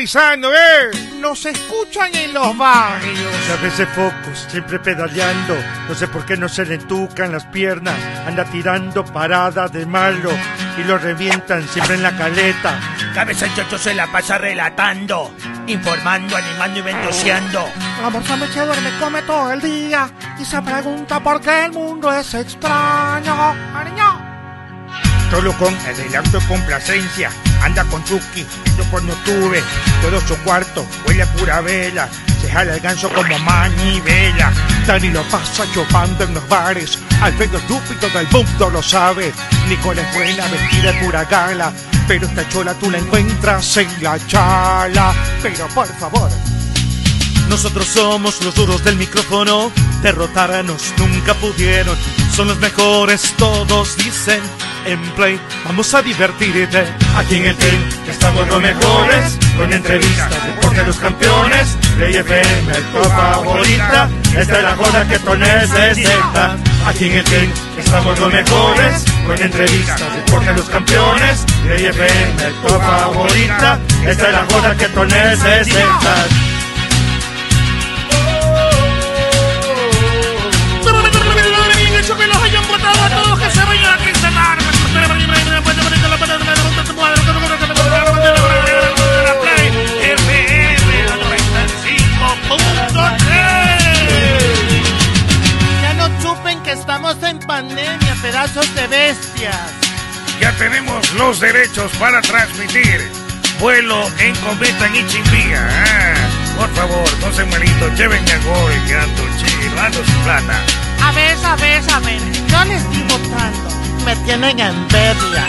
aterrizando, ¿eh? Nos escuchan en los barrios. Muchas veces focos, siempre pedaleando. No sé por qué no se le entucan las piernas. Anda tirando paradas de malo y lo revientan siempre en la caleta. Cabeza el chocho se la pasa relatando, informando, animando y ventoseando. La persona que duerme come todo el día y se pregunta por qué el mundo es extraño. Ariño. Solo con adelanto y complacencia. Anda con Chucky, yo cuando tuve todo su cuarto, huele a pura vela. Se jala el ganso como manivela. Dani lo pasa chupando en los bares. Alfredo estúpido del mundo lo sabe. Nicole es buena, vestida de pura gala. Pero esta chola tú la encuentras en la chala. Pero por favor. Nosotros somos los duros del micrófono, derrotarnos nunca pudieron. Son los mejores, todos dicen. En play, vamos a divertirte. Aquí en el team estamos los mejores, con entrevistas, deporte de los campeones. Play FM, tu favorita, esta es la joda que tú necesitas. Aquí en el team estamos los mejores, con entrevistas, deporte de los campeones. Play FM, tu favorita, esta es la joda que tú necesitas. que los hayan votado a todos que se vayan a quincenar. Play FM 95.3. Ya no chupen que estamos en pandemia, pedazos de bestias. Ya tenemos los derechos para transmitir. Vuelo en cometa en Ichimbía. Ah, por favor, no se malito, llévenme a gol, que ando chido, ando sin plata. A ver, a ver, a ver. Yo les estoy votando. Me tienen envidia.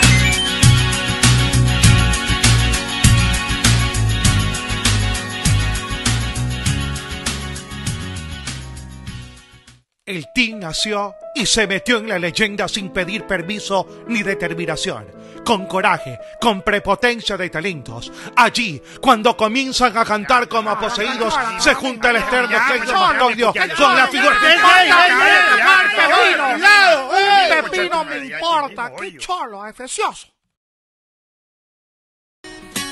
El team nació y se metió en la leyenda sin pedir permiso ni determinación. Con coraje, con prepotencia de talentos. Allí, cuando comienzan a cantar como poseídos, se junta el externo Keiko Macoglio con la figura ¡Ey, ey, ey! ya, ¡Marca, ya, pepino! ya, ya, ya, ya, ¡Pepino me ya, ya, importa! ya, ¡Qué ya, cholo, efecioso!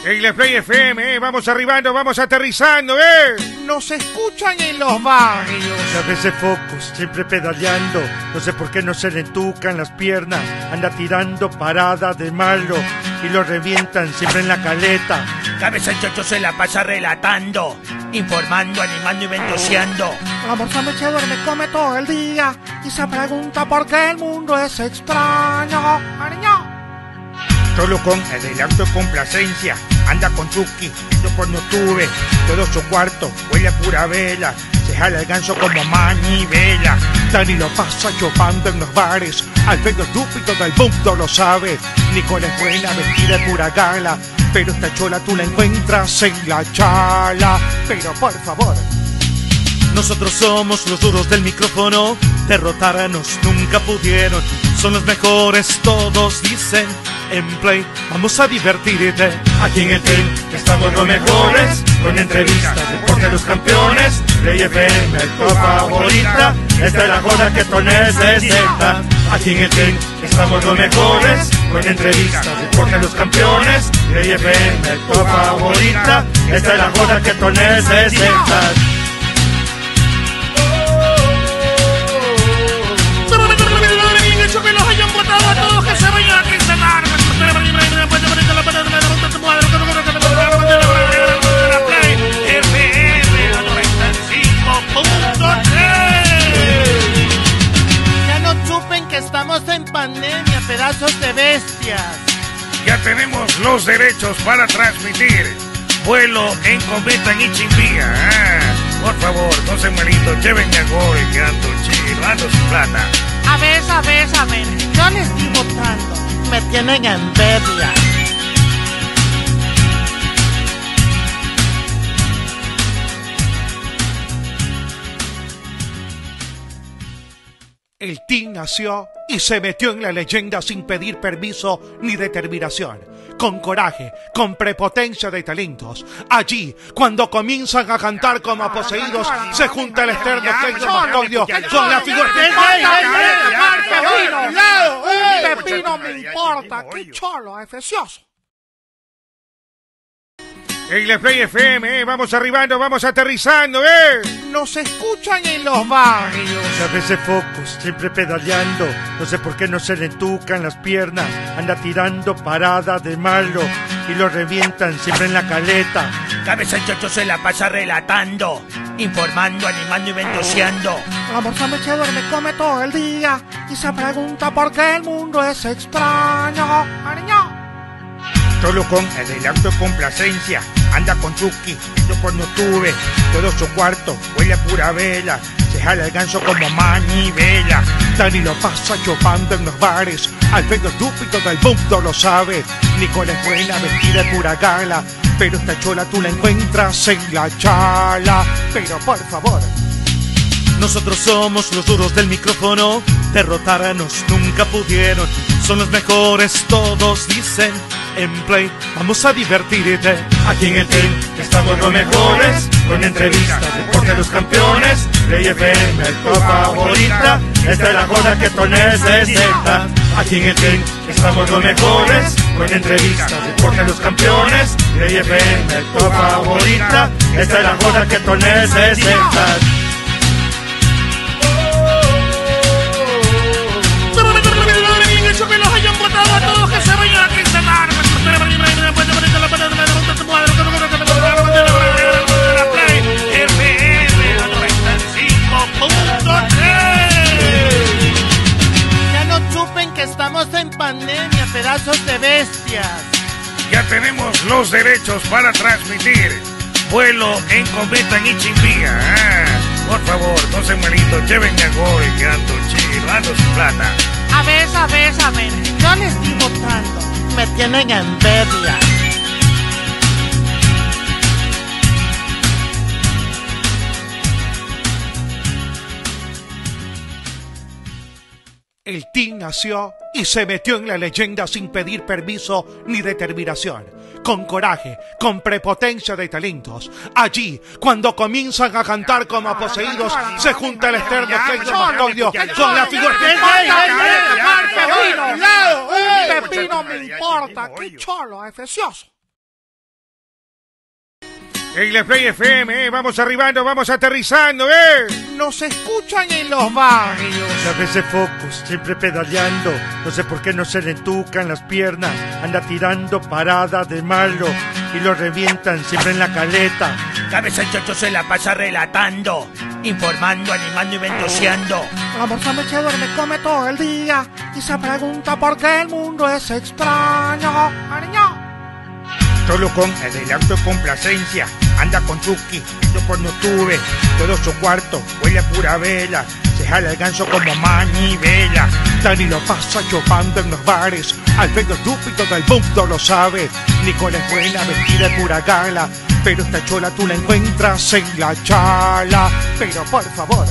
En la Play FM, eh, vamos arribando, vamos aterrizando, ¿eh? Nos escuchan en los barrios. Muchas veces focos, siempre pedaleando. No sé por qué no se le entucan las piernas. Anda tirando paradas de malo y lo revientan siempre en la caleta. Cabeza el chocho se la pasa relatando, informando, animando y ventoseando. La persona que duerme come todo el día y se pregunta por qué el mundo es extraño. Ariño. Solo con adelanto y complacencia. Anda con Chucky, yo cuando tuve todo su cuarto, huele a pura vela. Se jala el ganso como manivela. Dani lo pasa chupando en los bares. Alfredo estúpido del mundo lo sabe. Nicole es buena, vestida de pura gala. Pero esta chola tú la encuentras en la chala. Pero por favor. Nosotros somos los duros del micrófono, derrotarnos nunca pudieron. Son los mejores, todos dicen. En play, vamos a divertirte. Aquí en el team estamos los mejores, con entrevistas, deporte de los campeones. Play FM, tu favorita, esta es la joda que tú necesitas. Aquí en el team estamos los mejores, con entrevistas, deporte de los campeones. Play FM, tu favorita, esta es la joda que tú necesitas. que los hayan votado a todos que se vayan a quincenar. Play FM 95.3. Ya no chupen que estamos en pandemia, pedazos de bestias. Ya tenemos los derechos para transmitir. Vuelo en cometa en Ichimbía. Ah, por favor, no se malito, llévenme a gol, que ando chido, ando sin plata. A ver, a ver, a ver. Yo les estoy votando. Me tienen envidia. El team nació y se metió en la leyenda sin pedir permiso ni determinación. Con coraje, con prepotencia de talentos. Allí, cuando comienzan a cantar como poseídos, se junta el externo Keiko Macoglio con la figura ¡Ey, ey, ey! ¡Marca, ya, pepino! ya, ya, ya, ¡Pepino me ya, ya, importa! ya, ya, ¡Qué ya. cholo, efecioso! En la Play FM, eh, vamos arribando, vamos aterrizando, ¿eh? Nos escuchan en los barrios. Muchas veces focos, siempre pedaleando. No sé por qué no se le entucan las piernas. Anda tirando paradas de malo y lo revientan siempre en la caleta. Cabeza el chocho se la pasa relatando, informando, animando y ventoseando. La morsa se duerme, come todo el día y se pregunta por qué el mundo es extraño. Ariño. Solo con adelanto y complacencia Anda con Chucky, yo cuando tuve Todo su cuarto huele a pura vela Se jala el ganso como manivela Dani lo pasa chupando en los bares. Alfredo estúpido del mundo lo sabe. Nicole es buena, vestida de pura gala. Pero esta chola tú la encuentras en la chala. Pero por favor, Nosotros somos los duros del micrófono, derrotarnos nunca pudieron. Son los mejores, todos dicen. En play, vamos a divertirte. Aquí en el team estamos los mejores, con entrevistas, deporte los campeones. Play FM, tu favorita, esta es la joda que tú necesitas. Aquí en el team estamos los mejores, con entrevistas, deporte los campeones. Play FM, tu favorita, esta es la joda que tú necesitas. el show que los hayan botado a todos, que se vayan a quincenar. La Play FM 95.3. Ya no chupen que estamos en pandemia, pedazos de bestias. Ya tenemos los derechos para transmitir Vuelo en cometa en Ichimbía Ah, Por favor, no se malito, llévenme a gol Que ando chido, ando sin plata A ver, a ver, a ver, yo les estoy votando. Me tienen envidia. el team nació y se metió en la leyenda sin pedir permiso ni determinación. Con coraje, con prepotencia de talentos. Allí, cuando comienzan a cantar como poseídos, se junta el externo Keijo Matoglio con la figura Pepino, Pepino eh, me importa, qué cholo, es precioso. En la Play FM, eh, vamos arribando, vamos aterrizando, ¿eh? Nos escuchan en los barrios. Muchas veces focos, siempre pedaleando. No sé por qué no se le entucan las piernas. Anda tirando paradas de malo y lo revientan siempre en la caleta. Cabeza el chocho se la pasa relatando, informando, animando y ventoseando. La morsa se duerme, come todo el día y se pregunta por qué el mundo es extraño. Ariño. Solo con adelanto y complacencia Anda con Chucky, yo cuando tuve Todo su cuarto huele a pura vela Se jala el ganso como manivela Dani lo pasa chupando en los bares. Alfredo estúpido del mundo lo sabe. Nicole es buena, vestida de pura gala. Pero esta chola tú la encuentras en la chala. Pero por favor,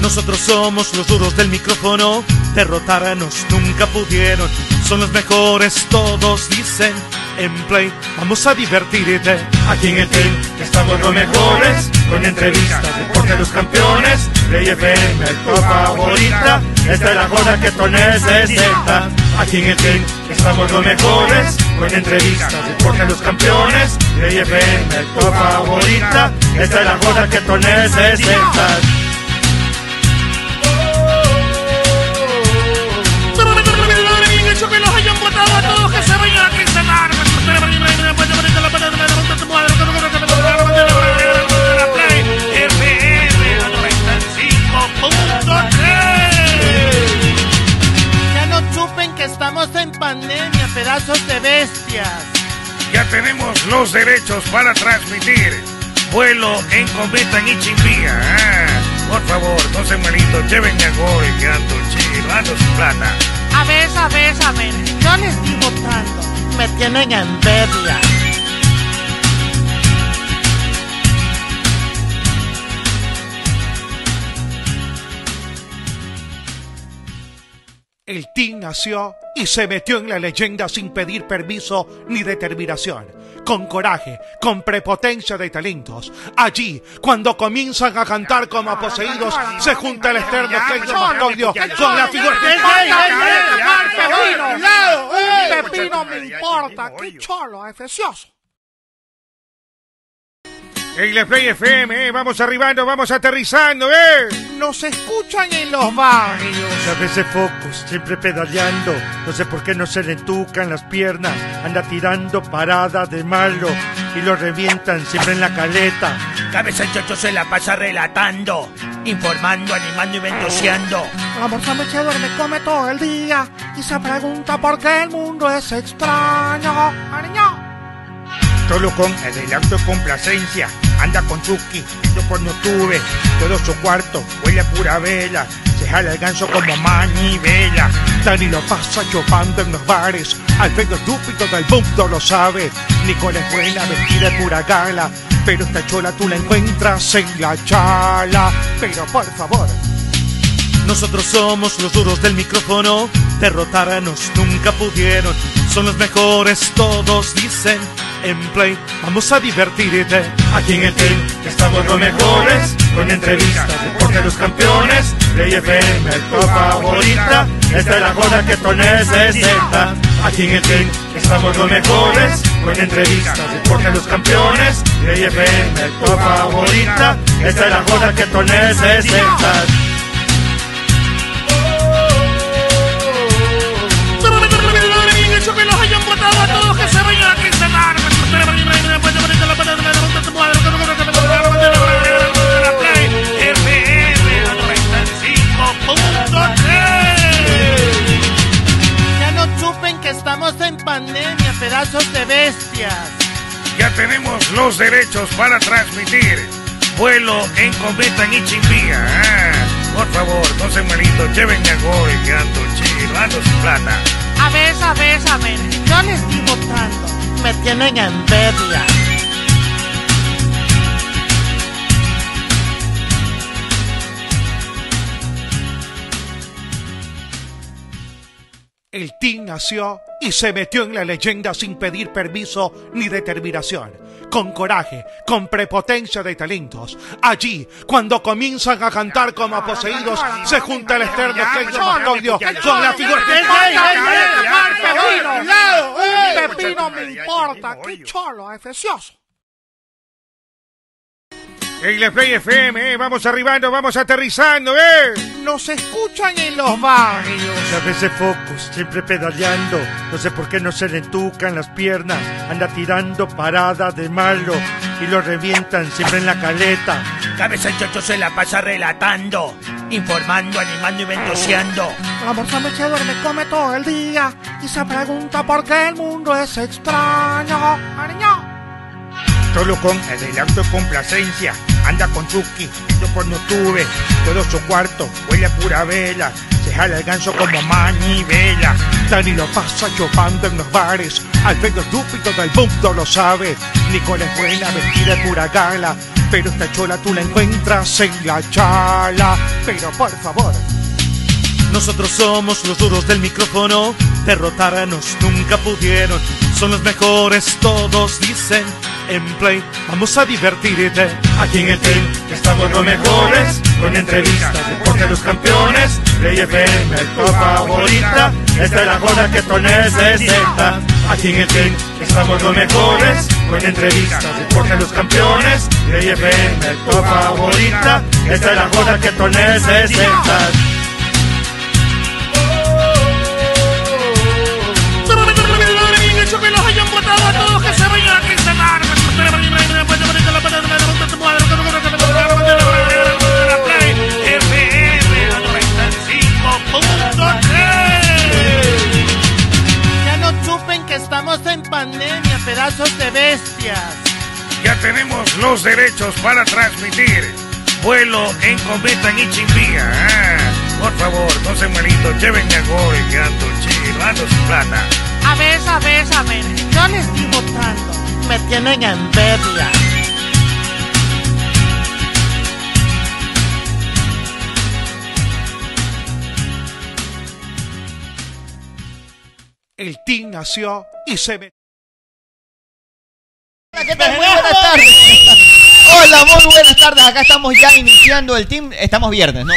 Nosotros somos los duros del micrófono, derrotarnos nunca pudieron. Son los mejores, todos dicen. En play, vamos a divertirte. Aquí en el team estamos los mejores, con entrevistas, deporte de los campeones, Play FM, tu favorita, esta es la joda que tú necesitas. Aquí en el team estamos los mejores, con entrevistas, deporte de los campeones, Play FM, tu favorita, esta es la joda que tú necesitas. el show que los hayan botado a todos, que se vayan a quincenar. La Play FM 95.3. Ya no chupen que estamos en pandemia, pedazos de bestias. Ya tenemos los derechos para transmitir Vuelo en cometa en Ichimbía Ah, Por favor, no se malito, llévenme a gol Que ando chido, ando sin plata A ver, a ver, a ver, yo les estoy votando. Me tienen envidia. el team nació y se metió en la leyenda sin pedir permiso ni determinación. Con coraje, con prepotencia de talentos. Allí, cuando comienzan a cantar como poseídos, se junta el externo Keijo Matoglio con la figura eh, Pepino, Pepino me importa, qué cholo, es precioso. En la Play FM, eh, vamos arribando, vamos aterrizando, ¿eh? Nos escuchan en los barrios. A veces focos, siempre pedaleando. No sé por qué no se le entucan las piernas. Anda tirando paradas de malo y lo revientan siempre en la caleta. Cabeza el chocho se la pasa relatando, informando, animando y ventoseando. La morsa se duerme, come todo el día y se pregunta por qué el mundo es extraño. Ariño. Solo con adelanto y complacencia Anda con Chucky, yo cuando tuve Todo su cuarto huele a pura vela Se jala el ganso como manivela Dani lo pasa chupando en los bares. Alfredo estúpido del mundo lo sabe. Nicole es buena, vestida de pura gala. Pero esta chola tú la encuentras en la chala. Pero por favor, Nosotros somos los duros del micrófono, derrotarnos nunca pudieron. Son los mejores, todos dicen. En play, vamos a divertirte. Aquí en el team estamos los mejores, con entrevistas, deporte los campeones, Play FM, tu favorita, esta es la joda que tú necesitas. Aquí en el team estamos los mejores, con entrevistas, deporte los campeones, Play FM, tu favorita, esta es la joda que tú necesitas. el show que los hayan botado a todos, que se vayan a Kinshanar. La Play FM 95.3. Ya no chupen que estamos en pandemia, pedazos de bestias. Ya tenemos los derechos para transmitir Vuelo en cometa en Ichimbía Ah, Por favor, no se malito, llévenme a gol Que ando chido, ando sin plata A ver, a ver, a ver. Yo les digo tanto. Me tienen envidia. el team nació y se metió en la leyenda sin pedir permiso ni determinación. Con coraje, con prepotencia de talentos. Allí, cuando comienzan a cantar como poseídos, se junta el externo que es Montorio con la figura Pepino me importa, qué cholo, es precioso. En la Play FM, eh, vamos arribando, vamos aterrizando, ¿eh? Nos escuchan en los barrios. A veces focos, siempre pedaleando. No sé por qué no se le entucan las piernas. Anda tirando paradas de malo y lo revientan siempre en la caleta. Cabeza el chocho se la pasa relatando, informando, animando y ventoseando. La morsa se duerme, come todo el día y se pregunta por qué el mundo es extraño. Ariño. Solo con adelanto y complacencia Anda con Chucky, yo cuando tuve Todo su cuarto huele a pura vela Se jala el ganso como manivela Dani lo pasa chupando en los bares. Alfredo estúpido del mundo lo sabe. Nicole es buena, vestida de pura gala. Pero esta chola tú la encuentras en la chala. Pero por favor, Nosotros somos los duros del micrófono, derrotarnos nunca pudieron. Son los mejores, todos dicen. En play, vamos a divertirte. Aquí en el team estamos los mejores, con entrevistas, deporte a los campeones, Play FM, tu favorita, esta es la joda que tú necesitas. Aquí en el team estamos los mejores, con entrevistas, deporte a los campeones, Play FM, tu favorita, esta es la joda que tú necesitas. el show que los hayan botado a todos, que se vayan a Kinshanar. La Play FM 95.3. Ya no chupen que estamos en pandemia, pedazos de bestias. Ya tenemos los derechos para transmitir Vuelo en cometa en Ichimbía Ah, Por favor, no se malito, llévenme a gol Que ando chido, ando sin plata A ver, a ver, a ver. Yo les digo tanto. Me tienen envidia. el team nació y se metió. Hola, ¿qué tal? Muy buenas tardes. Hola, muy buenas tardes. Acá estamos ya iniciando el team. Estamos viernes, ¿no?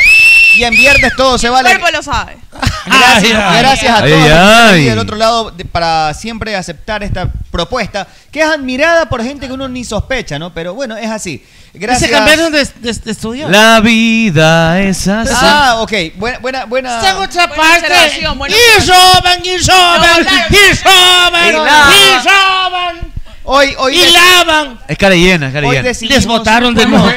Y en viernes todo se vale. cuerpo lo sabe. Gracias, ay. gracias a Ay, todos los que ay. están ahí del otro lado de- para siempre aceptar esta propuesta, que es admirada por gente que uno ni sospecha, ¿no? Pero bueno, es así. Gracias. Se cambiaron de, de- de estudio. La vida es así. Ah, ok. Buena, buena, buena. Esta es otra Buena parte. observación, buena Y soban, y soban, No, claro. y soban, Y y lavan. soban. Hoy, hoy. Y lavan. Es cara llena, es cara Hoy llena. decidimos- Les votaron de nuevo.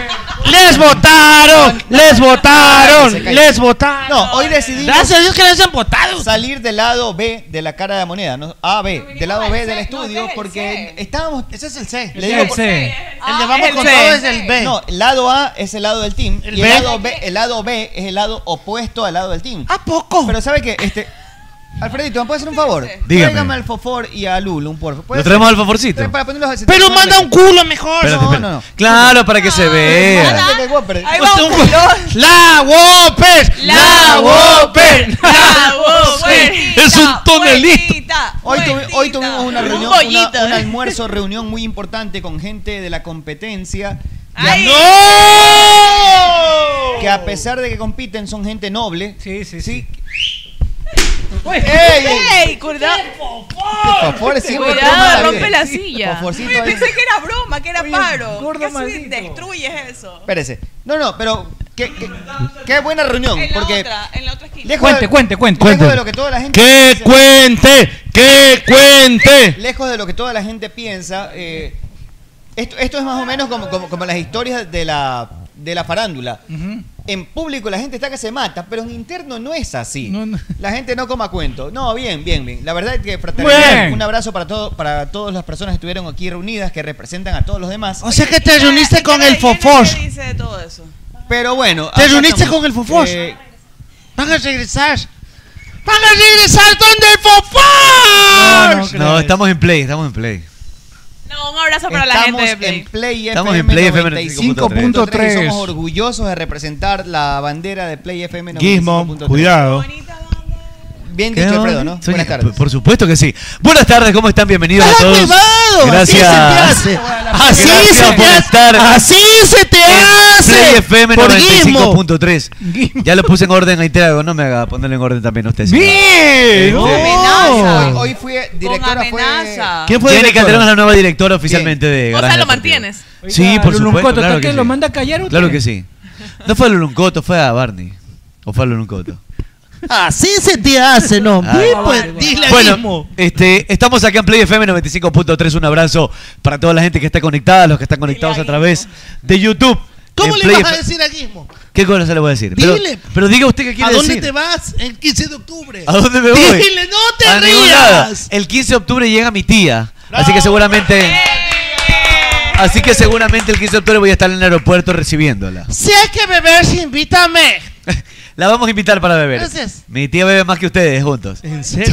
Les votaron, les Se votaron, calla. les votaron. No, hoy decidimos Gracias a Dios que les han votado. salir del lado B de la cara de la moneda, ¿no? A, B, del lado al B C, del no, estudio, del C. porque estábamos. Ese es el C. Le Sí, digo el por- C. El de vamos Ah, con el todo C. es el B. No, el lado A es el lado del team. ¿El y B? el lado B, el lado B es el lado opuesto al lado del team. ¿A poco? Pero sabe que este. Alfredito, ¿me puedes hacer un favor? Dígame. Tráigame al Fofor y a Lulum, por favor. Lo traemos al favorcito. Para ponerlos a Pero manda un culo mejor. Espérate, no, espérate. no, no. Claro, para que Ah, se vea. Manda de Whopper. Ahí va un Usted un- culón. La Whopper. La Whopper. Ah, wow, Sí, es un tonelito. buenita, Hoy, tuvi- buenita. hoy tuvimos una reunión, Un una- bollito. ¿eh? un almuerzo, reunión muy importante con gente de la competencia. Ay, Que a pesar de que compiten, son gente noble. Sí, sí, sí. ¡Ey! ey, cordón. Fofor siempre toma Cuidado, rompe vida. eh. la silla. Foforcito Oye, ahí. pensé que era broma, que era paro. gordo Casi maldito. destruyes eso. Espérese. No, no, pero qué, qué- qué buena reunión. En la porque otra, en la otra esquina. lejos Cuente, de, cuente, cuente, lejos cuente. de lo que toda la gente ¡Que piensa, cuente! ¡Que cuente! lejos de lo que toda la gente piensa, eh, esto, esto es más o menos como, como, como las historias de la, de la farándula. En público la gente está que se mata, pero en interno no es así. No, no. La gente no coma cuento. No, bien, bien, bien. La verdad es que fraternidad, Bien. un abrazo para todo, para todas las personas que estuvieron aquí reunidas, que representan a todos los demás. O sea que te Cara- reuniste con cara el de lleno, fofor. ¿Qué dice de todo eso? Pero bueno. ¿Te acá reuniste estamos. con el Fofós? Eh, Van a regresar. Van a regresar donde el Fofor. No, estamos en play, estamos en play. No, un abrazo para la Estamos gente de Play. en Play Estamos en FM Play FM 95.3 y 95.3. somos orgullosos de representar la bandera de Play FM 95.3. Gizmo, cuidado. Bonita banda. Bien ¿Qué dicho, onda? Alfredo, ¿no? Soy- Buenas tardes. Por supuesto que sí. Buenas tardes, ¿cómo están? Bienvenidos a ¡Ah, todos. huevado! Gracias. Así se te hace. Así Gracias se te por estar hace. Así se te Play hace. FM Por Guismo. 95.3. Ya lo puse en orden ahí, te hago, no me haga ponerlo en orden también usted. señora. ¡Bien! Con amenaza. Hoy, hoy fui Con directora fue amenaza. ¿Quién fue Jenny directora? Calderón es la nueva directora oficialmente de O sea, Garaje lo Deportivo. mantienes. Sí, por supuesto, claro que que sí. lo manda a callar usted? Claro que sí. No fue a Luluncoto, fue a Barney. O fue a Luluncoto. Así se te hace, no. Ay. Bien, pues, dile a Bueno, Guismo. este, estamos acá en Play FM 95.3. Un abrazo para toda la gente que está conectada, los que están conectados a través de YouTube. ¿Cómo En le Play vas a F- decir a Guismo? ¿Qué cosa le voy a decir? Pero- Dile. Pero, diga usted qué ¿A quiere dónde decir. te vas el 15 de octubre? ¿A dónde me voy? Dile, no te A ningún lado. rías. El 15 de octubre llega mi tía. Así que seguramente. Así que seguramente el 15 de octubre voy a estar en el aeropuerto recibiéndola. Si hay que beber, invítame. La vamos a invitar para beber. Gracias. Mi tía bebe más que ustedes juntos. ¿En Es de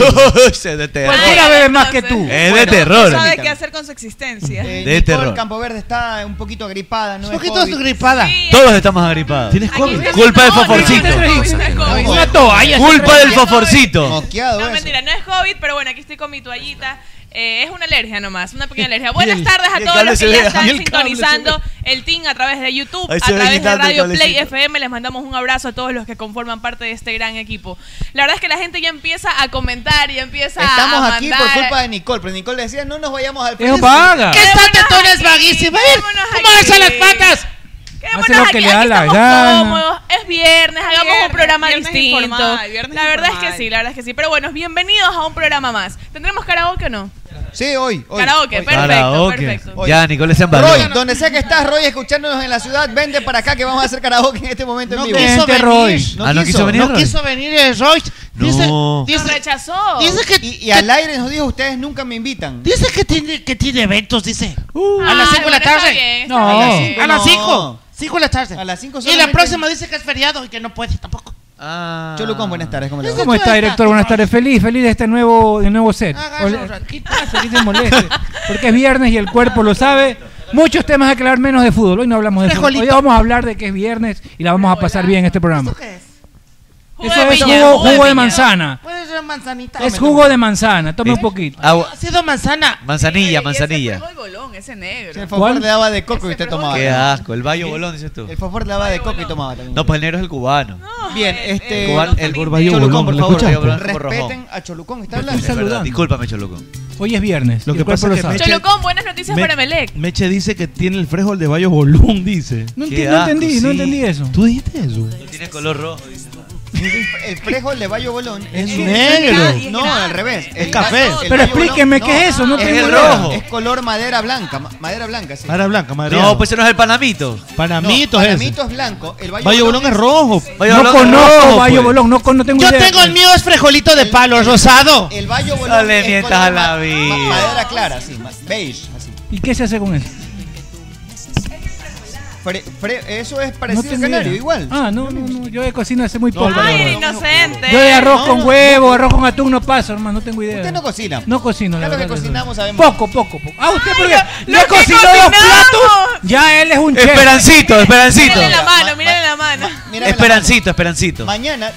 terror. Cualquiera Ay, bebe no más que sé. tú. Es de Bueno, terror. No sabe Permítame. qué hacer con su existencia. eh, De Nicole terror. Campo Verde está un poquito agripada, ¿no? Un es poquito COVID. gripada. Todos estamos agripados. ¿Tienes Aquí COVID? está- Culpa del no, no, no, no es foforcito. COVID, no es COVID. Una toalla. Culpa del foforcito. Mosqueado, No, eso. mentira, no es COVID, pero bueno, aquí estoy con mi toallita. Eh, es una alergia nomás, una pequeña alergia. Buenas tardes y a el todos cable los se que ve, ya están y el cable se sintonizando el team a través de YouTube, Ahí a se ve través de quitando el Radio Play cablecito. FM. Les mandamos un abrazo a todos los que conforman parte de este gran equipo. La verdad es que la gente ya empieza a comentar y empieza a Estamos mandar. aquí por culpa de Nicole, pero Nicole decía, no nos vayamos al Es frente". vaga. ¿Qué Vámonos tanto tú eres aquí, ¿eh? vaguísima? A ver, vámonos ¿cómo aquí. alzas las patas? Quedémonos Hace lo que aquí, le da aquí la estamos gana. cómodos, es viernes, hagamos un Viernes, programa viernes distinto. informal, viernes la verdad es que informal. sí, la verdad es que sí. Pero bueno, bienvenidos a un programa más. ¿Tendremos karaoke o no? Sí, hoy. hoy karaoke, hoy. perfecto, Karaoke. perfecto. Ya, Nicole se embarró. Roy, donde sea que estás, Roy, escuchándonos en la ciudad, vente para acá que vamos a hacer karaoke en este momento en No vivo. quiso Vente, venir. Roy. Ah, no quiso venir. No Roy? quiso venir el Royce. Dice, No. Nos dice, rechazó. dice que, Y, y al aire nos dijo, ustedes nunca me invitan. dice que tiene, que tiene eventos, dice. Uh. Ay, a Ah, las 5 de la Ah, bueno, está tarde. bien, No. está bien. A las No. 5. 5 de la tarde. A las cinco Y la solamente. próxima dice que es feriado y que no puede tampoco. Ah. Cholucón, buenas tardes, ¿cómo le va? ¿Cómo está, director? Buenas tardes. Feliz, feliz de este nuevo, de nuevo set. Hágase Ole- un ratito. Ah, se dice moleste, Porque es viernes y el cuerpo lo sabe. Muchos temas a aclarar menos de fútbol. Hoy no hablamos de fútbol. Hoy Frijolito. vamos a hablar de que es viernes y la vamos a pasar bien en este programa. ¿Esto qué es? Jugo Eso de es piña, jugo, jugo de piña. manzana. Puede ser manzanita. Es jugo de manzana. Tome un poquito. ¿Eh? Agua- Ha sido manzana. Manzanilla, Ey, Ese manzanilla. frijol bolón, ese Sí, negro. el favor ¿Cuál? le daba de coco y usted tomaba. Qué asco. El Bayo Bolón, dices tú. El favor le daba de coco y tomaba también. No, pues el negro es el cubano. Bien, este. Cobal- el Gorbayo Cholucón, Bolón, Pues por ¿lo favor. escuchaste? Gorbajo. Respeten a Cholucón. Está Es hablando. verdad, Discúlpame, Cholucón. Hoy es viernes. Lo y que el cuerpo pasa es que lo sabe. Meche- Cholocón, buenas noticias Me- para Melec. Meche dice que tiene el fresol de Bayo Bolón, dice. No enti- Qué no asco, entendí, no sí. entendí eso. ¿Tú dijiste eso? Tiene color rojo. dice. El frejo de Bayo Bolón Es negro. ca- No, al revés. Es El café. gato- el Pero Bayo explíqueme, Bolón- ¿qué es eso? No es tengo el idea. rojo. Es color madera blanca. ma- Madera blanca, sí. Madera blanca, madera No, pues ese no es el panamito. Panamito No, es ese. Panamito es blanco. El Bayo, Bayo Bolón es rojo. no conozco pues. Bayo Bolón, no, con- no tengo Yo idea. tengo el mío es frejolito de palo rosado. El Bayo Bolón No le es mientas color a la ma- ma- vida. Madera clara, sí. ma- Beige, así. ¿Y qué se hace con él? Fre- fre- eso es No parecido al tengo idea. canario, igual. Ah, no, no, no, yo de cocina hace muy No, poco. no, Ay, inocente. Yo de arroz con No, huevo, arroz con atún no paso, hermano, no tengo idea. Usted no cocina. No cocino, Ya la lo que verdad es cocinamos eso. sabemos. Poco, poco, poco. Ah, usted porque lo- le lo que cocinó dos cocinamos. platos, ya él es un chef. Esperancito, esperancito. Mírenle la mano, mírenle la mano. Mírame la Esperancito, esperancito. mano. Mañana eh,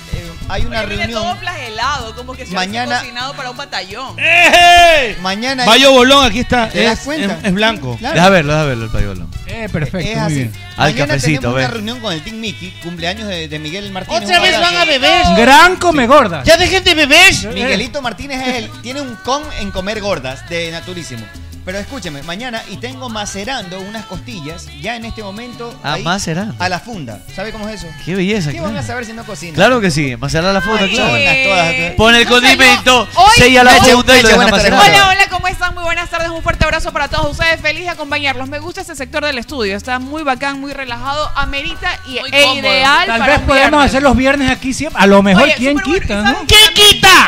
hay una reunión. flagelado, como que se Mañana- ha cocinado para un batallón. ¡Eh, Mañana. Bayo Bolón, aquí está. ¿Te das Es, cuenta? es- es blanco. Claro. Deja verlo, deja verlo el Bayo Bolón. Eh, perfecto, Es muy así. bien. Al Mañana cafecito, tenemos ven. una reunión con el Team Mickey, cumpleaños de, de Miguel Martínez. Otra un vez abrazo. Eh. van a beber. Gran come gorda. Ya dejen de beber. Miguelito Martínez es el- tiene un con en comer gordas de Naturísimo. Pero escúcheme, mañana y tengo macerando unas costillas ya en este momento Ah, ahí, macerando. a la funda. ¿Sabe cómo es eso? Qué belleza, ¿Qué claro. van a saber si no cocinan? Claro que sí, macerar la foto, Ay, claro. eh, todas. Pon el No salió. condimento, Hoy sella la no. segunda y lo Leche, deja buenas tardes, macerar. Hola, hola, ¿cómo están? Muy buenas tardes, un fuerte abrazo para todos ustedes. Feliz de acompañarlos. Me gusta este sector del estudio. Está muy bacán, muy relajado, amerita y e cómodo. ideal Tal para vez un podemos viernes. hacer los viernes aquí siempre. A lo mejor, Oye, ¿quién súper bueno. quita, ¿Y no? saben también?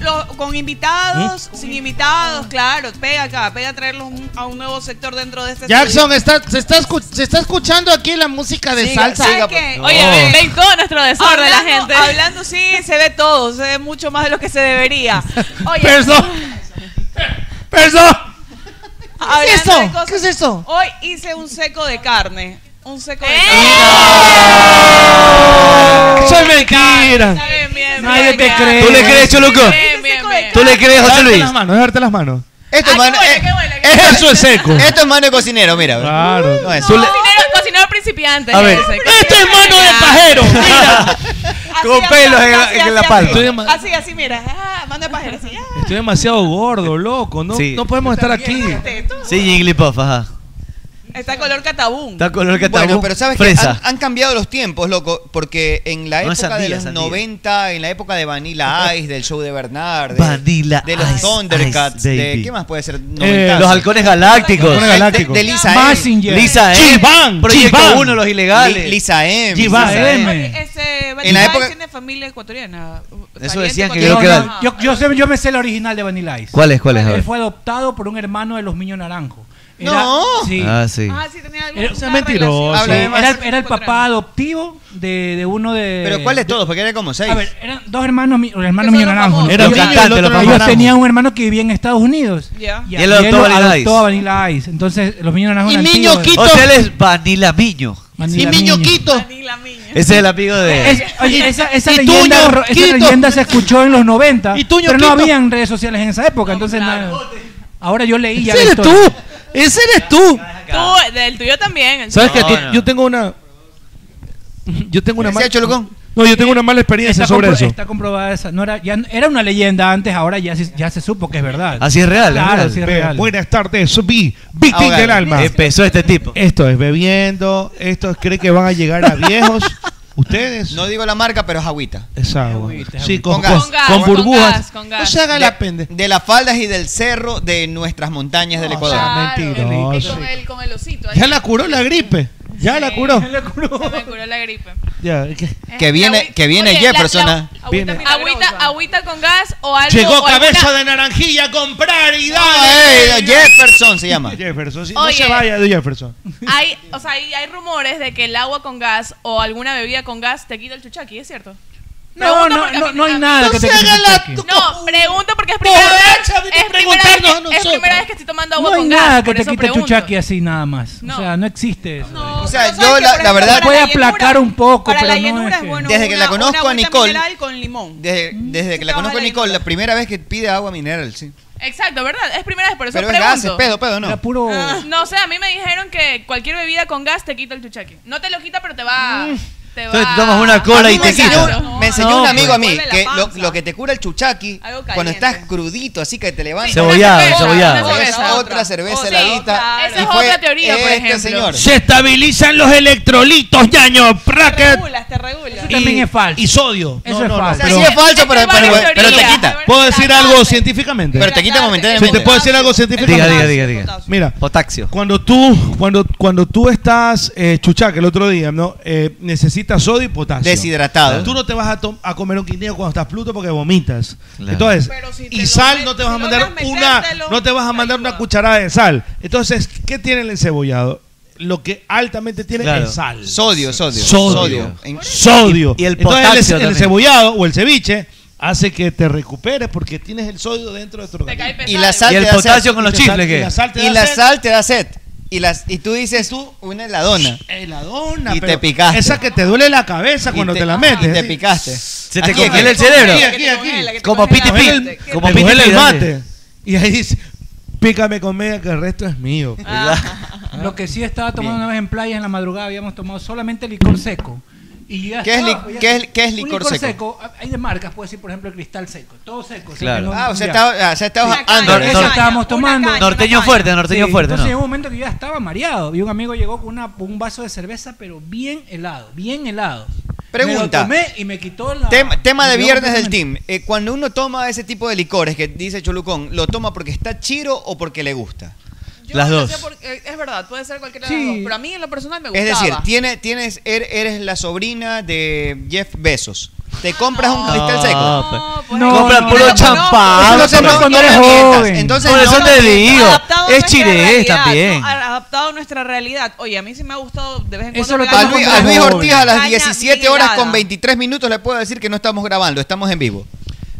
Los- con invitados, sin invitados, claro. Pega acá, pega a traerlos un- a un nuevo sector dentro de este Jackson, estudio. está, se, está escu- se está escuchando aquí la música de Siga, salsa. ¿sabe qué? Oh. Oye, ven, ven todo nuestro desorden, la Hablando- gente. Hablando, sí, se ve todo, se ve mucho más de lo que se debería. Oye, Perdón. Hablando es eso? de cosas- ¿Qué es eso? Hoy hice un seco de carne. Un seco de Soy mentira. carne. Nadie te cree. Oh. ¿Tú le crees, Choluco? Bien, bien, Ah, bien. ¿Tú le crees, José Darte Luis? las manos, darte las manos. Esto es mano, eh, esto- Eso es seco. esto es mano de cocinero, mira. Claro. No, es- No, cocinero, cocinero principiante. A ver. ¡Esto es mano de pajero! Con pelos en la- en la palma. Estoy dema- Así, así, mira. Ah, mano de pajero. Así, ah. Estoy demasiado gordo, loco. No, Sí. no podemos estar aquí. Sí, Jigglypuff, ajá. Está color catabún. Está color que está Bueno, pero sabes Ah, que fresa. Eh, han, han cambiado los tiempos, loco, porque en la época No, es sandía, de los sandía. 90, en la época de Vanilla Ice, del show de Bernard, de, Vanilla de los Ice, Thundercats, Ice, de baby. ¿qué más puede ser? 90? Eh, los halcones galácticos. Los halcones galácticos. De- de Lisa M. Mazinger. Lisa M. Chiván, Proyecto Chiván. 1, los ilegales. Li- Lisa M. Chiván. Lisa M. Ese, En la Vanilla época- Ice tiene familia ecuatoriana. Eso decían que No, creo que no, era. yo, yo sé- yo me sé la original de Vanilla Ice. ¿Cuál es, cuál es? A Él ver. fue adoptado por un hermano de los Miños Naranjos. No. Sí. Ah, sí. Ah, sí, tenía algo. Era, una relación. Sí, era, el- era el papá adoptivo de, de uno de. Pero ¿cuál de todos? Porque era como seis. A ver, eran dos hermanos, mi- los hermanos Que Miño son los Naranjo. famosos. Era un Ellos- cantante, los ellos hermanos Naranjo. tenían un hermano que vivía en Estados Unidos. Ya. Y él adoptó él Vanilla Ice. adoptó a Vanilla Ice. Entonces, los Miño Naranjo Y eran Miño tíos de- O sea, él es Vanilla Miño. Vanilla y mi Miño. ñoquito. Ese es el amigo de. Es- oye, esa, esa y leyenda, Tuño, ro- esa Quito. leyenda se escuchó en los 90, Tuño, pero no Quito. habían redes sociales en esa época, entonces nada. Ahora yo leí ya Ese la eres historia. tú. Ese eres tú. Tú, del tuyo también. el ¿Sabes tuyo. que Yo tengo una. Yo tengo una Decía mala. Cholocón. No, yo tengo una mala experiencia Está, sobre compro- eso. está comprobada esa. No era, ya, no- era una leyenda antes, ahora ya, se- ya se supo que es verdad. Así es real, es Claro, real. así es Pero real. Buenas tardes, vi Víctima Ahogado. del alma. Empezó este tipo. Esto es bebiendo. Esto es cree que van a llegar a viejos. Ustedes. No digo la marca, pero es agüita. Es agua. Sí, Con con, gas. con- Con gas, con con burbujas. gas, con gas. No se haga De, la pende. de las faldas y del cerro de nuestras montañas del Ecuador. Ah, Claro, y mentiroso. con el, con el osito. ahí. Ya la curó la gripe. Ya la curó. Ya me curó la gripe. Ya, ¿qué? Que viene, que viene Oye, la- Jefferson. la- ah. Viene. Agüita, agüita con gas o algo. Llegó o cabeza alguna- de naranjilla a comprar y Ah, dale. eh, Jefferson se llama. Jefferson, sí, Oye. no se vaya de Jefferson. Hay, o sea, hay, hay rumores de que el agua con gas o alguna bebida con gas te quita el chuchaqui, ¿es cierto? No, Pregunto no, porque a no, mí- no hay a mí- nada que te se quite haga el la cheque. No, pregunto porque es primera Borracha, vez. vete a Es primera vez, preguntarnos a que, es nosotros. primera vez que estoy tomando agua No hay con gas. nada que por te eso quite pregunto. chuchaqui así nada más. O sea, no existe eso. No, O sea, pero yo la- ¿sabes qué? Por la ejemplo, verdad- para Puede la llanura- aplacar un poco, para pero la no llanura es es que- bueno. Desde que una- la conozco una a agüita Nicole- mineral con limón. Desde, desde que la te conozco a baja la Nicole, la lengua. primera vez que pide agua mineral, sí. Exacto, ¿verdad? Es primera vez, por eso Pero es pregunto. gas, es pedo, pues. pedo, no. Era puro. Ah, Mm. Ah, No sé, a mí me dijeron que cualquier bebida con gas te quita el chuchaqui. No te lo quita, pero te va. Te Entonces va. te tomas una cola A y mí me te enseñó, quitas. Me enseñó No, un amigo pues. a mí Vuelve la que lo, lo que te cura el chuchaqui cuando estás crudito, así que te levantas. Cebollado, Es cebollado. Otra cerveza, Otra. heladita. Esa es y fue otra teoría, por este ejemplo. señor. Se estabilizan los electrolitos, ñaño. Te regulas, te regulas. también es falso. Y sodio. Eso es falso. Pero- Sí es falso, pero- pero- pero te quita. ¿Puedo decir algo científicamente? Pero te quita momentáneamente. Sí, te puedo decir algo científicamente. Diga, diga, diga, diga. Mira, potasio. Cuando tú, cuando, cuando tú estás eh, chuchaca el otro día, ¿no? Eh, necesitas sodio y potasio. Deshidratado. Tú no te vas a, tom- a comer un quindío cuando estás pluto porque vomitas. Claro. Entonces, y sal no te vas a si mandar logras una, metértelo, no te vas a mandar una cucharada de sal. Entonces, ¿qué tiene el encebollado? Lo que altamente tiene Claro. es sal. Sodio, sodio. Sodio. En- Sodio. Y- y el Entonces, potasio el, el también. encebollado o el ceviche hace que te recuperes porque tienes el sodio dentro de tu organismo. Y la sal te da sed. Y la sal- y la sal te Y da la sed. sal te da sed. Y, las, y tú dices, una heladona. Heladona. Y pero te picaste. Esa que te duele la cabeza cuando te, la metes. y te así. picaste. Se te congela el cerebro. Aquí, aquí, aquí. Como piti Congela piti. el- Como te piti congela piti. el dale. mate. Y ahí dice, pícame con media que el resto es mío. Ah. Lo que sí estaba tomando una vez en playa en la madrugada habíamos tomado solamente licor seco. Y ya ¿Qué es li- estaba, ya- qué es- qué es un licor seco? Hay de marcas, puedes decir, por ejemplo, el cristal seco. Todo seco. así Claro. que Ah, o sea, ya. estaba- o sea, estaba Una caña, under. Eso Una estábamos caña, una tomando. caña, Norteño una fuerte, caña. norteño fuerte, Entonces ¿no? llegó un momento que yo ya estaba mareado. Y un amigo llegó con una- con un vaso de cerveza, pero bien helado, bien helado. Me lo Pregunta. tomé y me quitó la... Tema, tema de me dio viernes del completamente- team. Eh, cuando uno toma ese tipo de licores que dice Cholucón, ¿lo toma porque está chiro o porque le gusta? Las No sé por qué, es verdad, puede ser cualquiera de las dos, pero a mí en lo personal me Es gustaba. decir, tiene, tienes, er- eres la sobrina de Jeff Bezos. Te compras un cristal seco. No, Compran puro no, champán. no, no, no, cuando eres me mientas. joven. Entonces, Por no, eso no, te no, digo. Adaptado a Es nuestra chiré realidad, también. ¿no? A- Adaptado a nuestra realidad. Oye, a mí sí me ha gustado de vez en Eso cuando. lo pegar a Luis, una a Luis caña Ortiz a las bien 17 horas helada. con 23 minutos le puedo decir que no estamos grabando, estamos en vivo.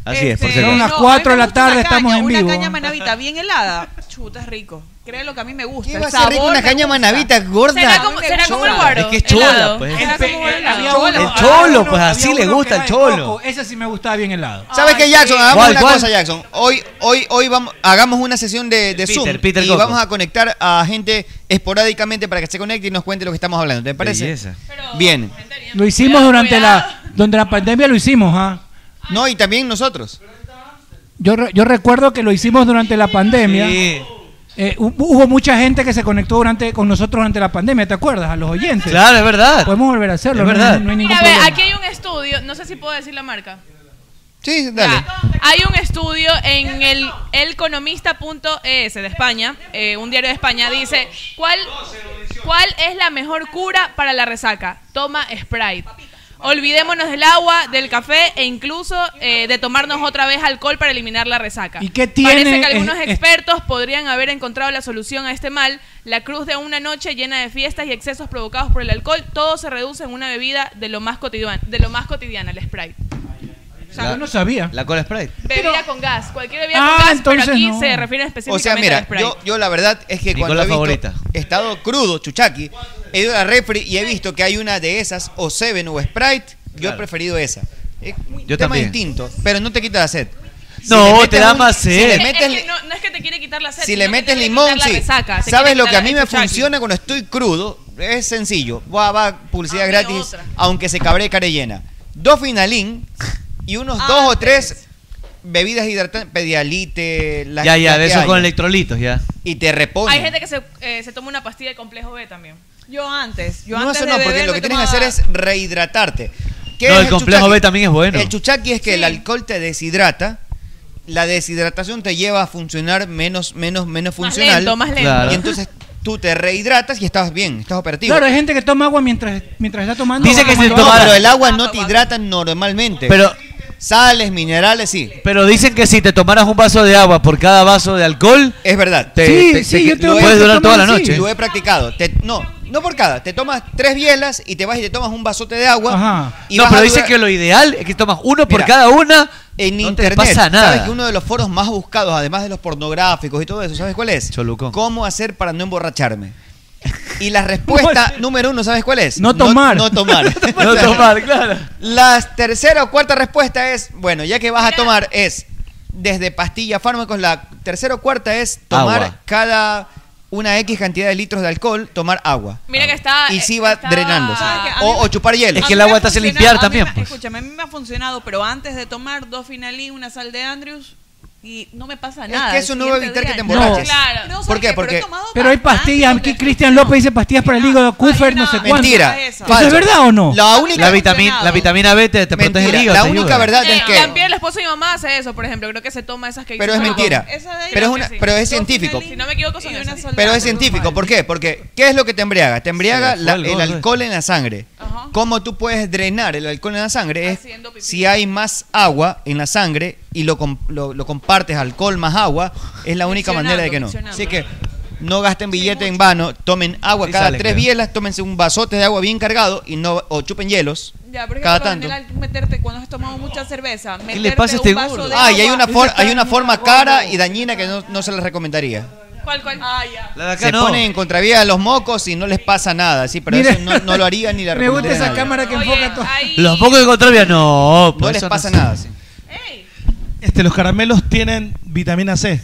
Así es, por Este, cierto. no, las a mí 4 me de la gusta una tarde, caña, estamos en vivo. Una caña manavita bien helada. Chuta, es rico. Cree lo que a mí me gusta. ¿Qué el va a ser rico sabor una me caña gusta. manavita gorda? Será como, será como el guaro. Es que es chola, helado. pues. Será como el helado. El cholo, pues así le gusta el cholo. Ese sí me gustaba bien helado. ¿Sabes qué, Jackson? Hagamos ¿Cuál, una cuál? cosa, Jackson. Hoy, hoy, hoy vamos, hagamos una sesión de, de Peter, Zoom Peter y Coco. vamos a conectar a gente esporádicamente para que se conecte y nos cuente lo que estamos hablando. ¿Te parece? Belleza. Bien. Lo hicimos durante la durante la pandemia, lo hicimos, ¿ah? No, y también nosotros. Yo, re- yo recuerdo que lo hicimos durante la pandemia. Eh, hu- hubo mucha gente que se conectó durante con nosotros durante la pandemia, ¿te acuerdas? A los oyentes. Claro, es verdad. Podemos volver a hacerlo. Es no hay- verdad. no hay ningún Mira, a ver, problema. aquí hay un estudio, no sé si puedo decir la marca. Sí, dale. Hay un estudio en el elconomista.es de España, eh, un diario de España, dice, ¿cuál, ¿cuál es la mejor cura para la resaca? Toma Sprite. Olvidémonos del agua, del café e incluso eh, de tomarnos otra vez alcohol para eliminar la resaca. ¿Y qué tiene? Parece que algunos Es- es- expertos podrían haber encontrado la solución a este mal. La cruz de una noche llena de fiestas y excesos provocados por el alcohol, todo se reduce en una bebida de lo más cotidiana, de lo más cotidiana, el Sprite. O sea, Yo no sabía. La cola Sprite. Bebida con gas, cualquier bebida Ah, con gas, pero entonces aquí no. se refieren O específicamente sea, al mira, Sprite. yo, yo la verdad es que Mi cuando cola he visto, favorita. he estado crudo, chuchaqui, he ido a la refri y he visto que hay una de esas, o Seven o Sprite, yo he Claro. preferido esa. Es un Yo tema también. distinto, pero no te quita la sed. Si No, le metes te da un- más Si sed. le Es metes, que no, no es que te quiere quitar la sed, si sino le que metes te quiere limón, quitar la sí. resaca, te ¿Sabes quiere lo que a quitar mí el me chuchaqui? funciona cuando estoy crudo? Es sencillo. Va, va, Ah, publicidad gratis, aunque se cabre care llena. Dos finalín y unos Ah, dos o tres bebidas hidratantes, pedialite, la Ya, ya, la de que esos con haya. electrolitos, ya. Y te repone. Hay gente que se, eh, se toma una pastilla de complejo B también. Yo antes, yo no, antes eso de no, beber porque lo me que tienes que tomaba- hacer es rehidratarte. No, el es complejo chuchaqui? B también es bueno. El chuchaqui es que el alcohol te deshidrata. La deshidratación te lleva a funcionar menos, menos, menos funcional. lento, más lento. Claro. Y entonces tú te rehidratas y estás bien, estás operativo. Claro, hay gente que toma agua mientras, mientras está tomando. No, no, agua, tomando agua. pero el agua no te hidrata normalmente. Pero- sales, minerales, sí. Pero dicen que si te tomaras un vaso de agua por cada vaso de alcohol. Es verdad. Te, Sí, te- sí, te- yo tengo puedes que durar toda la tomar así. noche. Lo he practicado. Te- no, no por cada. Te tomas tres bielas y te vas y te tomas un vasote de agua. Y no, vas pero a dicen durar- que lo ideal es que tomas uno por Mira, cada una. En no internet, te pasa ¿sabes nada. que uno de los foros más buscados, además de los pornográficos y todo eso, ¿sabes cuál es? ¿Cómo hacer para no emborracharme? Y la respuesta número uno, ¿sabes cuál es? No tomar. No, tomar. No tomar, claro. La tercera o cuarta respuesta es, bueno, ya que vas a tomar, es desde pastillas, fármacos, la tercera o cuarta es tomar Agua. cada una X cantidad de litros de alcohol, tomar agua. Mira que está. eh, Y sí va está- drenándose. ¿Sabes qué? Ah, A O, mí o chupar hielo. A mí me ha funcionado- a mí me- Escúchame, a mí me ha funcionado, pero antes de tomar dos finalí, una sal de Andrews y no me pasa nada. que el eso no va a siguiente evitar que te día, no. emborraches. Claro. No, ¿Por ¿sabes qué? Porque Pero hay pastillas, aquí Cristian López dice pastillas para el hígado, Kuffer, no sé cuánto. Mentira. ¿Eso es Falso. verdad o no? La única- La vitamina, la vitamina B te, te protege el Mentira, hígado. la te única ayuda. verdad es que- Eh, También el esposo de mi mamá hace eso, por ejemplo. Creo que se toma esas que Pero es dicen- mentira. Esa de ahí Pero es creo que una- sí. pero es Dos científico. finalí, Si no me equivoco, son de una sola. Pero es científico. ¿Por qué? Porque ¿qué es lo que te embriaga? Te embriaga la- algo, el ¿no? alcohol en la sangre. ¿Cómo tú puedes drenar el alcohol en la sangre? Es si hay más agua en la sangre y lo, com- lo- lo compartes, alcohol más agua, es la única manera de que no. Miccionando, Así que no gasten billete en vano, tomen agua Sí cada sale, tres creo. bielas, tómense un vasote de agua bien cargado y no o chupen hielos. Ya, por cada tanto. ejemplo, en el al- meterte cuando has tomado mucha cerveza, meterte le pasa a un vaso de Ah, y hay agua. una, for- hay una forma cara y dañina que no, no se les recomendaría. ¿Cuál, cuál? Ah, ya. Se ponen en contravía a los mocos y no les pasa nada, sí, pero eso no, no lo haría ni la Me gusta esa recomendaría a nadie. cámara que enfoca todo. Los pocos que contravía, no. No pues les eso pasa sé. nada, sí. Este, los caramelos tienen vitamina C.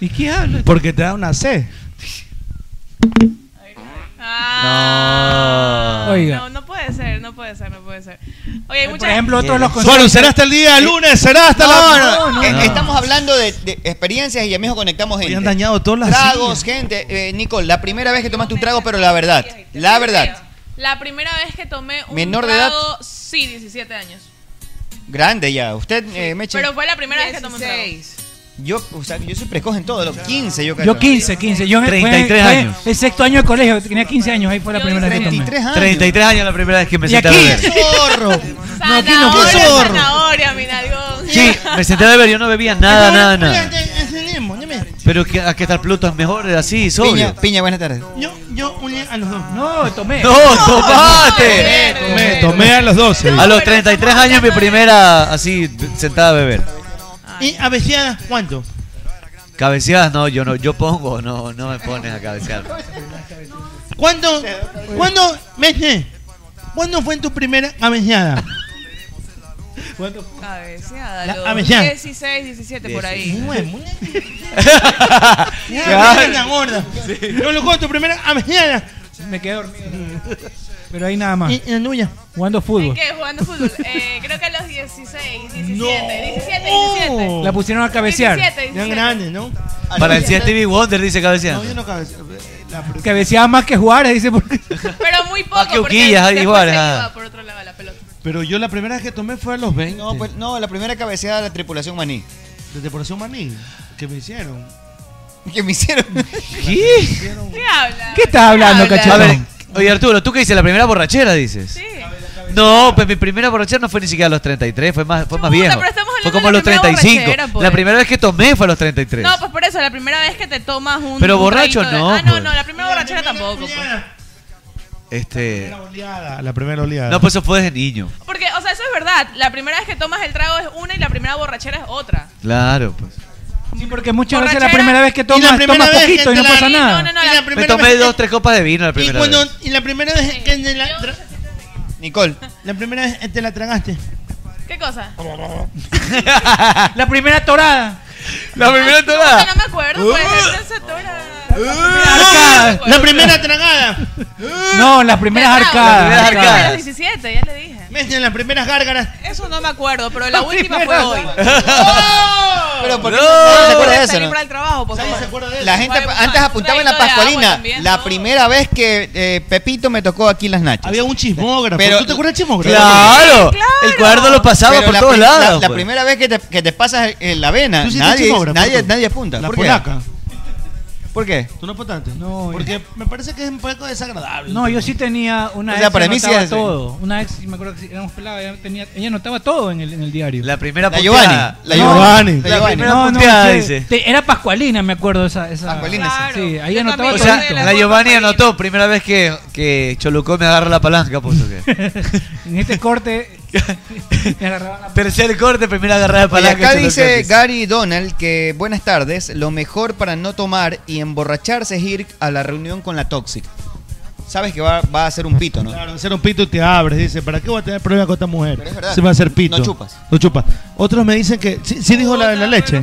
¿Y qué habla? Porque te da una C. Ah, Oiga. No, no puede ser, no puede ser, no puede ser. Oye, hay Eh, muchas. Bueno, será hasta el día lunes, será hasta No, la. no, eh, Estamos hablando de, de experiencias y ya mismo conectamos gente. han dañado todas las Tragos, gente. Eh, Nicole, la primera vez que tomaste un trago, pero la verdad. La verdad. La primera vez que tomé un Menor de edad. trago, sí, 17 años. Grande ya. Usted, eh, Meche. Pero fue la primera vez que tomé un trago. Yo, o sea, yo soy precoz en todo. Los 15 yo creo. Yo 15, 15. Yo en- fue- 33 fue años. El sexto año de colegio, tenía 15 años, ahí fue la primera vez que tomé. 33 años. 33 años la primera vez que me Y senté a aquí, beber. zorro. No, aquí no. Zanahoria, Qué zorro. zanahoria, mi nalgón. Sí, me senté a beber, yo no bebía nada, nada, nada. Pero que, a que tal Pluto es mejor, así, es obvio. Piña, piña buenas tardes. Yo, yo uní a los dos. No, tomé. No, tomate. Tomé, tomé a los 12. A los 33 años mi primera, así, sentada a beber. ¿Y a veces cuánto? Cabeceadas, no, yo no, yo pongo, no, no me pones a cabecear. ¿Cuándo, ¿cuándo, Meche, ¿cuándo fue tu primera cabeceada? Cabeceada, La los avellana. 16, 17, por ahí. Diecinueve, muy Ya. Ya, la gorda. Yo lo cuento, tu primera cabeceada. Me quedé dormido. Pero ahí nada más. ¿Y la tuya? Jugando fútbol. ¿Qué? Jugando fútbol. Eh, creo que a los 16, 17, 17, 17. La pusieron a cabecear. 17, 17. Ya grande, ¿no? Para el Stevie Wonder dice cabeceando. Yo no eh, cabeceo. Cabeceaba más que Juárez, dice. Porque... Pero muy poco. Ah, que porque Uquillas, ahí después Juárez, se ah. iba por otro lado la pelota. Pero yo la primera vez que tomé fue a los 20. No, pues, no, la primera cabeceada de la tripulación maní. De Depuración Maní. ¿Qué me hicieron? Que me hicieron. ¿Qué? ¿Qué habla? ¿Qué estás hablando, Habla. A cachetón? ver, oye Arturo, ¿tú qué dices? ¿La primera borrachera dices? Sí. No, pues mi primera borrachera no fue ni siquiera a los 33, fue más, fue más viejo. pero estamos Fue hablando como a de la los primera 35. borrachera, pues. La primera vez que tomé fue a los 33. No, pues por eso, la primera vez que te tomas un. Pero un borracho traguito de- no, Ah, no, pues. no, la primera borrachera tampoco. pues. Este, La, la primera oleada. no, pues eso fue desde niño. Porque, o sea, eso es verdad. La primera vez que tomas el trago es una y la primera borrachera es otra. Claro, pues. Sí, porque muchas veces la Borrachera. primera vez que tomas, tomas poquito y no pasa nada. No, no, Y la- la Me primera tomé vez- dos, tres copas de vino la Y primera cuando vez. y la primera vez que te la tra- Nicole. la primera vez que te la tragaste. ¿Qué cosa? La primera torada. La primera Ah. Uh, No, no me acuerdo, pues. esa tora. Arcada. La primera tragada. No, las primeras Las arcadas. primeras arcadas. A los 17, ya le dije. Meche, las primeras gárgaras. Eso no me acuerdo, pero la última fue primera. hoy. Oh, Pero ¿por qué No. no se acuerda de Para eso, salir no? para el trabajo, por favor. La gente Fue antes un apuntaba en la traguito de agua Pascualina. también, La ¿no? primera vez que eh, Pepito me tocó aquí en las nachas. Había un chismógrafo. ¿Tú te acuerdas del chismógrafo? Claro, el cuaderno lo pasaba Pero por la todos pri- lados. La, la pues. primera vez que te, que te pasas eh, la vena, Tú sí te nadie, chismógrafo, nadie, tú. nadie apunta. La ¿Por qué? polaca. ¿Por qué? ¿Tú no apuntaste? No. Porque me parece que es un poco desagradable. No, yo sí tenía una O sea, ex para que mí sí anotaba es- todo. Una ex, me acuerdo que sí, éramos pelados, ella, tenía, ella anotaba todo en el, en el diario. La primera La punteada. Giovanni, la No, Giovanni. la La Giovanni. primera No, no, punteada, sí, dice. te- era Pascualina, me acuerdo esa. esa Pascualina, sí. Sí, ahí anotaba O todo. sea, la Giovanni anotó, primera vez que, que Cholucó me agarra la palanca, pues, puso que. en este corte me agarraban la Tercer corte, primera agarrada de Oye, palanca. acá Cholucó, dice Gary Donald que buenas tardes, lo mejor para no tomar y emborracharse es ir a la reunión con la tóxica. Sabes que va, va a ser un pito, ¿no? Claro, hacer un pito y te abres. Dice, ¿para qué voy a tener problemas con esta mujer? Pero es verdad. Se va a hacer pito. No chupas. No chupas. Otros me dicen que. Sí, sí dijo la de la leche.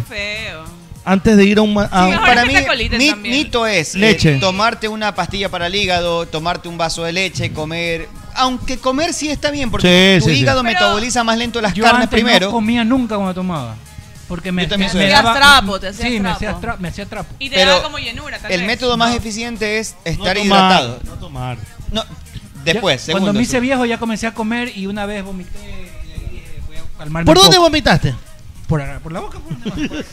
antes de ir a un... ma- a- Ah, para mí, ni- nito es eh, Leche. tomarte una pastilla para el hígado, tomarte un vaso de leche, comer. Aunque comer sí está bien, porque Sí, tu sí, sí. hígado Pero- metaboliza más lento las Yo carnes antes primero. no comía nunca cuando tomaba. Porque me, Yo también me, soy me así. daba... Te hacías trapo, te hacías sí, me trapo. hacía, tra- me hacía trapo. Y te Pero daba como llenura, tal el vez. método más eficiente es estar tomar, hidratado. No tomar. No, después, Ya- Cuando segundo, me hice sí. viejo ya comencé a comer y una vez vomité. y ahí dije, voy a calmarme ¿Por un dónde poco. vomitaste? Por, acá, por la boca. Por,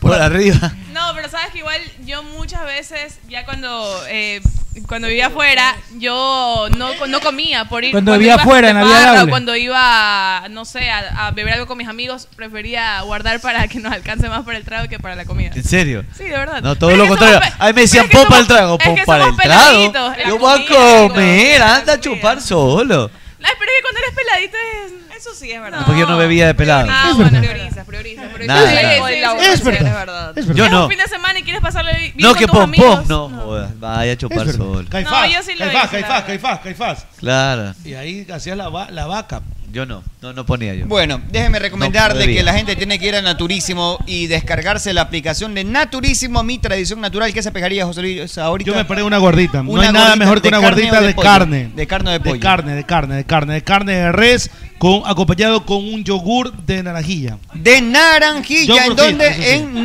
Por arriba. No, pero sabes que igual yo muchas veces, ya cuando eh, cuando vivía afuera, yo no, no comía por ir. Cuando vivía iba a afuera, en la vida barra doble. o Cuando iba, no sé, a, a beber algo con mis amigos, prefería guardar para que nos alcance más para el trago que para la comida. ¿En serio? Sí, de verdad. No, todo Pero lo es que contrario. somos pe- A mí me decían, popa el trago, es que popa el somos trago. peladitos, la Yo voy a comer, anda a chupar solo. Ay, pero es que cuando eres peladito es... Eso sí es verdad. Porque yo no bebía de pelado. Ah, Es bueno, verdad. priorizas, priorizas. priorizas. Nada, Sí, nada. sí, sí, sí, Es sí, verdad. Es verdad. Yo Es no. un fin de semana y quieres pasarle bien No, con que tus pom pom. amigos. No, joda, vaya a chupar solo. Caifás, No, yo sí caifás, lo hice, la caifás, verdad. caifás, caifás. Claro. Y ahí hacías la, va- la vaca. Yo no, no, no ponía yo. Bueno, déjeme recomendar No de que podría. la gente tiene que ir a Naturísimo y descargarse la aplicación de Naturísimo, mi tradición natural, que se pegaría José Luis ahorita. Yo me paré una gordita. no Una hay nada gordita mejor que de una carne gordita o de de pollo. carne. De carne o de pollo. De carne, de carne, de carne, de carne de res, con, acompañado con un yogur de naranjilla. De naranjilla, Yo ¿en creo que dónde? sí, eso sí. En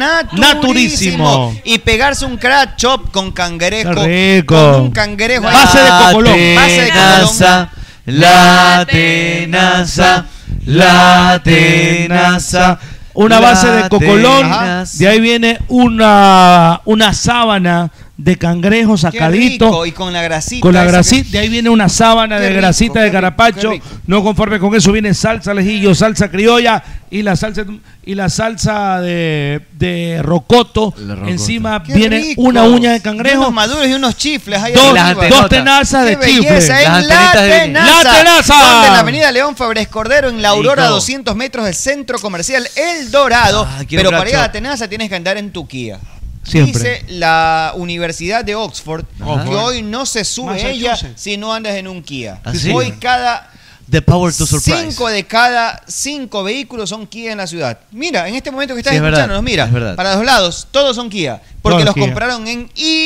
naturísimo. Naturísimo. Y pegarse un crack chop con cangrejo. Qué rico. Con un cangrejo. ahí. Base de cocolón. Base de tenaza, la tenaza, la tenaza. Una la base de cocolón. tenaza. De ahí viene una, una sábana de cangrejo sacadito. rico, y con la grasita Con la esa que- grasita. De ahí viene una sábana Qué de rico, grasita qué de rico, carapacho. qué rico. No conforme con eso viene salsa lejillo, salsa criolla y la salsa y la salsa de, de rocoto. Encima Qué viene rico. una uña de Y cangrejo. unos maduros y unos chifles. Ahí Dos, arriba. dos tenazas de Qué belleza, chifle. en la tenaza. La tenaza. Donde en la avenida León Fabres Cordero, en la Aurora, Rico. 200 metros del centro comercial El Dorado. Ah, quiero pero bracho. para ir a la tenaza tienes que andar en tu Kia. Siempre. Dice la Universidad de Oxford Ajá. que hoy no se sube ella Massachusetts. si no andas en un Kia. ¿Ah, sí? Hoy cada The power to surprise. cinco de cada cinco vehículos son Kia en la ciudad. Mira, en este momento que estás Sí, es verdad, escuchándonos, mira, es verdad. para los lados, todos son Kia. Porque Todos los Kia. compraron en Iocar.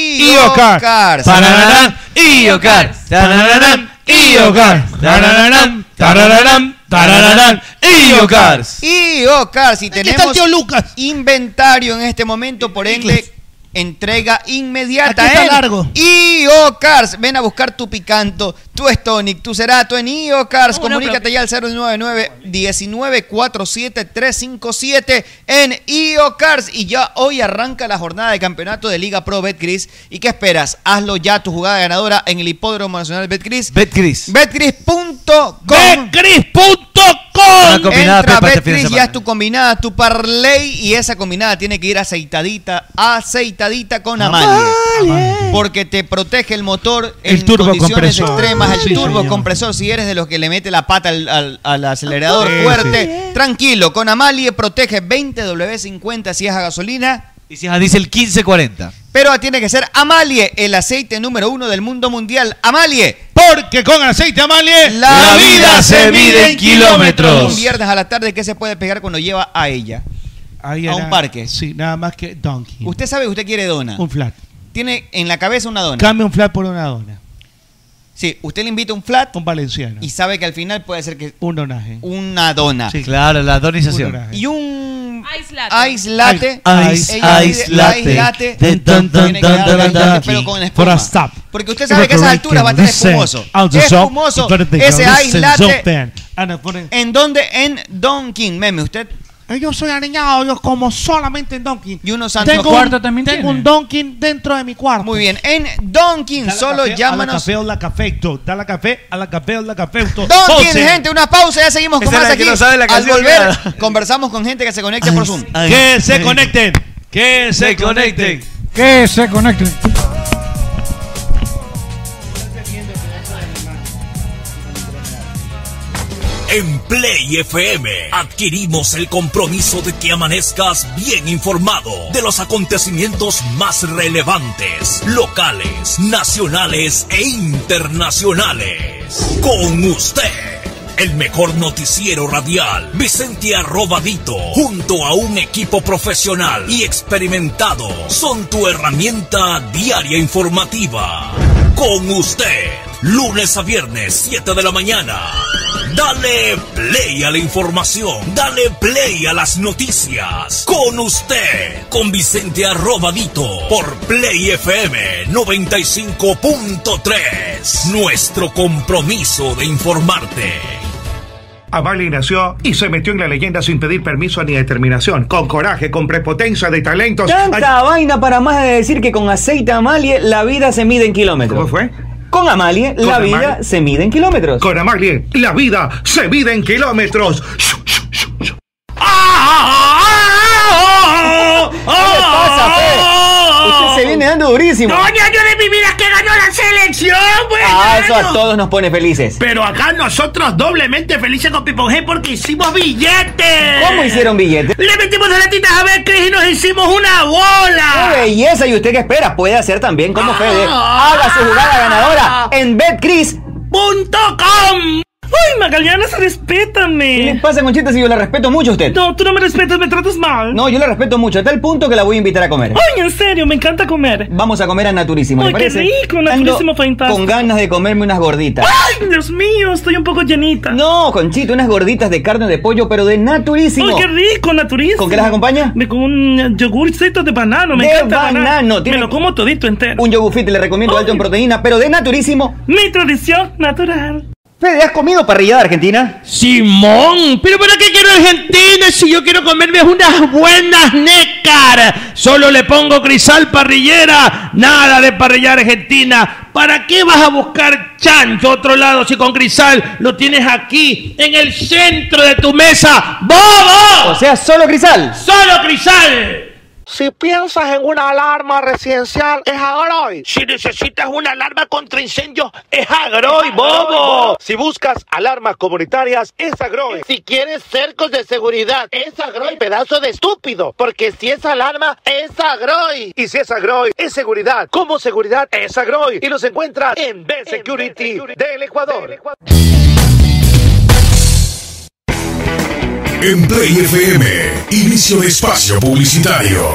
IOCAR. Parararán, Iocar. Tarararán, Iocar. Tarararán, tarararán, tarararán, Iocar. IOCAR. Si tenemos está el tío inventario en este momento, por ende, entrega inmediata. Aquí ¿eh? está en largo. IOCARS. Ven a buscar tu picanto, tu Stonic, tu Cerato en IOCARS. Comunícate ya al 099-1947-357 en IOCARS. Y ya hoy arranca la jornada de campeonato de Liga Pro Betcris. ¿Y qué esperas? Hazlo ya tu jugada ganadora en el Hipódromo Nacional Betcris. Betcris. Betcris.com. Una Betcris.com. combinada Entra pepa este fin de Betcris y semana. haz tu combinada, tu parlay. Y esa combinada tiene que ir aceitadita, aceitadita con Amalie. Porque te protege el motor en El turbo condiciones compresor. extremas, el Sí, turbo señor. compresor. Si eres de los que le mete la pata al, al- al acelerador Sí, fuerte, tranquilo. Con Amalie protege 20W50 si es a gasolina. Y si es a diésel 1540. Pero tiene que ser Amalie, el aceite número uno del mundo mundial. Amalie. Porque con aceite Amalie la, la vida se mide en kilómetros. Un viernes a la tarde, ¿qué se puede pegar cuando lleva a ella? Ahí a era- un parque. Sí, nada más que donkey. Usted sabe que usted quiere dona. Un flat. Tiene en la cabeza una dona. Cambia un flat por una dona. Sí, usted le invita un flat Un valenciano. y sabe que al final puede ser que Un donaje. una dona. Sí, claro, la donización. Y un Ice latte. ice latte. Ice- Ella ice pide la latte. De Tiene tan, tan, que dar tan, la tan, latte, tan. pero con For espuma. a stop. Porque usted sabe que a esas alturas va a tener espumoso. Alto Es soft, espumoso vertigo, ese ice listen, latte. soft and- and for- ¿En dónde? En Donkin. Meme, usted. Eh, Yo soy aniñado, yo como solamente en Donkin. Y unos Tengo antojos. un- Tengo un Donkin dentro de mi cuarto. Muy bien, en Donkin, Da la solo café, A la llámanos. café, o la café, to. da la café, a la café, o la café. to. Donkin, Pose. gente, una pausa, ya seguimos con Esa es más la que aquí. no sabe la Al canción, volver, conversamos con gente que se conecte por Zoom. Que se conecten. Que se conecten. Que eh, se este? conecten. En Play FM adquirimos el compromiso de que amanezcas bien informado de los acontecimientos más relevantes, locales, nacionales e internacionales. Con usted, el mejor noticiero radial. Vicente Arrobadito, junto a un equipo profesional y experimentado, son tu herramienta diaria informativa. Con usted, lunes a viernes, 7 de la mañana. Dale play a la información, dale play a las noticias. Con usted, con Vicente Arrobadito, por Play FM 95.3. Nuestro compromiso de informarte. Amalie nació y se metió en la leyenda sin pedir permiso ni determinación, con coraje, con prepotencia de talentos. Tanta vaina para más de decir que con aceite Amalie la vida se mide en kilómetros. ¿Cómo fue? Con Amalie Con la Amalie. vida se mide en kilómetros. Con Amalie, la vida se mide en kilómetros. Ah, ¿Qué le pasa, ah, Fe? Usted se viene dando durísimo. Doña, yo de mi vida que ganó la selección, güey. Ah, eso a Claro. todos nos pone felices. Pero acá nosotros doblemente felices con Pipo G porque hicimos billetes. ¿Cómo hicieron billetes? Le metimos de latitas a ver, Cris, y nos hicimos una bola. ¡Qué belleza! ¿Y usted qué espera? Puede hacer también Ah. como Fede. Haga su jugada ganadora en BetCris.com. ¡Ay, Magaliana, respétame! ¿Qué le pasa, Conchita, si yo la respeto mucho a usted? No, tú no me respetas, me tratas mal. No, yo la respeto mucho, a tal punto que la voy a invitar a comer. ¡Ay, en serio! Me encanta comer. Vamos a comer a Naturísimo, ¿le ¡Ay, qué parece? rico! Ando Naturísimo fantástico. Con ganas de comerme unas gorditas. ¡Ay, Dios mío! Estoy un poco llenita. No, Conchita, unas gorditas de carne de pollo, pero de Naturísimo. ¡Ay, qué rico, naturísimo! ¿Con qué las acompaña? De- Con un yogurcito de banano, me de encanta el banano. Me Tiene lo como todito entero. Un yogurfit le recomiendo alto en proteína, pero de naturísimo. Mi tradición natural. Fede, ¿has comido parrillada argentina? Simón, pero ¿para qué quiero Argentina si yo quiero comerme unas buenas nécar? Solo le pongo crisal parrillera, nada de parrilla argentina. ¿Para qué vas a buscar chancho a otro lado si con crisal lo tienes aquí, en el centro de tu mesa? ¡Bobo! O sea, solo crisal. ¡Solo crisal! Si piensas en una alarma residencial, es ahora hoy. Si necesitas una alarma contra incendios, es Agroy, bobo. Si buscas alarmas comunitarias, es Agroy. Si quieres cercos de seguridad, es Agroy, pedazo de estúpido. Porque si es alarma, es Agroy. Y si es Agroy, es seguridad. Como seguridad, es Agroy. Y los encuentras en B Security del Ecuador. En Play FM, inicio de espacio publicitario.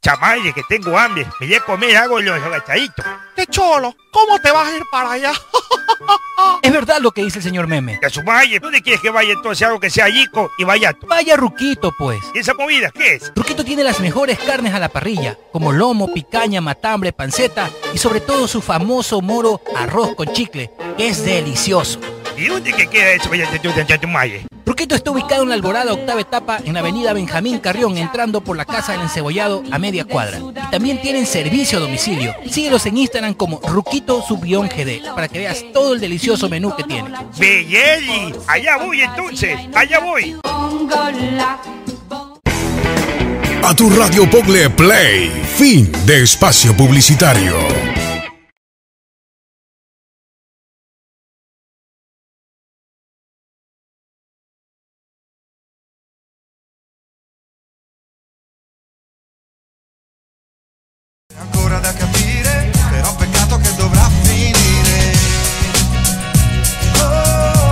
Chamaye, que tengo hambre. Me voy a comer algo los agachaditos. ¡Qué cholo! ¿Cómo te vas a ir para allá? Es verdad lo que dice el señor Meme. Que su valle. ¿Dónde quieres que vaya entonces algo que sea yico y vaya? Vaya Ruquito, pues. ¿Y esa comida qué es? Ruquito tiene las mejores carnes a la parrilla, como lomo, picaña, matambre, panceta y sobre todo su famoso moro arroz con chicle, que es delicioso. ¿Y dónde que queda eso? Vaya, tu- tu- tu- tu- tu malle? Ruquito está ubicado en la Alborada Octava Etapa en la avenida Benjamín Carrión, entrando por la Casa del Encebollado a media cuadra. Y también tienen servicio a domicilio. Síguelos en Instagram como Ruquito Subión GD para que veas todo el delicioso menú que tiene. Belleli. Allá voy entonces. Allá voy. A tu radio Pogle Play, fin de espacio publicitario. ancora da capire, però peccato che dovrà finire. Oh,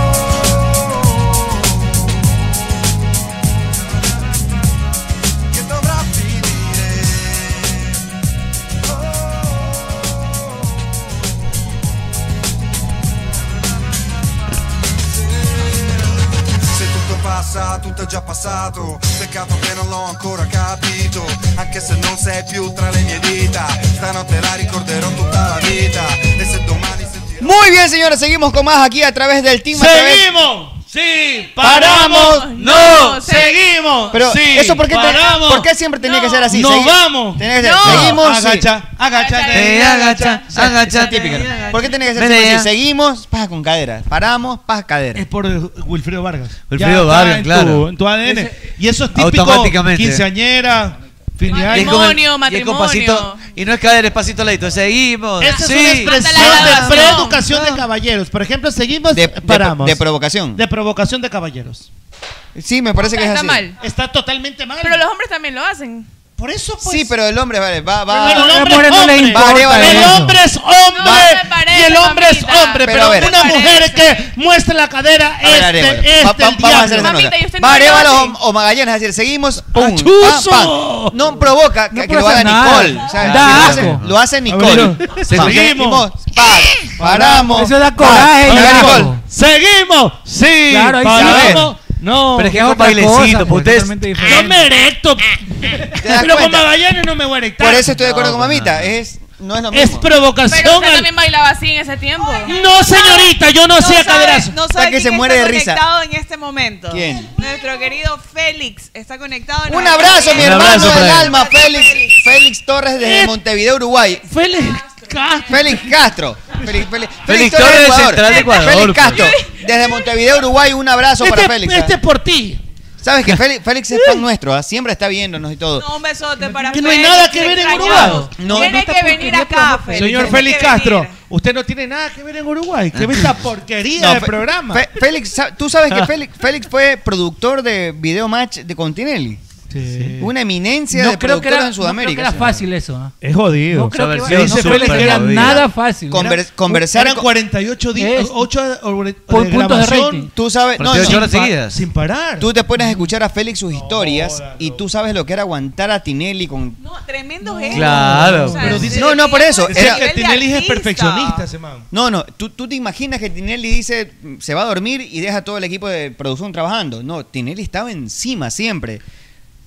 che dovrà finire. Oh. Se tutto passa, tutto è già passato. Peccato che non l'ho ancora capito. Anche se non sei più tra le mie dita, stanotte la ricorderò tutta la vita. E se domani Muy bien, señores, seguimos con más aquí a través del team. a través- Seguimos. Sí, paramos, paramos, no, no, seguimos. Pero sí, eso por qué, te- paramos. por qué siempre tenía que ser así. Nos Segui- vamos. Tenía que ser, No. Seguimos. sí. Agacha, agáchate, Te agacha, agacha, sí, agáchate, esa típica. agacha. ¿Por qué tenía que ser Ven siempre allá. así? Seguimos, paja con cadera. Paramos, paja cadera. Es por Wilfredo Vargas. Wilfrido Ya está Vargas, en tu- claro. en tu ADN. y eso es típico. Automáticamente. Quinceañera, fin de Y es año. con el- y es con pasito- y no es caer, es pasito leito. Seguimos. Esa es sí. una expresión de preeducación Ah. de caballeros. Por ejemplo, seguimos, paramos. De provocación. De provocación de caballeros. Sí, me parece que es Está así. mal. Está totalmente mal. Pero los hombres también lo hacen. Por eso Sí, pero el hombre vale, Eh, va, va. Pero el hombre es hombre. el hombre es hombre y el hombre es Pero hombre. Pero, a ver. una mujer que muestra la cadera A ver, este, Arevalo. este, Va- va- el vamos a hacer esa diablo. nota. Va Arevalo o, o Magallanes, es decir, seguimos. Pum, ¡Achuzo! pam, pam. No provoca que, que lo haga puede hacer nada. Nicole. O sea, si Da lo, asco. hace, lo hace Abuelo, Nicole. Pam. seguimos. Pa- Paramos. Eso da Pa- coraje, Oiga, ya. Nicole. Seguimos. Sí, Claro, ahí sí. paramos. No, Pero es que es un bailecito, pues, ustedes- No me erecto. Pero con Magallanes no me voy a erectar. Por eso estoy de acuerdo con mamita. Es, no es lo mismo. Es provocación Pero usted al- también bailaba así en ese tiempo. No, señorita, yo no hacía sabe- caderazo. No Para sabe que quién se muere está de risa. conectado en este momento. ¿Quién? Nuestro querido Félix está conectado. Un abrazo, mi Un hermano abrazo del para él. alma, Félix, Félix Torres desde Montevideo, Uruguay. Félix Castro. Félix Castro. Félix, Félix Torres, central de Ecuador. pues. Félix Castro, desde Montevideo, Uruguay, un abrazo para Este- Félix. este es por ti. Sabes que Félix, Félix es fan nuestro, ah, siempre está viéndonos y todo. No, un besote para Que no hay Félix, nada que ver en extrañamos. Uruguay. No, Tiene no que venir acá, Félix. Señor Tiene Félix que Castro, venir. usted no tiene nada que ver en Uruguay. ¿Qué ve esta porquería No, del Fe- programa? Fe- Félix, sa- tú sabes que Félix, Félix fue productor de Video Match de Continelli. Una eminencia de creo productores que era, en Sudamérica. no creo que señor. era fácil eso. ¿ah? Es jodido. No creo que, Esa iba- versión no creo que súper era jodida. nada fácil. Conver- Era- conversar era con- 48 Oh, días, 8 de puntos de grabación. rating. Tú sabes, no, 48 no, horas sin pa- seguidas. sin parar. Tú te pones a escuchar a Félix sus historias y tú sabes lo que era aguantar a Tinelli con No, tremendo genio. Claro. O sea, Pero se dice- le no, no, por veía eso, el era- nivel de Tinelli artista. ese man. No, no, tú, tú te imaginas que Tinelli dice, mm, se va a dormir y deja todo el equipo de producción trabajando. No, Tinelli estaba encima siempre.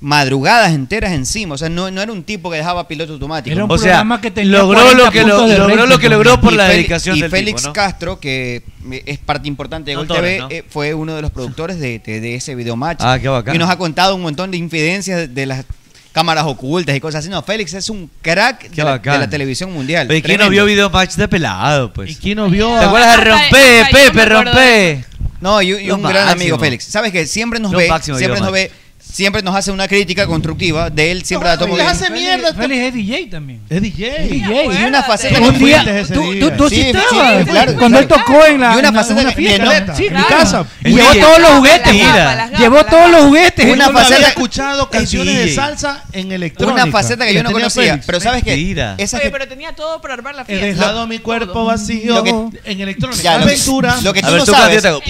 Madrugadas enteras encima. O sea, no, no era un tipo que dejaba piloto automático. Era un O sea, programa que tenía logró lo que lo- 40 puntos de logró lo que rating. logró por Y la Félix- dedicación Y del Félix tipo, ¿no? Castro, que eh, es parte importante de No Gol TV, Torres, ¿no? eh, fue uno de los productores de, de- de ese videomatch. Ah, qué bacán. Y nos ha contado un montón de infidencias de, de las cámaras ocultas y cosas así. No, Félix es un crack de la, de bacán. la televisión mundial. Pero ¿Y quién no Tremendo. vio video match de pelado, pues? ¿Y quién no vio? ¿Te acuerdas de Rompe, Pepe, Rompe? No, y, y Lo un gran máximo. amigo Félix. Sabes que siempre nos Lo ve, máximo, siempre Dios nos ve, siempre nos hace una crítica constructiva de él, siempre la tomo bien. mierda. Félix es DJ también. Es DJ. Y una faceta Un que día, fuiste ese tú, día. tú, tú Sí, sí, sí, estabas. claro, cuando él claro. tocó en la, Y una en la- faceta una que- fiesta. que no- Sí, en mi claro. casa. Y Mira. llevó todos los juguetes. Mira. Llevó todos los juguetes. Una Él no faceta- había escuchado escuchado Es canciones de DJ. salsa en electrónica. Una faceta que Y yo la no tenía conocía, Félix. pero sabes que Mentira. esa Oye, que pero tenía todo para armar la He fiesta. dejado mi cuerpo vacío Lo que- en electrónica. Ya, lo que- Aventura. Lo que, tú no sabes, lo,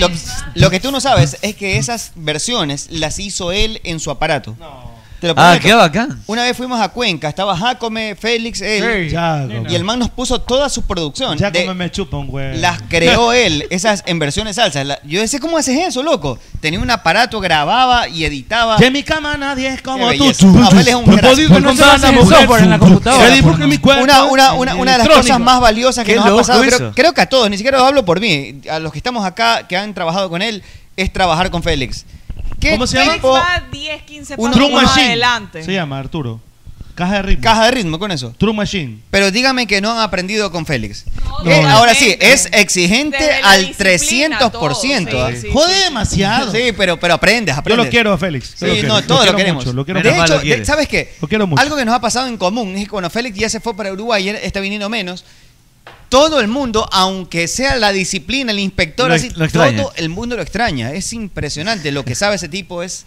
lo que tú no sabes es que esas versiones las hizo él en su aparato. Te lo Ah, prometo. qué bacán. Una vez fuimos a Cuenca, estaba Jacome, Félix, él. Sí, Jaco. y el man nos puso toda su producción. Ya de- como me chupa un güey. Las creó él, esas en versiones salsas. La- yo decía, ¿cómo haces eso, loco? Tenía un aparato, grababa y editaba. De mi cama nadie es como Qué tú. belleza. Abel es un Por crack. favor, no Por se hace favor, mujer. software en la computadora, Freddy, por porque favor. mi cuerpo Una, una, es una, una de las electrónico. cosas más valiosas que Qué nos ha loco pasado, creo, eso. creo que a todos, ni siquiera lo hablo por mí, a los que estamos acá, que han trabajado con él, es trabajar con Félix. ¿Qué ¿Cómo se llama? tipo- Félix va 10, 15 Un pasos drum más machine. adelante. Se llama Arturo. Caja de ritmo. Caja de ritmo con eso. True Machine. Pero dígame que no han aprendido con Félix. No. Eh, ahora sí, Totalmente. es exigente Desde la al disciplina, 300%. todo, ¿ah? sí, sí, Jode sí. demasiado. Sí, pero, pero aprendes, Yo aprendes. lo quiero a Félix. Yo lo Sí, quiero. no, todos lo, quiero queremos. mucho, lo quiero de mucho. hecho, de- ¿sabes qué? Lo quiero mucho. Algo que nos ha pasado en común es que cuando Félix ya se fue para Uruguay y él está viniendo menos, todo el mundo, aunque sea la disciplina, el inspector, Lo- así, lo extraña. todo el mundo lo extraña. Es impresionante. Lo que sabe ese tipo es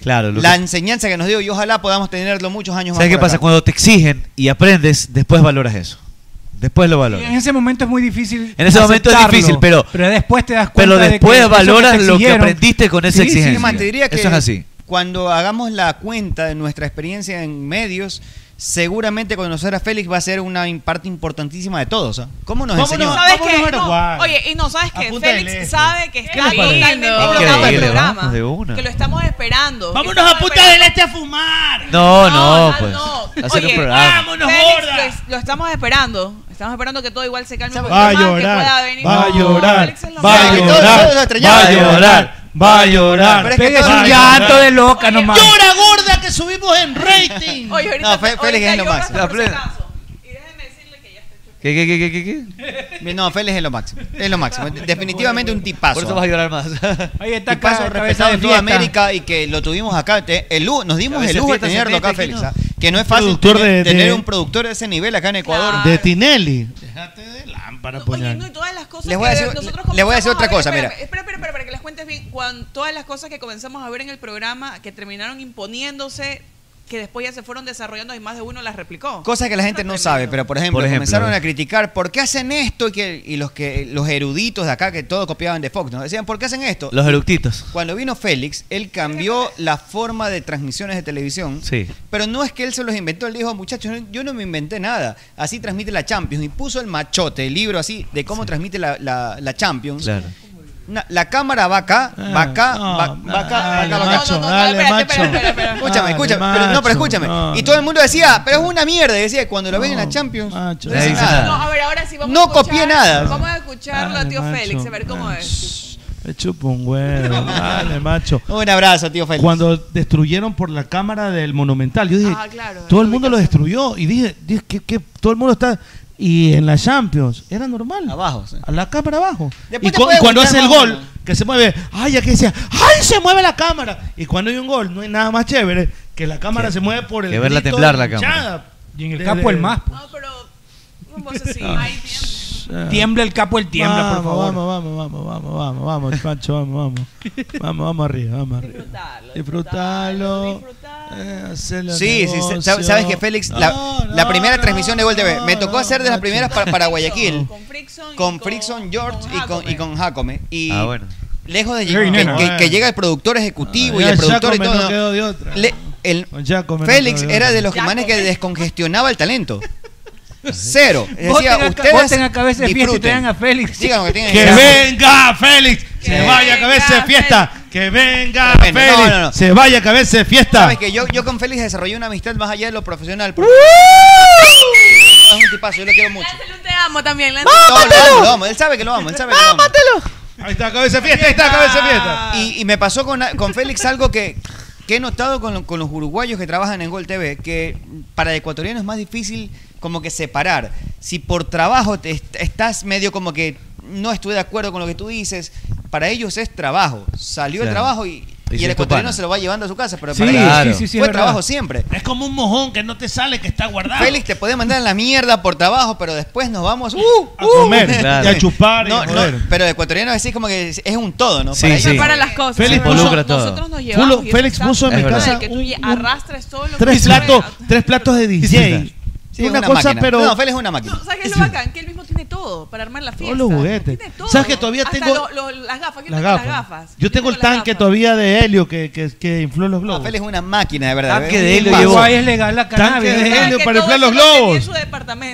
Claro, lo la que- enseñanza que nos dio y ojalá podamos tenerlo muchos años ¿Sabes más. qué por pasa? acá. Cuando te exigen y aprendes, después valoras eso. Después lo valoras. En ese momento es muy difícil. En ese momento es aceptarlo, difícil, pero- Pero después te das cuenta. Pero de que después eso te valoras lo que exigieron. aprendiste con esa Sí, sí, exigencia. Te diría que Eso es así. Cuando hagamos la cuenta de nuestra experiencia en medios, seguramente conocer a Félix va a ser una im- parte importantísima de todos. ¿ah? ¿Cómo nos Vámonos, enseñó? ¿sabes qué? No, oye, y no, ¿sabes qué? Punta del Félix Este. sabe que está les parece? totalmente Lindo. colocado el Increíble, programa. vamos de una. Que lo estamos esperando. Vámonos a Punta del Este a fumar. No, no, pues. Hacer un Oye, programa. vámonos, gorda. Lo, lo estamos esperando. Estamos esperando que todo igual se calme. un Va a poquito más, que pueda llorar. venir- Va a No, llorar. Félix es lo Va a más. llorar. Va a llorar. Va a Pero llorar. es que Pégase todo- un Oye, llanto de loca nomás. Llora gorda que subimos en rating. Oye, No, Fe- Félix es lo máximo. ¿Qué, qué, qué, qué, qué? Bien, No, Félix es lo máximo. Es lo máximo. De- Definitivamente un tipazo. Por eso vas a llorar más. Oye, está tipazo acá, cabeza respetado de en toda fiesta. América y que lo tuvimos acá. Te- el lujo- nos dimos Cabeza el de lujo de fiesta, tenerlo acá, setenta y Félix. quino. ¿ah? Que no es fácil Productor tener, de- de- tener un productor de ese nivel acá en Ecuador. De Tinelli. Para poner. Les voy a decir- Nosotros les voy a decir comenzamos otra ver- cosa, espérame, mira. Espera, espera, espera, para que les cuentes bien. Cuando, todas las cosas que comenzamos a ver en el programa que terminaron imponiéndose que después ya se fueron desarrollando y más de uno las replicó. Cosas que la gente no sabe, pero por ejemplo, Por ejemplo, comenzaron a a criticar por qué hacen esto y, que, y los que los eruditos de acá que todo copiaban de Fox nos decían por qué hacen esto. Los eructitos. Cuando vino Félix, él cambió la forma de transmisiones de televisión. Sí. Pero no es que él se los inventó, él dijo, muchachos, no- yo no me inventé nada. Así transmite la Champions. Y puso el machote, el libro así, de cómo transmite la, la- la Champions. Claro. Na- la cámara va acá, va acá, va, va acá, va acá, va acá. macho, No, no, no, Ah, dale, espérate, macho. espérate, espérate, espérate. Escúchame, Dale, escúchame. pero, no, macho, pero escúchame. no. Y todo el mundo decía, pero es una mierda. Y decía, cuando lo ven en la Champions, no dice nada. No, a ver, ahora sí vamos No a escuchar. copié nada. Vamos a escucharlo a Dale, tío macho, Félix, a ver cómo es. Me chupo un huevo. Dale, macho. Un abrazo, tío Félix. Cuando destruyeron por la cámara del Monumental, yo dije, Ah, claro, todo el mundo lo destruyó. Y dije, dije que, que todo el mundo está. Y en la Champions, era normal. Abajo, A la cámara abajo. Después y te cu- puede y cuando hace gustar el más o gol, que se mueve, ay, aquí decía, ay, se mueve la cámara. Y cuando hay un gol, no hay nada más chévere que la cámara se mueve por el. que verla grito temblar la de cámara. hinchada. Y en el De- capo el de- más. pues. Tiembla el capo, el tiembla, Ah. vamos, por favor. Vamos, vamos, vamos, vamos, vamos, vamos, Pancho, vamos, vamos. Vamos, vamos arriba, vamos arriba. Eh, Disfrutarlo. Sí, sí, sa- sa- sabes que Félix, la, la primera transmisión de Gol TV, me tocó hacer de las primeras para, para Guayaquil. Con Frickson, George y con, y con Jacome. Y Ah, bueno. lejos de Sí, llegar, que- nena. que, que llega el productor ejecutivo Ah, y ya el productor y Jacome todo. no ¿no? quedó de Le- el, no Félix quedó de era otra. de los manes que descongestionaba el talento. Cero. Decía, Voten a- voten a cabeza de fiesta y traigan a Félix. Digan lo que tengan Que decir. venga Félix, se Que vaya a cabeza de fiesta. Que venga Bueno, Félix, no, no, no. se vaya a cabeza de fiesta. Sabes que yo, yo con Félix desarrollé una amistad más allá de lo profesional. porque- Es un tipazo, yo lo quiero mucho. Te amo también, Lance. No, lo amo, lo amo. Él sabe que lo amo, él sabe que lo amo. Ahí está, cabeza de fiesta, ahí está, cabeza de fiesta. Y, y me pasó con, con Félix algo que, que he notado con, lo- con los uruguayos que trabajan en Gol TV, que para ecuatorianos es más difícil como que separar. Si por trabajo te est- estás medio como que no estuve de acuerdo con lo que tú dices, para ellos es trabajo. Salió el Claro. trabajo y, Y y se el ecuatoriano topan. se lo va llevando a su casa, pero Sí, para sí, ellos sí, sí, sí, es fue verdad. trabajo siempre. Es como un mojón que no te sale, que está guardado. Félix, te puede mandar a la mierda por trabajo, pero después nos vamos uh, A uh. comer, y a chupar. y No, a no, joder. pero ecuatoriano es así como que es es un todo, ¿no? Sí, Para ellos- sí. Separa las cosas. Félix Se involucra todo. Nosotros nos llevamos. Pulo- y Félix estamos puso en mi tratando casa de Que tú lle- arrastres todo lo que Tres tú platos, puedas. tres platos de DJ. Sí, una, una cosa, máquina. pero. No, Félix es una máquina. ¿Sabes qué es lo bacán? Que él mismo tiene todo para armar la fiesta. Todos los juguetes. Todo. ¿Sabes que todavía Hasta tengo lo- lo- las gafas. ¿Quién las tiene gafas? las gafas? Yo tengo el tanque todavía de helio que, que, que infló los globos. Félix es una máquina, de verdad. Tanque ¿eh? de Un helio mago. llevó. Ahí es legal la cannabis, eh. Tanque de ¿verdad? helio Que para todo inflar los eso lo tenía globos. en su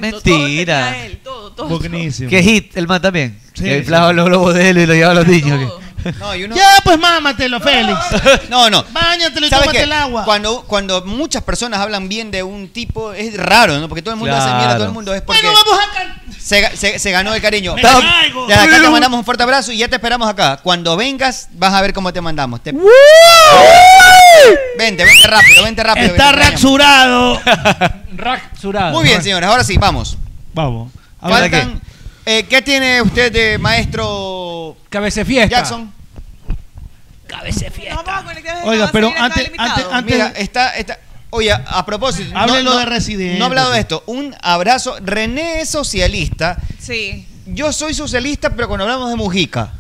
Mentira. todo. Buenísimo. Qué hit, el man también. Sí, que sí. inflaba los globos de él y lo llevaba a los niños. que- Ya, pues mámatelo, Félix. No, no. Báñatelo y ¿Sabes tómate qué? el agua. Cuando, cuando muchas personas hablan bien de un tipo, es raro, ¿no? Porque todo el mundo hace mierda, Claro. todo el mundo es porque se, ga- se- se ganó el cariño. Me Estaba- caigo. Desde acá te mandamos un fuerte abrazo y ya te esperamos acá. Cuando vengas, vas a ver cómo te mandamos. Te- Vente, vente rápido, vente rápido. Está vente, vente. raxurado. Muy bien, señores, ahora sí, vamos. Vamos. Ahora qué. Faltan, eh, ¿Qué tiene usted de maestro fiesta. Jackson? Cabeza fiesta. Vamos a conectar desde Oiga, acá, pero seguir acá antes, limitado. antes, antes. Mira, está, está. Oye, a propósito. Háblelo de Residente. No he hablado de esto. Un abrazo. René es socialista. Sí. Yo soy socialista, pero cuando hablamos de Mujica.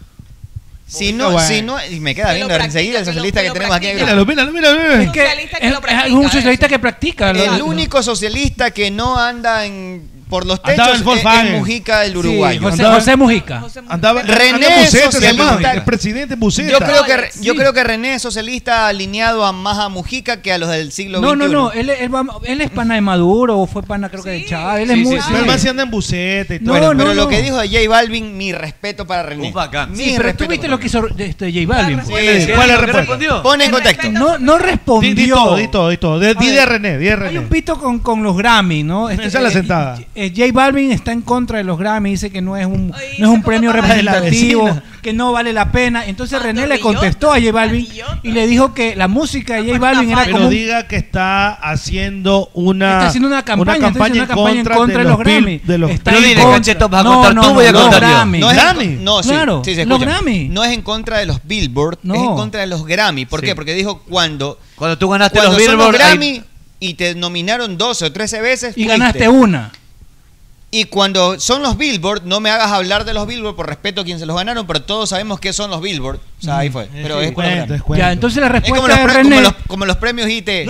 Si no, bueno. si no, y me queda Que viendo lo practica, enseguida el socialista que, tenemos aquí. en el Míralo, grupo. míralo, míralo. míralo. Es que es- es un eh. socialista que practica. lo- El lo- único socialista que no anda en, por los Andaba techos en es, Volkswagen. es Mujica, el Sí, uruguayo. José- José Mujica. Andaba, René anda es Buceta, se socialista. llamaba, El presidente Buceta. Yo creo, que, Re- yo creo que René es socialista alineado a más a Mujica que a los del siglo No, XXI. no, no. Él, él va- él es pana de Maduro o fue pana, creo que de Chávez. Él es muy. Pero el man sí anda en buceta y todo. No, Bueno, no, pero no. lo que dijo de J Balvin, mi respeto para René. Mi Sí, pero tú respeto viste para lo que hizo este, J Balvin. Sí, pues, ¿cuál sí, es ¿cuál es respondió? Pon en contacto. No, no respondió. Di- di todo, di todo, di todo. De- di A de ver, René, di de Hay René. un pito con, con los Grammy, ¿no? Este, Esa es la sentada. eh, J Balvin está en contra de los Grammy, dice que no es un, no es un premio para- La representativo, vecina. que no vale la pena. Entonces René le contestó a J Balvin y le dijo que la música de J Balvin era Pero como un- diga que está haciendo una, Está haciendo una campaña, está haciendo una campaña en contra de los Bill- Grammy. Ah, De los Está Pero en dile, contra. Cachetón, vas a contar tú, voy a contar yo. No es en- Grammy. No, sí, Claro, sí, se los escucha. Grammy. No es en contra de los Billboard, es en contra de los Grammy. ¿Por qué? Porque dijo cuando Cuando tú ganaste cuando los son los Billboard. ahí- Grammy y te nominaron 12 o 13 veces y fuiste. ganaste una. Y cuando son los Billboard, no me hagas hablar de los Billboard por respeto a quien se los ganaron, pero todos sabemos que son los Billboard. O sea, ahí fue. Pero Eh, Sí, es cuando cuento, Grammy. es cuento. Ya, entonces la Es como respuesta los de pre- René- como los- como los premios IT. ¡Eh!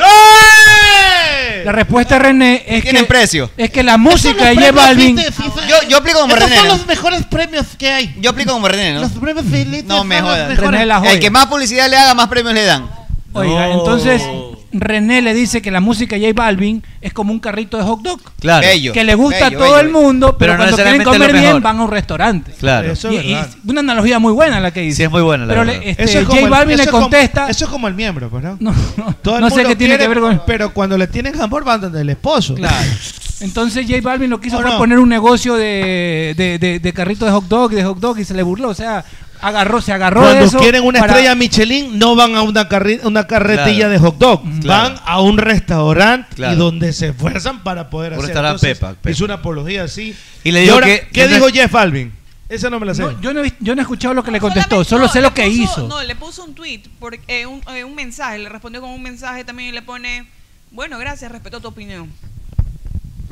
La respuesta, René, Eh, es que. precio. Es que la música premios lleva Balvin. de FIFA. Ah, Yo, yo aplico como Estos René. son ¿no? los mejores premios que hay. Yo aplico como René, ¿no? Los premios Felipe No son me los jodas. mejores. El que más publicidad le haga, más premios le dan. Oiga, entonces René le dice que la música de J Balvin es como un carrito de hot dog. Claro. Bello, que le gusta bello, a todo bello. el mundo, Pero pero, no cuando quieren necesariamente comer lo bien mejor. van a un restaurante. Claro. Y- y- una analogía muy buena la que dice. Sí, es muy buena la Pero verdad. le- este, Eso es como J el- Balvin eso le es como- contesta. eso es como el miembro, pues, ¿no? Todo el no sé mundo qué tiene quiere, que ver con. Pero cuando le tienen amor, van donde el esposo. Entonces J Balvin lo que hizo ¿O fue no? poner un negocio de, de, de, de carrito de hot dog, de hot dog y se le burló. O sea, agarró, se agarró de Cuando eso quieren una para- estrella Michelin, no van a una, carri- una carretilla Claro. de hot dog. Claro. Van a un restaurante Claro. y donde se esfuerzan para poder Un hacer. restaurante Entonces, Pepa, Pepa. Hizo una apología así. Y le digo ahora, que- ¿Qué yo no- dijo Jeff Alvin? Esa no me la sé. yo, no he, vis- yo no he escuchado lo que le contestó, solo sé lo que hizo. Ah, No, le puso un tweet, porque, eh, un, eh, un mensaje, le respondió con un mensaje también y le pone, bueno, gracias, respeto tu opinión.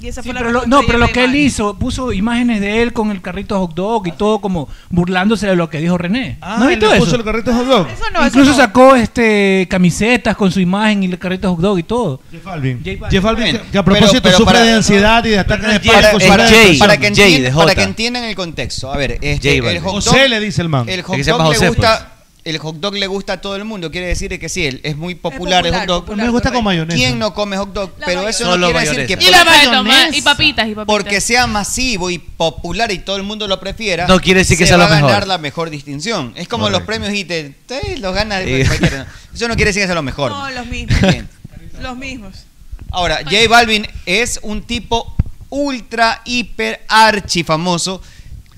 Y esa Sí, fue la pero lo- respuesta no, de pero lo J que él Balvin. hizo, puso imágenes de él con el carrito hot dog y todo como burlándose de lo que dijo René. Ah, ¿No has él visto le eso? puso el carrito hot dog. Eso no, eso Incluso no. sacó este camisetas con su imagen y el carrito hot dog y todo. Jeff Alvin. J Balvin. Jeff Alvin, Bueno, que, que a propósito pero- pero sufre para- de ansiedad y de ataques de Para, pánico. para- sufre de para depresión. que entien- para que entiendan el contexto. A ver, este, J Balvin. el hot dog, José le dice el man. El El hot que se llama dog le José, pues. gusta. El hot dog le gusta a todo el mundo. Quiere decir que sí, él- es muy popular, popular, el hot dog. popular, Me gusta con correcto. mayonesa. ¿Quién no come hot dog? pero eso Solo no quiere decir mayonesa. que Y la mayonesa. Y papitas, y papitas. porque sea masivo y popular y todo el mundo lo prefiera, No quiere decir que se sea va lo a ganar mejor. la mejor distinción. Es como los premios y te, te los gana Sí. cualquiera. Eso no quiere decir que sea lo mejor. Eh, No, los mismos. Bien. los mismos. Ahora, J Balvin es un tipo ultra, hiper, archi famoso.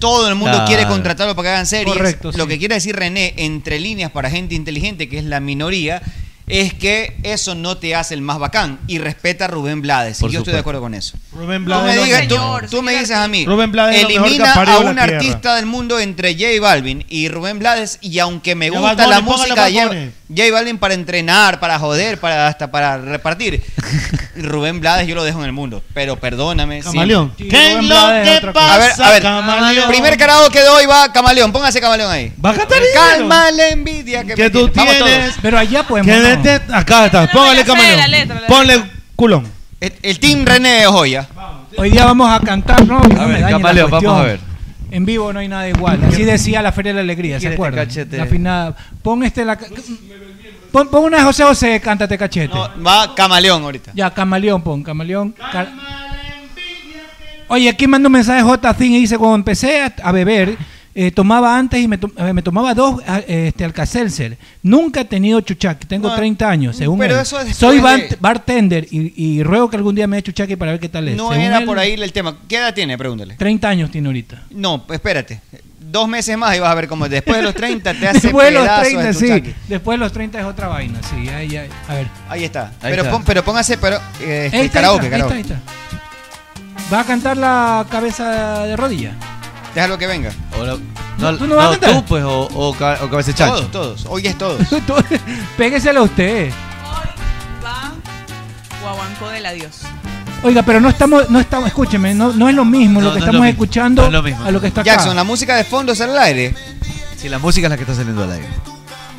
Todo el mundo Claro. quiere contratarlo para que hagan series. Correcto, Lo que quiere decir René, entre líneas para gente inteligente, que es la minoría, es que eso no te hace el más bacán. Y respeta a Rubén Blades. y yo estoy de acuerdo con eso. Rubén Tú Blades. me, no- digas, tú- tú me dices a mí, Rubén Blades es lo mejor que elimina ha parido a la un tierra. artista del mundo entre J Balvin y Rubén Blades y aunque me Ya, gusta Bad la Bunny, póngale música de Bad J, Bunny. J Balvin para entrenar, para joder, para hasta para repartir, Rubén Blades yo lo dejo en el mundo, pero perdóname. Camaleón. sí. ¿Qué es Rubén lo Blades es que otra cosa. A ver, a ver, Camaleón. primer karaoke de hoy va Camaleón, póngase Camaleón ahí. Va a cantar Calma la envidia que, me Que tú tiene. Vamos todos. tienes. Pero allá podemos. Que no. dete- Acá está. Póngale la camaleón. letra, la Ponle culón. El, el team René de Joya. Hoy día vamos a cantar, ¿no? No me ver, dañen la Camaleón, vamos cuestión. a ver. En vivo no hay nada igual. Así decía la Feria de la Alegría, ¿se ¿Quiere este acuerdan? cachete? La final- Pon este la. Pon, pon una de José José, cántate cachete. Va Camaleón ahorita. Ya, camaleón, pon, camaleón. ca- Oye, aquí manda un mensaje J. Zin y dice, cuando empecé a, a beber, eh, tomaba antes y me, to- eh, me tomaba dos a- eh, este, Alka-Seltzer. Nunca he tenido chuchaqui, tengo No, 30 años, según pero él. eso después Soy de- ban- bartender y, y ruego que algún día me dé chuchaqui para ver qué tal es. No Según era él, por ahí el tema. ¿Qué edad tiene? Pregúntale. 30 años tiene ahorita. No, espérate. Dos meses más y vas a ver cómo después de los 30 te hace Después de los pedazos 30, en tu sí. chaque. Después de los 30 es otra vaina, sí. Ahí, ahí. A ver. Ahí está. Ahí pero, está. pon- pero póngase pero, eh, este, Ahí está, karaoke, ahí está, karaoke. ahí está, ahí está. ¿Va a cantar la cabeza de rodilla? Déjalo que venga. O lo- no, ¿Tú no vas a no, cantar? tú, pues, o, o, ca- o cabeza de chancho. Todos, todos. Hoy es todos. Péguesela a usted. Va Guaguancó del adiós. Oiga, pero no estamos, no estamos, escúcheme, no, no es lo mismo lo que no es estamos lo mismo, escuchando no es lo mismo. a lo que está acá. Jackson, la música de fondo es al aire. Sí, la música es la que está saliendo al aire.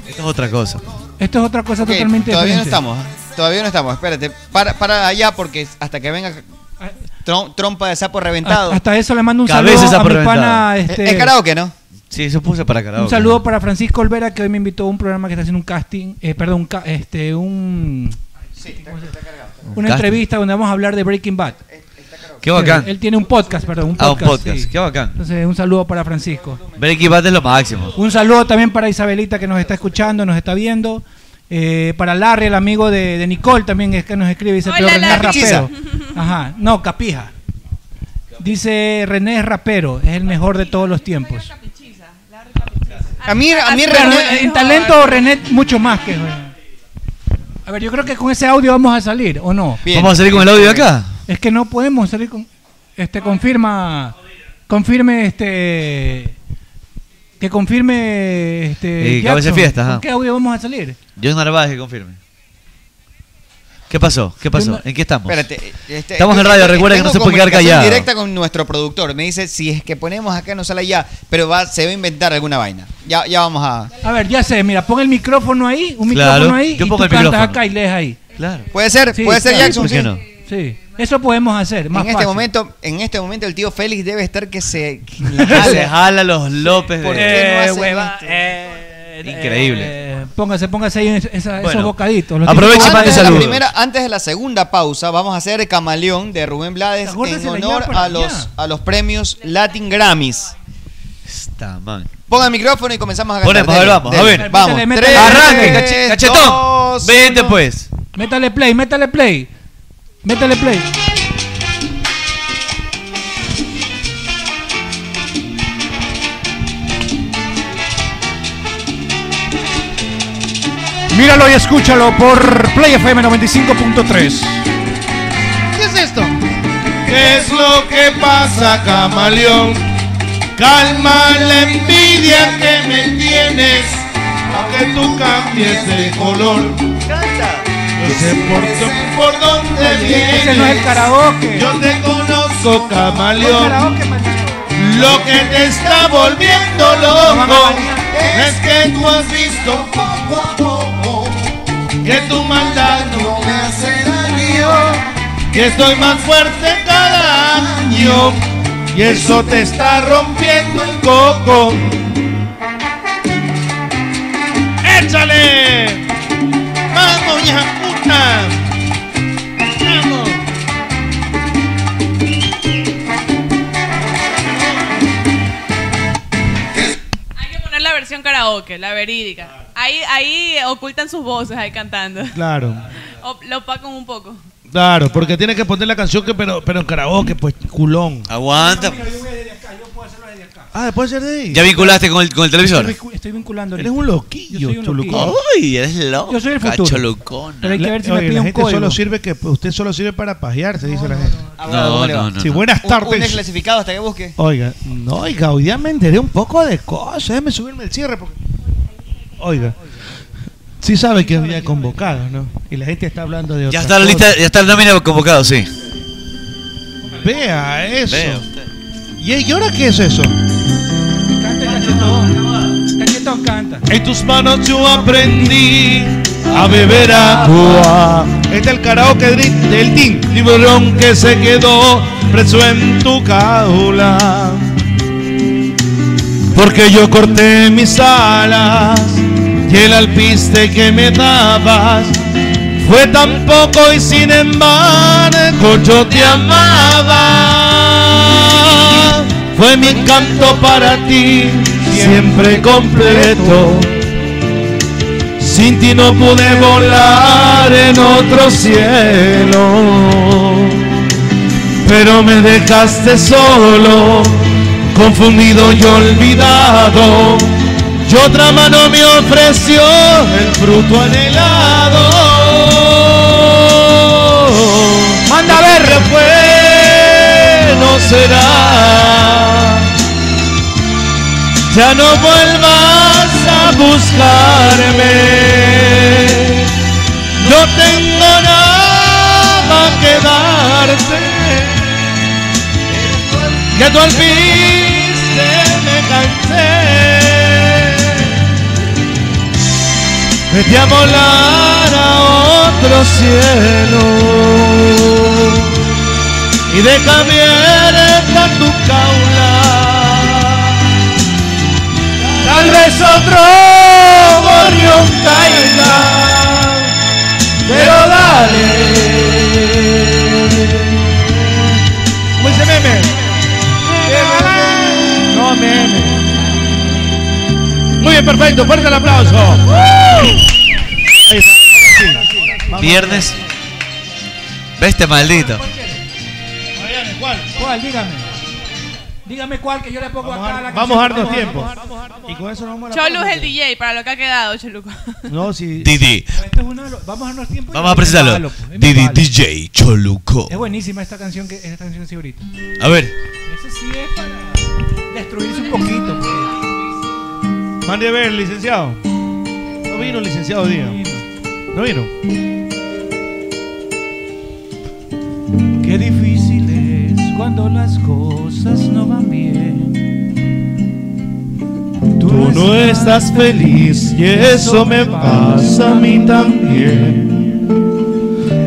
Esto es otra cosa. Esto es otra cosa Ok, totalmente Todavía no diferente. estamos. ¿eh? Todavía no estamos. Espérate. Para, para allá porque hasta que venga trom- trompa de sapo reventado. A- Hasta eso le mando un Cabeza saludo a mi apreventada. pana. Es- Este, es karaoke, ¿no? Sí, eso puse para karaoke. Un saludo para Francisco Olvera que hoy me invitó a un programa que está haciendo un casting, eh, perdón, un ca- este, un, una Casting. entrevista donde vamos a hablar de Breaking Bad. Qué bacán. Él, él tiene un podcast, perdón, un Ah, un podcast. podcast. sí. Qué bacán. Entonces, un saludo para Francisco. Breaking Bad es lo máximo. Un saludo también para Isabelita que nos está escuchando, nos está viendo. Eh, para Larry, el amigo de, de Nicole, también es que nos escribe. Dice, pero René es rapero. Ajá, no, capija. Dice René es rapero, es el mejor de todos los tiempos. A mí, a mí Claro, René- En talento, René, mucho más que. A ver, yo creo que con ese audio vamos a salir, ¿o no? Bien. ¿Vamos a salir con el audio de acá? Es que no podemos salir con. Este, confirma. Confirme este. Que confirme este. Eh, cabeza de Jackson. fiesta, ajá. ¿Con qué audio vamos a salir? John Narváez que confirme. ¿Qué pasó? ¿Qué pasó? Yo no- ¿En qué estamos? Espérate, este, estamos en tengo- radio, recuerda que tengo no se puede quedar comunicación callado. directa con nuestro productor. Me dice, si es que ponemos acá, no sale ya. Pero va, se va a inventar alguna vaina. Ya, ya vamos a... A ver, ya sé, mira, pon el micrófono ahí, un Claro, micrófono ahí, yo y pongo tú el cantas micrófono. acá y lees ahí. Claro. Puede ser, puede ser Jackson, sí. Sí, Sí, eso podemos hacer. Más en este fácil. momento, en este momento el tío Félix debe estar que se que Se jala los López ¿Por de- qué no Eh, hacen hueva, esto? Increíble. Eh, póngase, póngase ahí en- esa- Bueno, esos bocaditos. Antes para de la primera- antes de la segunda pausa, vamos a hacer Camaleón de Rubén Blades en se la honor lleva para a los, a los premios Latin Grammys. Está man. Ponga el micrófono y comenzamos a Bueno, cantar. pues, a ver, Dele, vamos, a dele. ver. Vamos. Métele, Tres, Arranque, dos, cache- cachetón. uno. Vete pues. Métale play, métale play. Métale play. Míralo y escúchalo por Play FM 95.3. ¿Qué es esto? ¿Qué es lo que pasa, camaleón? Calma la envidia que me tienes, aunque tú cambies de color. Yo sé por, dó- por dónde vienes. Ese no es el karaoke. Yo te conozco, camaleón. Lo que te está volviendo loco es que tú has visto poco a poco que tu maldad no me hace daño, que estoy más fuerte cada año y eso te está rompiendo el coco. ¡Échale! ¡Vamos, hija puta! ¡Vamos! Hay que poner la versión karaoke, la verídica. Ahí, ahí ocultan sus voces ahí cantando. Claro, O lo opacan un poco. claro, porque tienes que poner la canción que pero pero en karaoke, pues culón. Aguanta. Ah, después ser de ahí. ¿Ya vinculaste con el, con el televisor? Estoy vincul- Estoy vinculando. Eres un loquillo, chulucón. Uy, eres loco. Yo soy el futuro. cacholucón. Pero hay que ver si me Oye, pide la un gente código. solo sirve que pues, usted solo sirve para pajearse, dice la gente. bueno, ¿cómo le va? no, no, Sí, no. buenas Un- tardes. Un desclasificado hasta que busque. Oiga, no, oiga, hoy día me enteré un poco de cosas. Ah, Déjeme subirme el cierre. Porque... Oiga, sí sabe que había convocado, ¿no? Y la gente está hablando de otra Ya está la lista, ya está el nómina convocado, sí. cosa. Vea eso. Vea ¿Y, ¿Y ahora qué es eso? Cachetón. Cachetón canta. En tus manos yo aprendí a beber agua. agua. Este es el karaoke dri- del tin. Tiburón que se quedó preso en tu jaula. Porque yo corté mis alas y el alpiste que me dabas fue tan poco Pues y sin embargo yo te amaba. Fue mi encanto para ti, siempre completo. Sin ti no pude volar en otro cielo, pero me dejaste este solo, confundido y olvidado. Y otra mano me ofreció el fruto anhelado. Manda a ver, bueno será. Ya no vuelvas a buscarme. No tengo nada que darte. Ya tú al fin me cansé. Vete a volar a otro cielo y déjame heredar tu caula. Tal vez otro gorrión caiga, pero dale. ¿Cómo dice meme? No meme. Muy bien, perfecto. Fuerte el aplauso. Ahí está. ahora sí. Vamos. Viernes. Veste maldito. ¿Cuál? ¿Cuál? Dígame. Dígame cuál que yo le pongo acá a la Vamos a canción. darnos tiempo. vamos, vamos, vamos, Y con eso nos vamos a la Cholu es pausa. el DJ, para lo que ha quedado, Choluco. No, sí. Didi. Esto este es uno de los- Vamos a darnos tiempo. Vamos a presentarlo. Didi DJ Choluco. Es buenísima esta canción que esta canción sí ahorita. A ver. Ese sí es para destruirse un poquito. pues. Mande a ver, licenciado. No vino el licenciado hoy día. No vino. Qué difícil es cuando las cosas no van bien. Tú no estás feliz y eso me pasa a mí también.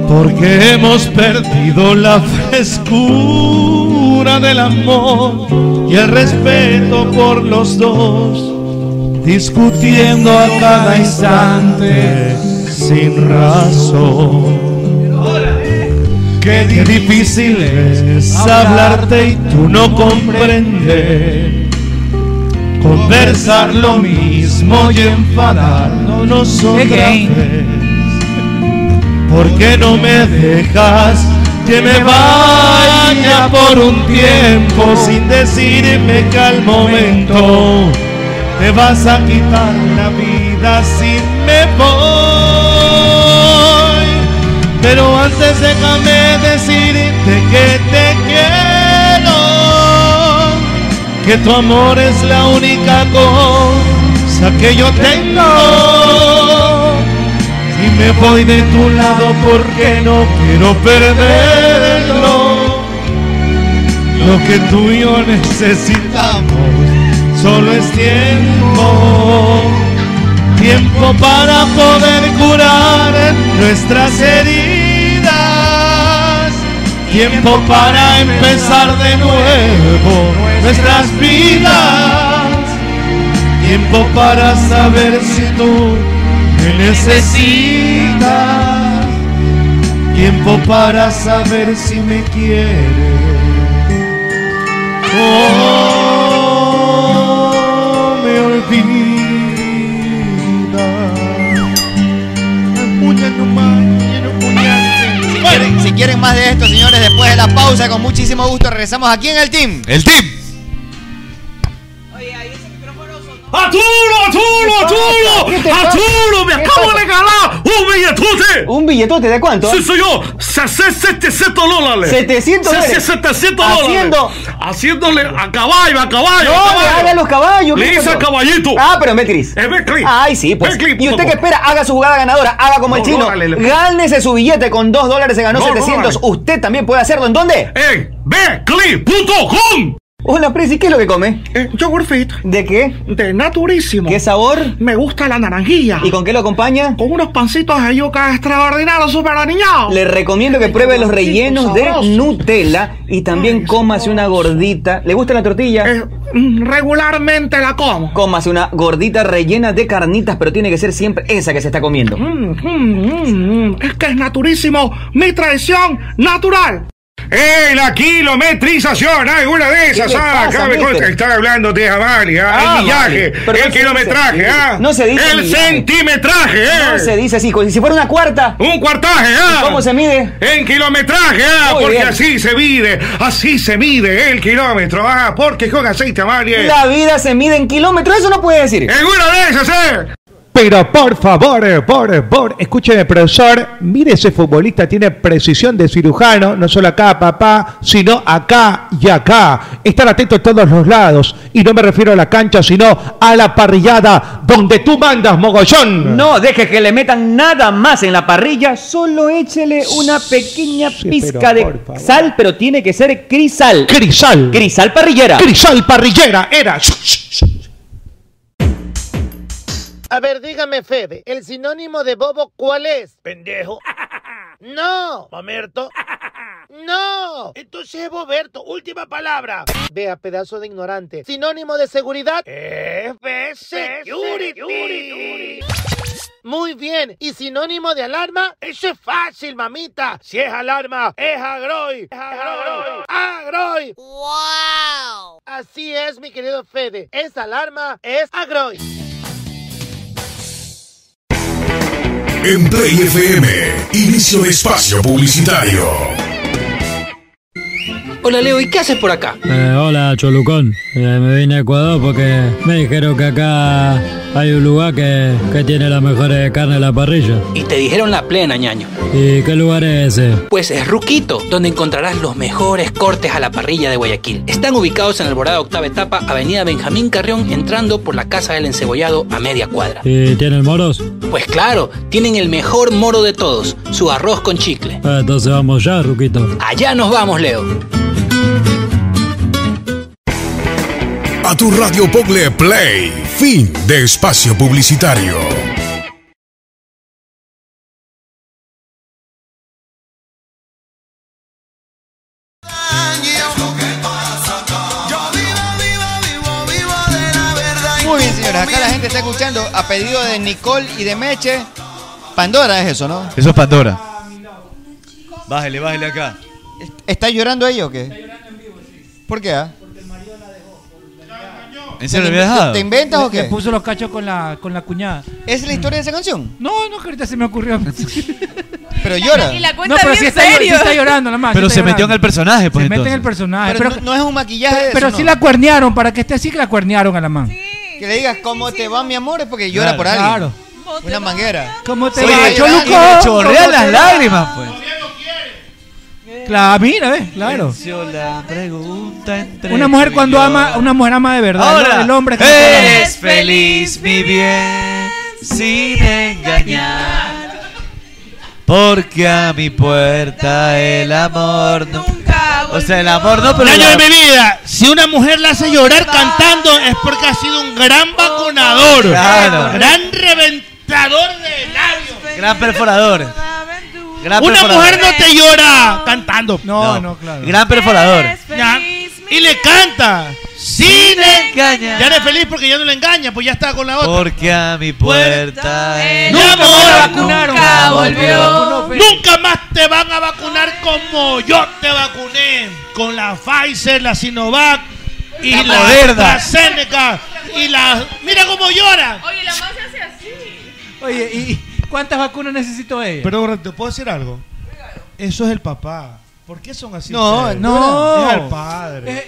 Porque hemos perdido la frescura del amor y el respeto por los dos, discutiendo a cada instante Eh, sin razón. Qué difícil es hablarte y tú no comprender, conversar lo mismo y enfadarnos otra vez. ¿Por qué no me dejas que me vaya por un tiempo sin decirme que al momento te vas a quitar la vida si me voy? Pero antes déjame decirte que te quiero, que tu amor es la única cosa que yo tengo. Y me voy de tu lado porque no quiero perderlo. Lo que tú y yo necesitamos solo es tiempo. Tiempo para poder curar nuestras heridas. Tiempo para empezar de nuevo nuestras vidas. Tiempo para saber si tú me necesitas. Tiempo para saber si me quieres. Oh, me Si quieren, si quieren más de esto, señores, después de la pausa, con muchísimo gusto regresamos aquí en el team. El team. ¡Arturo, Arturo, Arturo! ¡Arturo, me acabo de regalar un billetote! ¿Un billetote de cuánto? Sí, soy yo. Se- se- 700 dólares. 700 Se- se- dólares. 700 dólares. Haciendo- Haciéndole a caballo, a caballo. No, a caballo. haga los caballos. Le Cristo. hice a caballito. Ah, pero en Betcris. En Betcris. Ay, sí, pues. Betcris, y usted punto que com. espera, haga su jugada ganadora, haga como el No, chino. dólares, le- Gánese su billete con 2 dólares, se ganó No, 700. usted también puede hacerlo. ¿En dónde? En betcris.com. Hola, Prezi, ¿qué es lo que come? Eh, Yogurt fit. ¿De qué? De naturísimo. ¿Qué sabor? Me gusta la naranjilla. ¿Y con qué lo acompaña? Con unos pancitos de yuca extraordinarios, super aniñados. Le recomiendo que pruebe los rellenos de Nutella y también cómase una gordita. ¿Le gusta la tortilla? Eh, mm, regularmente la como. Cómase una gordita rellena de carnitas, pero tiene que ser siempre esa que se está comiendo. Mm, mm, mm, Es que es naturísimo. Mi traición natural. ¡Ey, la kilometrización! ¡Hay una de esas! ¿Qué le ¡Ah! pasa, Acá me mister? consta- está hablando de Javali, Ah, ¿ah? El millaje, vale. Pero el no se kilometraje, dice así. ¿ah? No se dice El millaje. centimetraje, ¿eh? No se dice así, como si fuera una cuarta. Un cuartaje, ¿ah? ¿Cómo se mide? En kilometraje, ah, Muy porque bien. así se mide, así se mide el kilómetro, ah, porque con aceite, Amalie. La vida se mide en kilómetros, eso no puede decir. En una de esas, eh. Pero por favor, eh, por favor, escúcheme, profesor. Mire, ese futbolista tiene precisión de cirujano, no solo acá, papá, sino acá y acá. Estar atento a todos los lados. Y no me refiero a la cancha, sino a la parrillada donde tú mandas, mogollón. No deje que le metan nada más en la parrilla, solo échele una pequeña pizca pero de sal, pero tiene que ser crisal. Crisal. Crisal parrillera. Crisal parrillera, era. A ver, dígame, Fede, ¿el sinónimo de bobo cuál es? Pendejo. No. Mamerto. No. Entonces es boberto. Última palabra. Vea, pedazo de ignorante. Sinónimo de seguridad. FS Security. Muy bien. ¿Y sinónimo de alarma? Eso es fácil, mamita. Si es alarma, es agroy. Es agroy. Agroy. ¡Wow! Así es, mi querido Fede. Esa alarma es agroy. En Play FM, inicio de espacio publicitario. Hola Leo, ¿y qué haces por acá? Eh, hola Cholucón, Eh, me vine a Ecuador porque me dijeron que acá hay un lugar que, que tiene las mejores carnes a la parrilla. Y te dijeron la plena, ñaño. ¿Y qué lugar es ese? Pues es Ruquito, donde encontrarás los mejores cortes a la parrilla de Guayaquil. Están ubicados en Alborada Octava Etapa, Avenida Benjamín Carrión, entrando por la Casa del Encebollado a media cuadra. ¿Y tiene el moros? Pues claro, tienen el mejor moro de todos, su arroz con chicle. Ah, entonces vamos ya, Ruquito. Allá nos vamos, Leo. A tu radio Pogle Play, fin de espacio publicitario. Muy bien, señores. Acá la gente está escuchando a pedido de Nicole y de Meche. Pandora es eso, ¿no? Eso es Pandora. Bájale, bájale acá. ¿Está llorando ella o qué? Está llorando en vivo, sí. ¿Por qué? ah? ¿En serio le había dejado? ¿Te inventas Le- o qué? Le puso los cachos con la, con la cuñada. ¿Es la historia de esa canción? No, no, que ahorita se me ocurrió. pero llora. Y la cuenta No, pero bien sí está- serio. sí está llorando, nomás, sí Pero está se metió en llorando. el personaje, pues Se mete en entonces. el personaje. Pero Pero, no, no es un maquillaje de pero eso, sí ¿no? la cuernearon, para que esté así que la cuernearon a la man. Que le digas cómo te va, mi amor, es porque llora Claro, por alguien. claro. Una manguera. ¿Cómo te Oye, va, llora, Choluco? y le chorrea ¿Cómo las te va? lágrimas, pues. Claro, mira, ¿ves? Claro. Venció la pregunta entre Una mujer tú y cuando yo. ama, una mujer ama de verdad. Ahora, eh, ¿no? el hombre que no te ama. eres feliz, mi bien, sin engañar. Porque a mi puerta el amor nunca. O sea, el amor no, pero. Año de la- mi vida, si una mujer la hace llorar cantando es porque ha sido un gran vacunador, Claro. gran reventador de labios. Gran perforador. Gran Una perforador. mujer no te llora cantando. No, Gran perforador. Ya, Y le canta. Sin engañar. Ya no es feliz porque ya no le engaña, pues ya está con la otra. Porque a mi puerta el Nunca amor más la vacunaron. nunca volvió. Nunca más te van a vacunar como yo te vacuné. Con la Pfizer, la Sinovac y La la, Moderna. AstraZeneca. Y la. Mira cómo llora. Oye, la más se hace así. Oye, ¿y cuántas vacunas necesito ella? Pero te puedo decir algo. Eso es el papá. ¿Por qué son así? No, ustedes? no. Es al padre.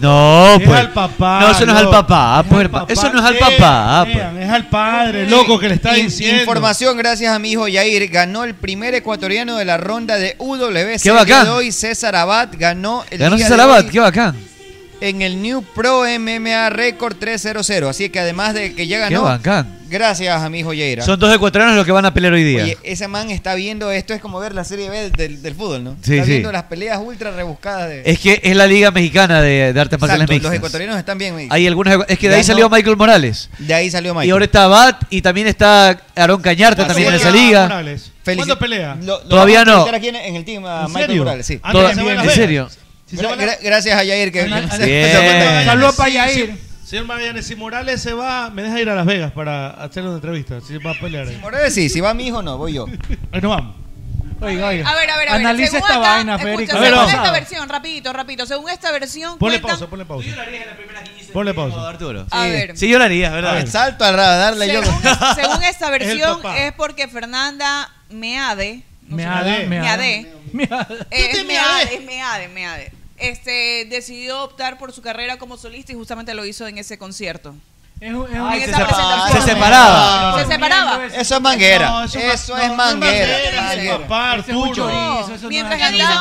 No, Es pues. al papá, No, eso no es al loco. papá. pues, hermano. Eso no es al papá. pues. Vean, Es al padre, loco, que le está In- diciendo. Información, gracias a mi hijo Yair. Ganó el primer ecuatoriano de la ronda de UWC. Qué bacán. Y hoy César Abad ganó el Ganó día César de Abad, hoy qué bacán. en el New Pro MMA Record 300. Así que además de que ya Qué ganó, bacán. gracias a mi hijo Yair. Son dos ecuatorianos los que van a pelear hoy día. Oye, ese man está viendo, esto es como ver la serie B del, del fútbol, ¿no? Sí, está sí. viendo las peleas ultra rebuscadas de... Es que es la Liga Mexicana de, de Artes Marciales eh, Exacto, los Mixtas. ecuatorianos están bien. güey. Hay algunas, es que de ahí Ganó- salió Michael Morales. De ahí salió Michael. Y ahora está Abad y también está Aarón Cañarte también en esa liga. ¿Cuándo pelea? Todavía no. Aquí en, en el team a ¿En Michael serio? Morales, sí. Antes Toda- que se vaya a Las ¿En Vegas. ¿En serio? Gra- gra- gracias a Yair que... que- Bien. Saludos para Yair. Yair. Señor Magallanes, si Morales se va, me deja ir a Las Vegas para hacer una entrevista. Si va a pelear. ahí. Morales sí, si va mi hijo no, voy yo. Ahí nos vamos. Oiga, oiga. A ver, a ver, a ver. Analiza según esta acá- vaina, escucha, Federico. según A ver, esta vamos. versión, rapidito, rapidito. Según esta versión, Ponle cuentan- pausa, ponle pausa. Ponle pausa. Arturo. A ver. Sí, lloraría, ¿verdad? A ver, salto al ra- darle yo. según, según esta Es el versión, papá. es, porque Fernanda Meade. Meade, Meade. Meade. eh, Tú Es te Meade, es Meade, Meade. Este, decidió optar por su carrera como solista y justamente lo hizo en ese concierto. Ay, en se esa sepa- presentación. se separaba. Se separaba. Eso es manguera. No, eso eso es, es- no, no es manguera. manguera, manguera. Papá, Arturo. Mientras cantaba,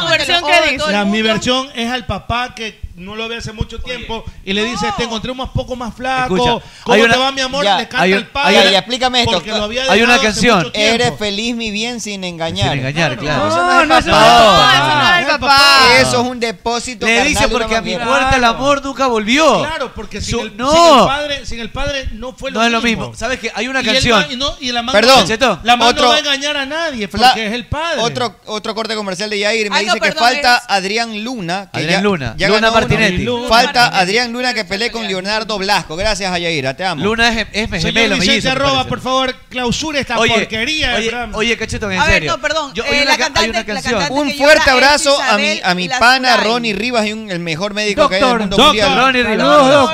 La- mi versión es al papá que no lo ve hace mucho tiempo y le dice, te encontré un poco más flaco. Escucha, ¿Cómo hay una- te va, mi amor? Ya, Le canta hay un- el padre. hay una- Y explícame esto. Porque lo había Hay dejado una hace canción. mucho tiempo. Eres feliz, mi bien, sin engañar. Sin engañar, claro. eso no es No, papá. eso no es Eso papá. Eso es un depósito. Le carnal dice de una porque a mi manguera. puerta el amor nunca volvió. Claro, porque sin, Su- el, no. sin el padre, sin el padre no fue lo No es mismo. lo mismo. ¿Sabes qué? Hay una Y el canción. man- y no- y la man- Perdón. Cheto, La mano Otro- no va a engañar a nadie porque Fla- es el padre. Otro, otro corte comercial de Yair. Me Ay, no, dice que perdón, falta Adrián Luna. que Adrián ya- Luna. ya Luna ganó uno. Martinetti. Luna Falta Adrián Luna que pelee con Leonardo Blasco. Gracias a Yair. Te amo. Luna es, es Señor gemelo, Vicente mellizo, me Arroba, parece. por favor, clausura esta Oye, porquería de Oye, programa. oye Cachetón, en A ver, serio. no, perdón, Yo- eh, hay una la ca- hay una canción. Un fuerte abrazo a mi, a mi pana Ronnie Rivas y un- el mejor médico que hay en el mundo mundial. Ronnie Rivas.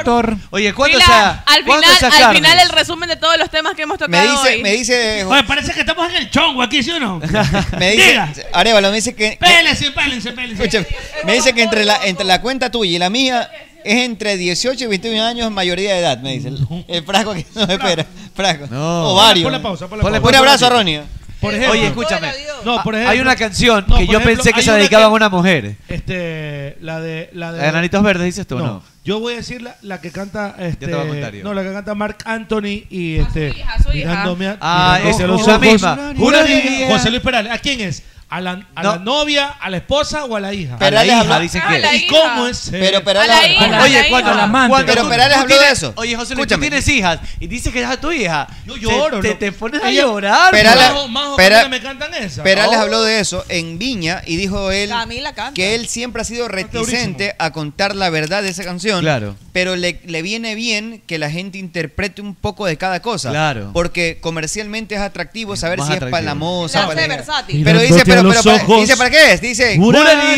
Oye, ¿cuándo Mira, se ha- al cuándo final, se ha al Carlos? final el resumen de todos los temas que hemos tocado Me dice- hoy. me dice- Oye, parece que estamos en el chongo aquí, ¿sí o no? Me dice, Diga. Arevalo, me dice que. Pélense, pélense, pélense. escucha, me dice que entre la, entre la cuenta tuya y la mía es entre 18 y 21 años mayoría de edad, me dice. El, el frasco que nos espera. Frasco. No. O varios. Ponle pausa, ponle Un pausa. abrazo a Ronnie. Por Oye, escúchame. No, por hay ejemplo- una canción No, que por yo ejemplo, pensé que hay se una dedicaba a una mujer. Este, la de... La de ¿La de Enanitos Verdes dices tú, no? Yo voy a decir la, la que canta... Este, te voy a contar yo. No, la que canta Mark Anthony y este... hija. mirándome a- Ah, mirándome esa a es los la ojos. misma. Juraría. Juraría. José Luis Perales. ¿A quién es? a la, a la novia, a la esposa o a la hija. Perales A la hija, habló- dicen que- A Ah, la ¿Y hija. cómo es? ser- Pero Perales- A la hija, a la Oye, cuando hija. las Pero Perales habló de eso. Oye, José Luis, tú Escúchame. tienes hijas y dices que es a tu hija. Yo lloro, Te, ¿no? te pones a Ella- llorar. Perales- majo, majo, Pera- ¿cómo me cantan esa? Perales Oh. habló de eso en Viña y dijo él Camila canta. que él siempre ha sido reticente a contar la verdad de esa canción. Claro. Pero le, le viene bien que la gente interprete un poco de cada cosa. Claro. Porque comercialmente es atractivo saber más si atractivo. es palamosa. Claro, para es versátil. Pero dice, pero, Mirándote a los pero, para- ojos, dice, ¿para qué es? Dice, juraría-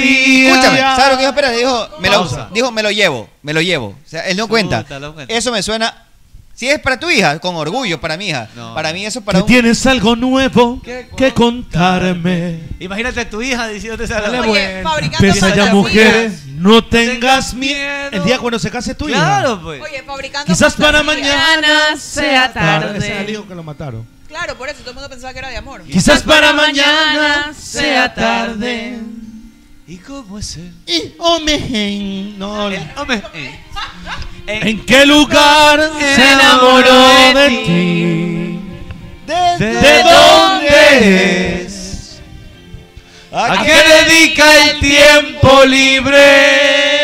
escúchame, ¿sabes lo que dijo Perales? Dijo, me lo, Pausa. dijo, me lo llevo, me lo llevo. O sea, él no cuenta. Eso me suena... Si es para tu hija, con orgullo, para mi hija. Para mí eso es para Que un... tienes algo nuevo que contarme. Imagínate a tu hija diciéndote esa Dale, Oye, bueno. fabricando Pues Pesa ya fotografías. mujeres, no tengas miedo. El día cuando se case tu hija. Claro, pues. Oye, fabricando Quizás para fotografías. mañana sea tarde. Ese era el hijo que lo mataron. Claro, por eso todo el mundo pensaba que era de amor. Quizás para mañana sea tarde. ¿Y cómo es él? Y hombre, no. Hombre, ¿En qué lugar se enamoró de ti? ¿De dónde es? ¿A qué dedica el tiempo libre?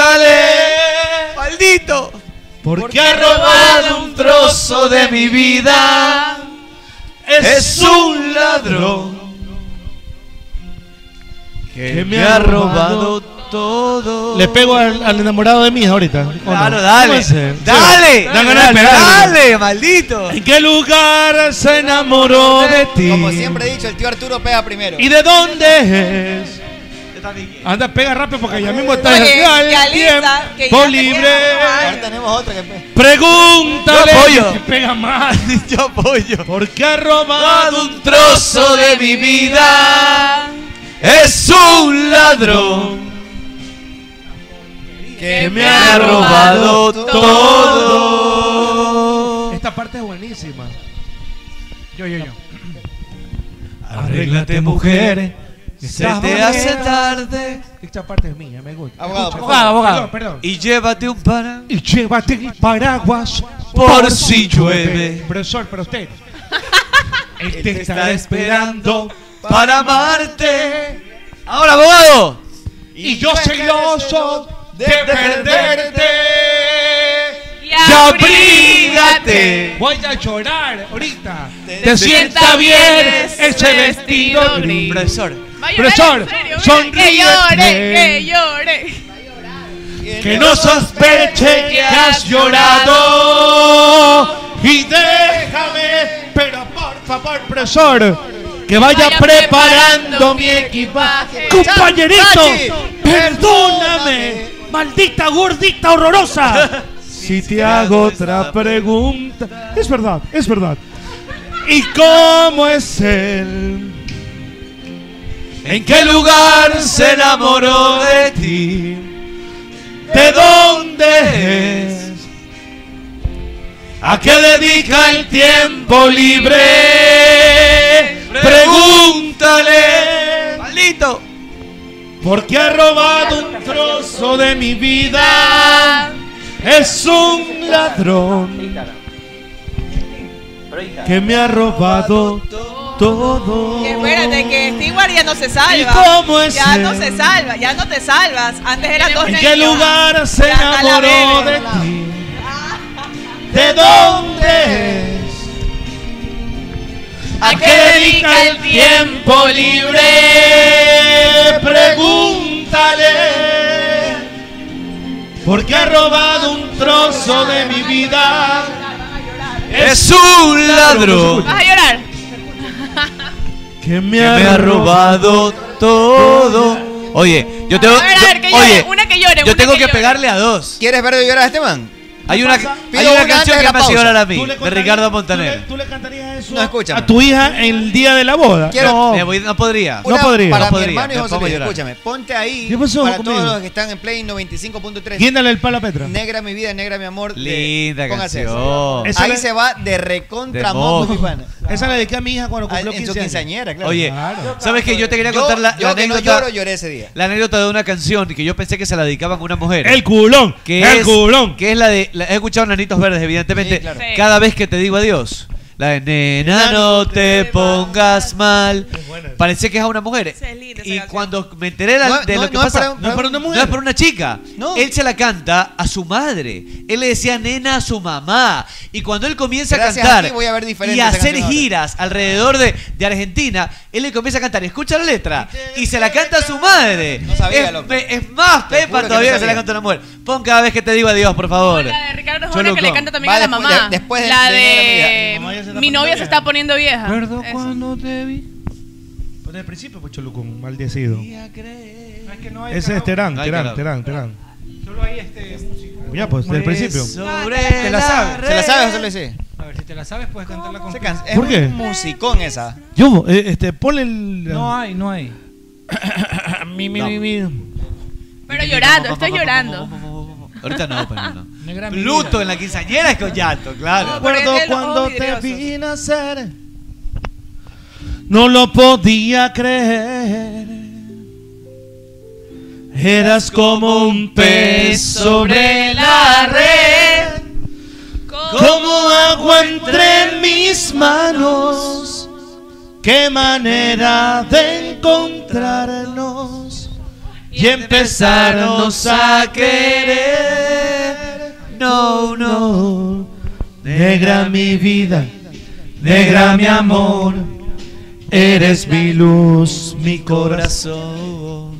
Pregúntale. Maldito. ¿Por qué ha robado un trozo de mi vida? Es un ladrón que me ha robado todo. Le pego al, al enamorado de mi hija ahorita. ¿o no? Claro, dale. ¿Cómo es ese? Sí. Dale. Dan ganas de Dale, pegarle. dale, maldito. ¿En qué lugar se enamoró de ti? Como siempre he dicho, el tío Arturo pega primero. ¿Y de dónde es? Anda, pega rápido porque ya mismo está Oye, Dale, que Alisa, tiempo que ya se libre. Ahora tenemos otra que pe- Pregúntale. Yo apoyo. Pega más. Yo apoyo. ¿Por qué ha robado un trozo de mi vida? Es un ladrón que me ha robado todo. Esta parte es buenísima. Yo, yo, yo. Arréglate, mujer. que Se estás te hace bonita. tarde. Esta parte es mía, me gusta. Abogado, Escucha, por favor. Perdón, perdón. Y llévate un para. Y llévate el paraguas Por si llueve. Profesor, pero usted. Él te está esperando para amarte. Ahora, abogado. Y yo celoso de perderte. Y abrígate. Voy a llorar ahorita. Te sienta bien ese vestido gris. Profesor. Profesor, ¿eh? Que sonríe. llore, que llore. Que no sospeche que has llorado. Y déjame, pero por favor, Profesor, que vaya preparando mi equipaje. Compañerito, perdóname, maldita gordita horrorosa. Si te hago otra pregunta. Es verdad, es verdad. ¿Y cómo es él? ¿En qué lugar se enamoró de ti? ¿De dónde es? ¿A qué dedica el tiempo libre? Pregúntale. Maldito. ¿Por qué ha robado un trozo de mi vida? Es un ladrón que me ha robado todo. Que espérate, que Stewart ya no se salva. ¿Y cómo es ya él? no se salva, ya no te salvas. Antes eran dos ¿En qué lugar se Ya, a la enamoró de bebe. ti? ¿De dónde es? ¿A qué dedica el tiempo libre? Pregúntale. ¿Por qué ha robado un trozo de mi vida? Es un ladrón ¿Vas a llorar? que me ha robado todo. Oye, yo tengo. A ver, a yo- ver, que llore, oye, una que llore. yo una tengo que que llore. pegarle a dos. ¿Quieres ver de llorar a este man? Hay una, hay Pido una una antes canción de que la me hace pausa. llorar a mí, ¿Tú le de Ricardo Montaner. No, escúchame. A tu hija el día de la boda. Quiero- no, Me voy- no podría. Una no podría. Para No podría, mi hermano y me José pongo a Luis, llorar. escúchame. Ponte ahí ¿Qué pasó para conmigo? todos los que están en Play 95.3. Guíndale el palo a Petra. Negra mi vida, negra mi amor. de- Linda póngase eso. canción. Esa Ahí la- se va de recontra De moco, moco. mi pana. Ah, Esa la dediqué a mi hija cuando cumplió en su 15 años. quinceañera, claro. Oye, ¿sabes qué? Yo te quería Yo- contar la, yo la que no anécdota. lloro, lloré ese día. La anécdota de una canción que yo pensé que se la dedicaban a una mujer. El culón. Que el es, culón. Que es la de. la- he escuchado Nanitos Verdes, evidentemente. Sí, claro. Sí. Cada vez que te digo adiós. La de nena no te pongas mal. Parecía que es a una mujer. Y cuando me enteré de, No, de no, lo que no es pasa, para- no es para una mujer. No es para una chica. Él se la canta a su madre. Él le decía nena a su mamá. Y cuando él comienza Gracias a cantar a ti voy a ver diferente y a esa hacer canción ahora. giras alrededor de, de Argentina, él le comienza a cantar. Escucha la letra. Y se la canta a su madre. sabía, es, loco. pe- es más juro pepa que todavía no que se la sabía. canta a una mujer. Pon cada vez que te digo adiós, por favor. La de Ricardo Yo Jona lo que le con- canta también Va a la después- mamá. de- después de- la de- de, Mi novia se está Eh, Mi novia se está poniendo vieja. Recuerdo Eso. cuando te vi. Pues desde el principio, pues Cholucón, maldecido. No, es que no hay Ese es karaoke. Terán, No hay Terán, karaoke. Terán, Terán. Solo hay este música. Ya, pues, desde el principio. ¿Te la sabes? ¿Se la sabes, José Luis? Sí. A ver, si te la sabes, puedes cantarla con. Es ¿Por qué? un musicón esa. Yo, eh, este, ponle el. No hay, no hay. mi, mi, mi, mi. Pero llorando, estoy llorando. Ahorita no, pero no. Negra mi Luto en la quinceañera es collato, claro. Recuerdo cuando te vi nacer. No lo podía creer. Eras como un pez sobre la red. Como agua entre mis manos. Qué manera de encontrarnos y empezarnos a querer. No, no. Negra mi vida, negra mi amor. Eres mi luz, mi corazón.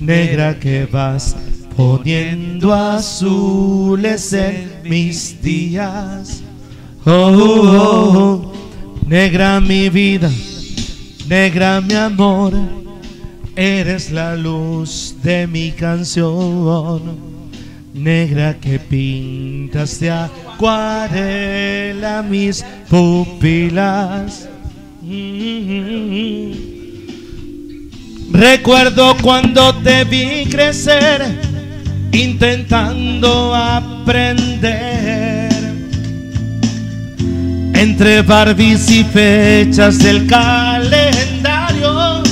Negra que vas poniendo azules en mis días. Oh, oh, oh. negra mi vida, negra mi amor. Eres la luz de mi canción. Negra que pintas de acuarela mis pupilas. Mm. Recuerdo cuando te vi crecer, intentando aprender. Entre Barbies y fechas del calendario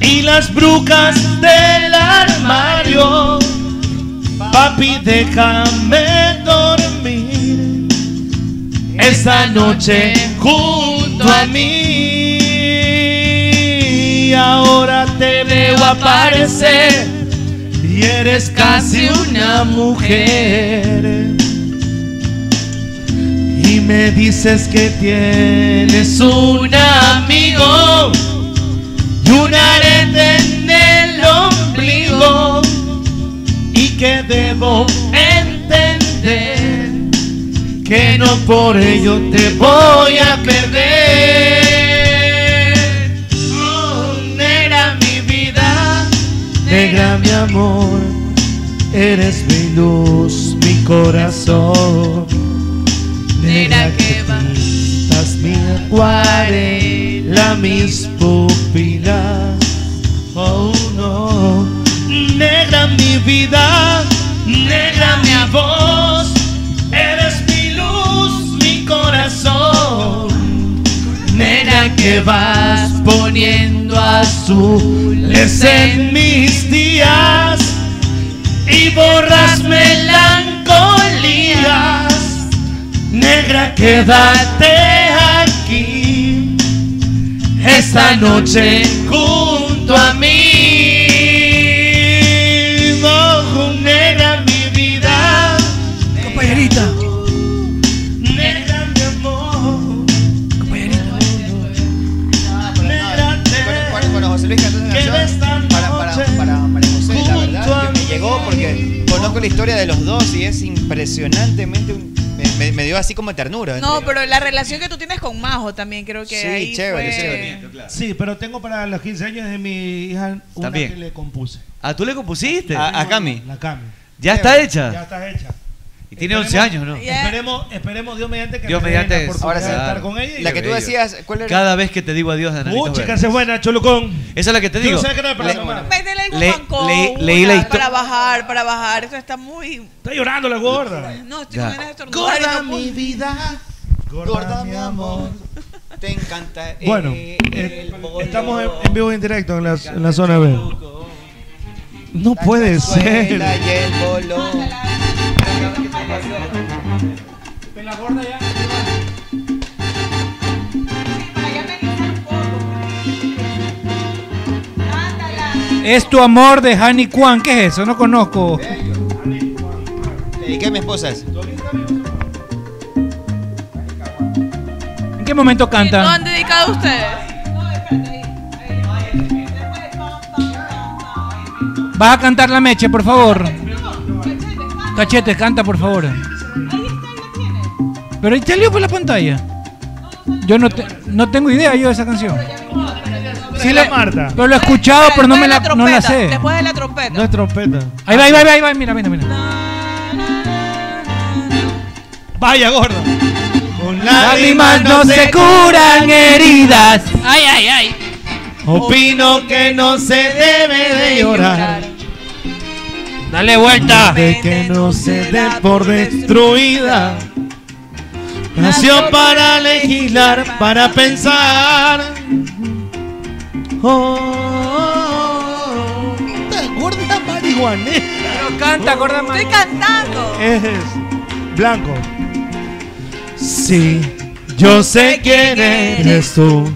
y las brucas del armario, papi, déjame dormir esta noche junto a mí. Ahora te veo aparecer y eres casi una mujer. Y me dices que tienes un amigo y un arete en el ombligo y que debo entender que no por ello te voy a perder. Oh, negra mi vida, negra mi amor, eres mi luz, mi corazón. Negra que vas, mi acuarela, mis pupilas. Oh no, negra mi vida, negra mi voz. Eres mi luz, mi corazón. Nena que vas poniendo azules en mis días y borras melancolías. Negra, quédate aquí esta noche junto a mí. Oh, negra, mi vida. Compañerita. Negra, mi amor. Compañerita. Bueno, José Luis cantó esa canción para, para, para María José, la verdad, que me llegó porque conozco la historia de los dos y es impresionantemente. un- me, me- me dio así como ternura. No, pero la relación que tú tienes con Majo también creo que Sí, ahí chévere, fue- chévere. Claro. Sí, pero tengo para los 15 años de mi hija una También. que le compuse. Ah, ¿A tú le compusiste? A- a Cami. La Cami. ¿Ya está hecha? Ya está hecha. Y tiene 11 años, ¿no? Esperemos, esperemos Dios mediante que Dios me den la mediante. oportunidad de estar con ella. y- La que tú decías, ¿cuál era? Cada vez que te digo adiós, Ana. Uh, chica, se buena, Cholucón. Esa es la que te Yo digo. sé que no es para Le- tomar. Métele en un Le- bancón, le- leí una, la histo- Para bajar, para bajar. Eso está muy... Está llorando la gorda. No, estoy Ya. con ganas de estornudar y no puedo. vida, gorda, mi amor. Te encanta. Bueno, eh, eh, el bolero. estamos en, en vivo y en directo en la, en la zona B. No puede ser. Suela y el bolón. ¿Te la gorda ya? Es tu amor de Hani Kwan. ¿Qué es eso? No conozco. Eh, Le dediqué a mi esposa eso. ¿En qué momento ¿No canta? han dedicado ustedes? Vas a cantar la meche, por favor. Cachete, canta, por favor. Pero ahí salió por la pantalla. Yo no, te- no tengo idea yo de esa canción. Sí la- Pero lo he escuchado, pero no me la, no la sé. Después de la trompeta. No es trompeta. Ahí va, ahí va, ahí va, ahí va, mira, mira, mira. Vaya, gordo. Con lágrimas no se curan heridas. Ay, ay, ay. Opino que no se debe de llorar. Dale vuelta. De que no se dé por destruida. Nació para legislar, para pensar. Oh, gorda marihuanera. Pero canta, Oh, gorda Estoy cantando. Es blanco. Sí, yo sé quién eres tú.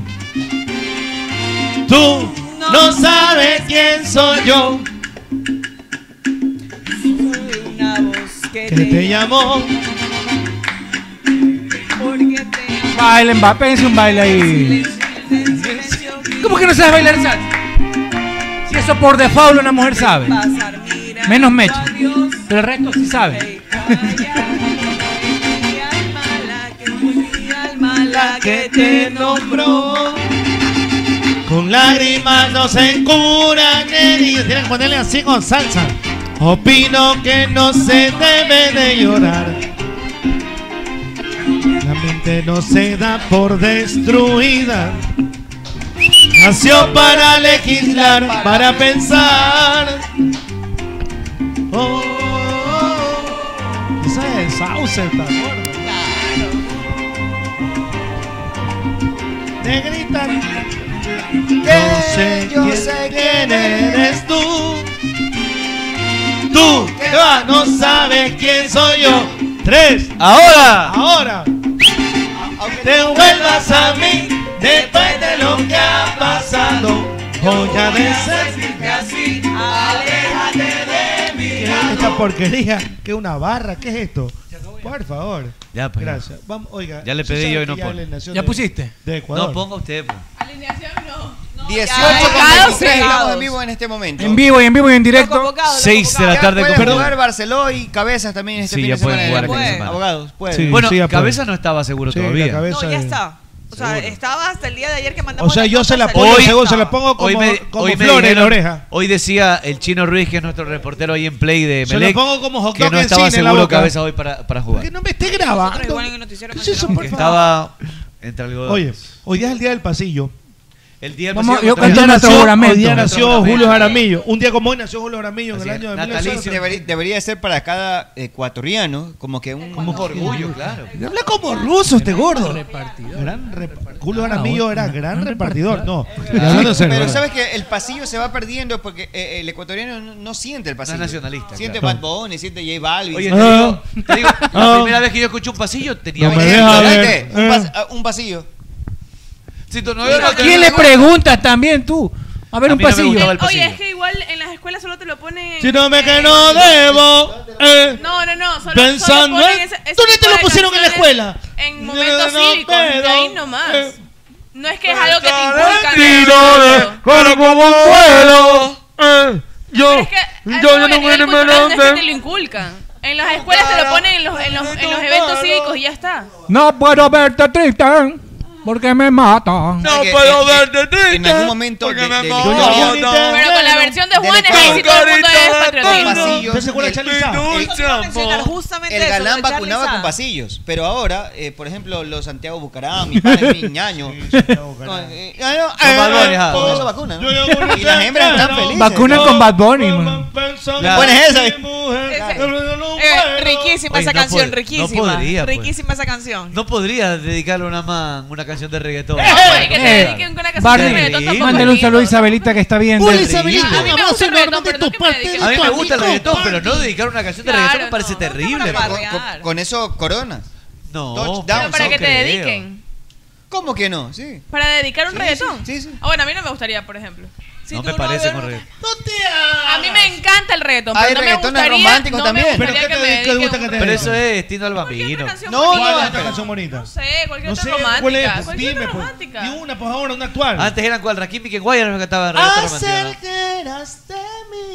Tú no sabes quién soy yo. Una voz que, Que te llamó. Porque te Bailen, va, péguense un baile ahí. ¿Cómo que no sabes bailar salsa? Si eso por default una mujer sabe. Menos Mecha. Pero el resto sí sabe. alma la que te nombró. Con lágrimas no se curan heridas. Tienen que ponerle así con salsa. Opino que no se debe de llorar. La mente no se da por destruida. Nació para legislar, para pensar. Oh, esa es sauce, ¿te acuerdas? Te gritan. Yo sé, yo sé quién eres tú. Tú que va, no sabes quién soy yo. Tres. Ahora. Ahora. Te vuelvas a mí después de lo que ha pasado. Voy a decirte así. Aléjate de mí. Esta porquería, que una barra, ¿qué es esto? Por favor. Ya, pues, ya. Gracias. Vamos, oiga. Ya le ¿sí pedí sabe yo y que no ya pongo. la alineación ¿Ya de- pusiste? De Ecuador. No ponga usted. pues. Alineación no. 18 Convocados, con 23, estamos en convocados. vivo en este momento. En vivo y en vivo y en directo. 6 de la tarde Pueden con jugar Barceló y Cabezas también este Sí, fin ya de semana. pueden jugar de este fin de Pueden. semana. Abogados, pueden. Sí, bueno, cabeza no estaba seguro Sí, la todavía. cabeza No, ya es- está. O sea, estaba hasta el día de ayer que O mandamos. sea, yo se la Hoy- pongo, según se la pongo como, como flor en la oreja. hoy decía el chino Ruiz, que es nuestro reportero ahí en Play de Se lo Melec, pongo como hot que dog no en estaba cine en la seguro boca. cabeza hoy para, para jugar. Que no me esté grabando. ¿Qué es eso, por Que favor? estaba entre algo. Oye, hoy día es el día del pasillo. el día del Vamos, pasillo yo canto contra- Hoy día nació- Hoy día Contra nació Juramento. Julio Jaramillo. Un día como hoy nació Julio Jaramillo en el año de Natalicio. 1900. Debería, debería ser para cada ecuatoriano como que un, un orgullo, claro. Habla como ruso este gordo. Gran repa- Julio Jaramillo Ah, era gran repartidor. No, Claro. Ya hablando en serio, pero ¿verdad? sabes que el pasillo se va perdiendo porque eh, el ecuatoriano no, no siente el pasillo. No es nacionalista, Siente claro. Bad Bunny, siente J Balvin. Oye, te siente- digo, te digo, Ah. la primera vez que yo escuché un pasillo tenía No me veinte deja años. ver. ¿Viste? Un, pas- ah, un pasillo. Si tú no- ¿A no- quién le preguntas también tú? A ver, A un mí no me pasillo. gustaba el Eh, Oye, es que igual en las escuelas solo te lo ponen. Si no me que no debo, eh, No, no, no. Solo, Pensando, solo ponen ¿eh? ese- ese ¿Tú no tipo te lo de pusieron en la canciones escuela? En momentos No, no, cívicos, de pero, eh, ahí nomás. no es que es algo que te Tiro inculcan. de cuero como un vuelo. eh, yo, yo, yo no, no en voy a el irme cultural no es que te lo donde. inculcan. En las escuelas te lo ponen en los, en los, en los eventos cívicos y ya está. No puedo verte triste porque me matan. No puedo verte triste. En algún momento. de- de- Yo no de- voy a- Pero con la versión de Juanes, ahí sí todo el mundo es patriotismo. Pasillos, el- el- justamente El eso, galán lo de Charlie vacunaba Sá. con pasillos, pero ahora, eh, por ejemplo, los Santiago Bucaram, mi padre, mi ñaño. no, eh, ah, no, ah, Bad Bunny, ah, ajá. con eso vacunan. Y las hembras están felices. Vacuna con Bad Bunny, man. La buena es esa, ¿viste? Eh, riquísima Oye, esa no canción, pod- no riquísima. podría, pues. riquísima esa canción. No podría dedicarle una man, una canción de reggaetón. güey, que Eh, Barney, mándale un saludo a Isabelita que está viendo. Hola, Isabelita, mi amor, soy A mí me gusta el amigo, reggaetón, pero no dedicar una canción de Claro, reggaetón me parece terrible. Pero con, con- con eso coronas. No, Touchdowns. Para que te dediquen. ¿Cómo que no? Sí. Para dedicar un reggaetón. Sí, sí. Ah, bueno, a mí no me gustaría, por ejemplo. no me parece con A mí me encanta el reto, pero Hay no me reggaetones gustaría, románticos no también. me gustaría ¿Pero que qué te- qué me te dediquen gusta un- que te Pero eso es Tino al Bambino. No, ¿Cuál no, es esta pero- canción bonita? No sé, cualquier No otra sé, romántica. ¿cuál es? Pues cualquier otra dime, pues. romántica. Di una, por favor, una actual. Antes eran cual Rakimi que Guayana me cantaban reggaetón romántico.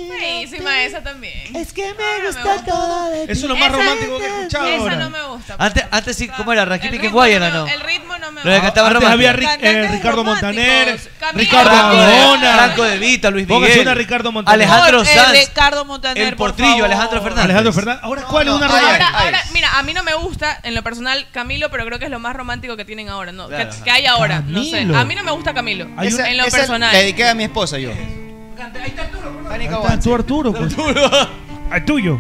Buenísima esa también. Es que Ah, me gusta todo de Eso es lo más Esa- romántico que he escuchado Esa ahora. no me gusta. Antes, antes sí, ¿cómo era? Rakimi que ritmo Guayana, no ¿no? me- el ritmo no me Lo que gusta. cantaba Antes había Ri- romántico. eh, Ricardo Montaner, Ricardo Franco de, Arjona. Franco de Vita, Luis Póngase Miguel. una Ricardo Montaner. Alejandro Eh, Sanz. Ricardo Montaner, El por portrillo, favor. Alejandro Fernández. Alejandro Fernández. Ahora, ¿cuál es una Ahora, romántica? ahora, mira, a mí no me gusta en lo personal Camilo, pero creo que es lo más romántico que tienen ahora, no, que- Claro, que, ajá. hay ahora, no sé. Camilo. A mí no me gusta Camilo, Esa- en lo esa personal. La dediqué a mi esposa yo. Ahí está tú, Arturo. pues. Al tuyo.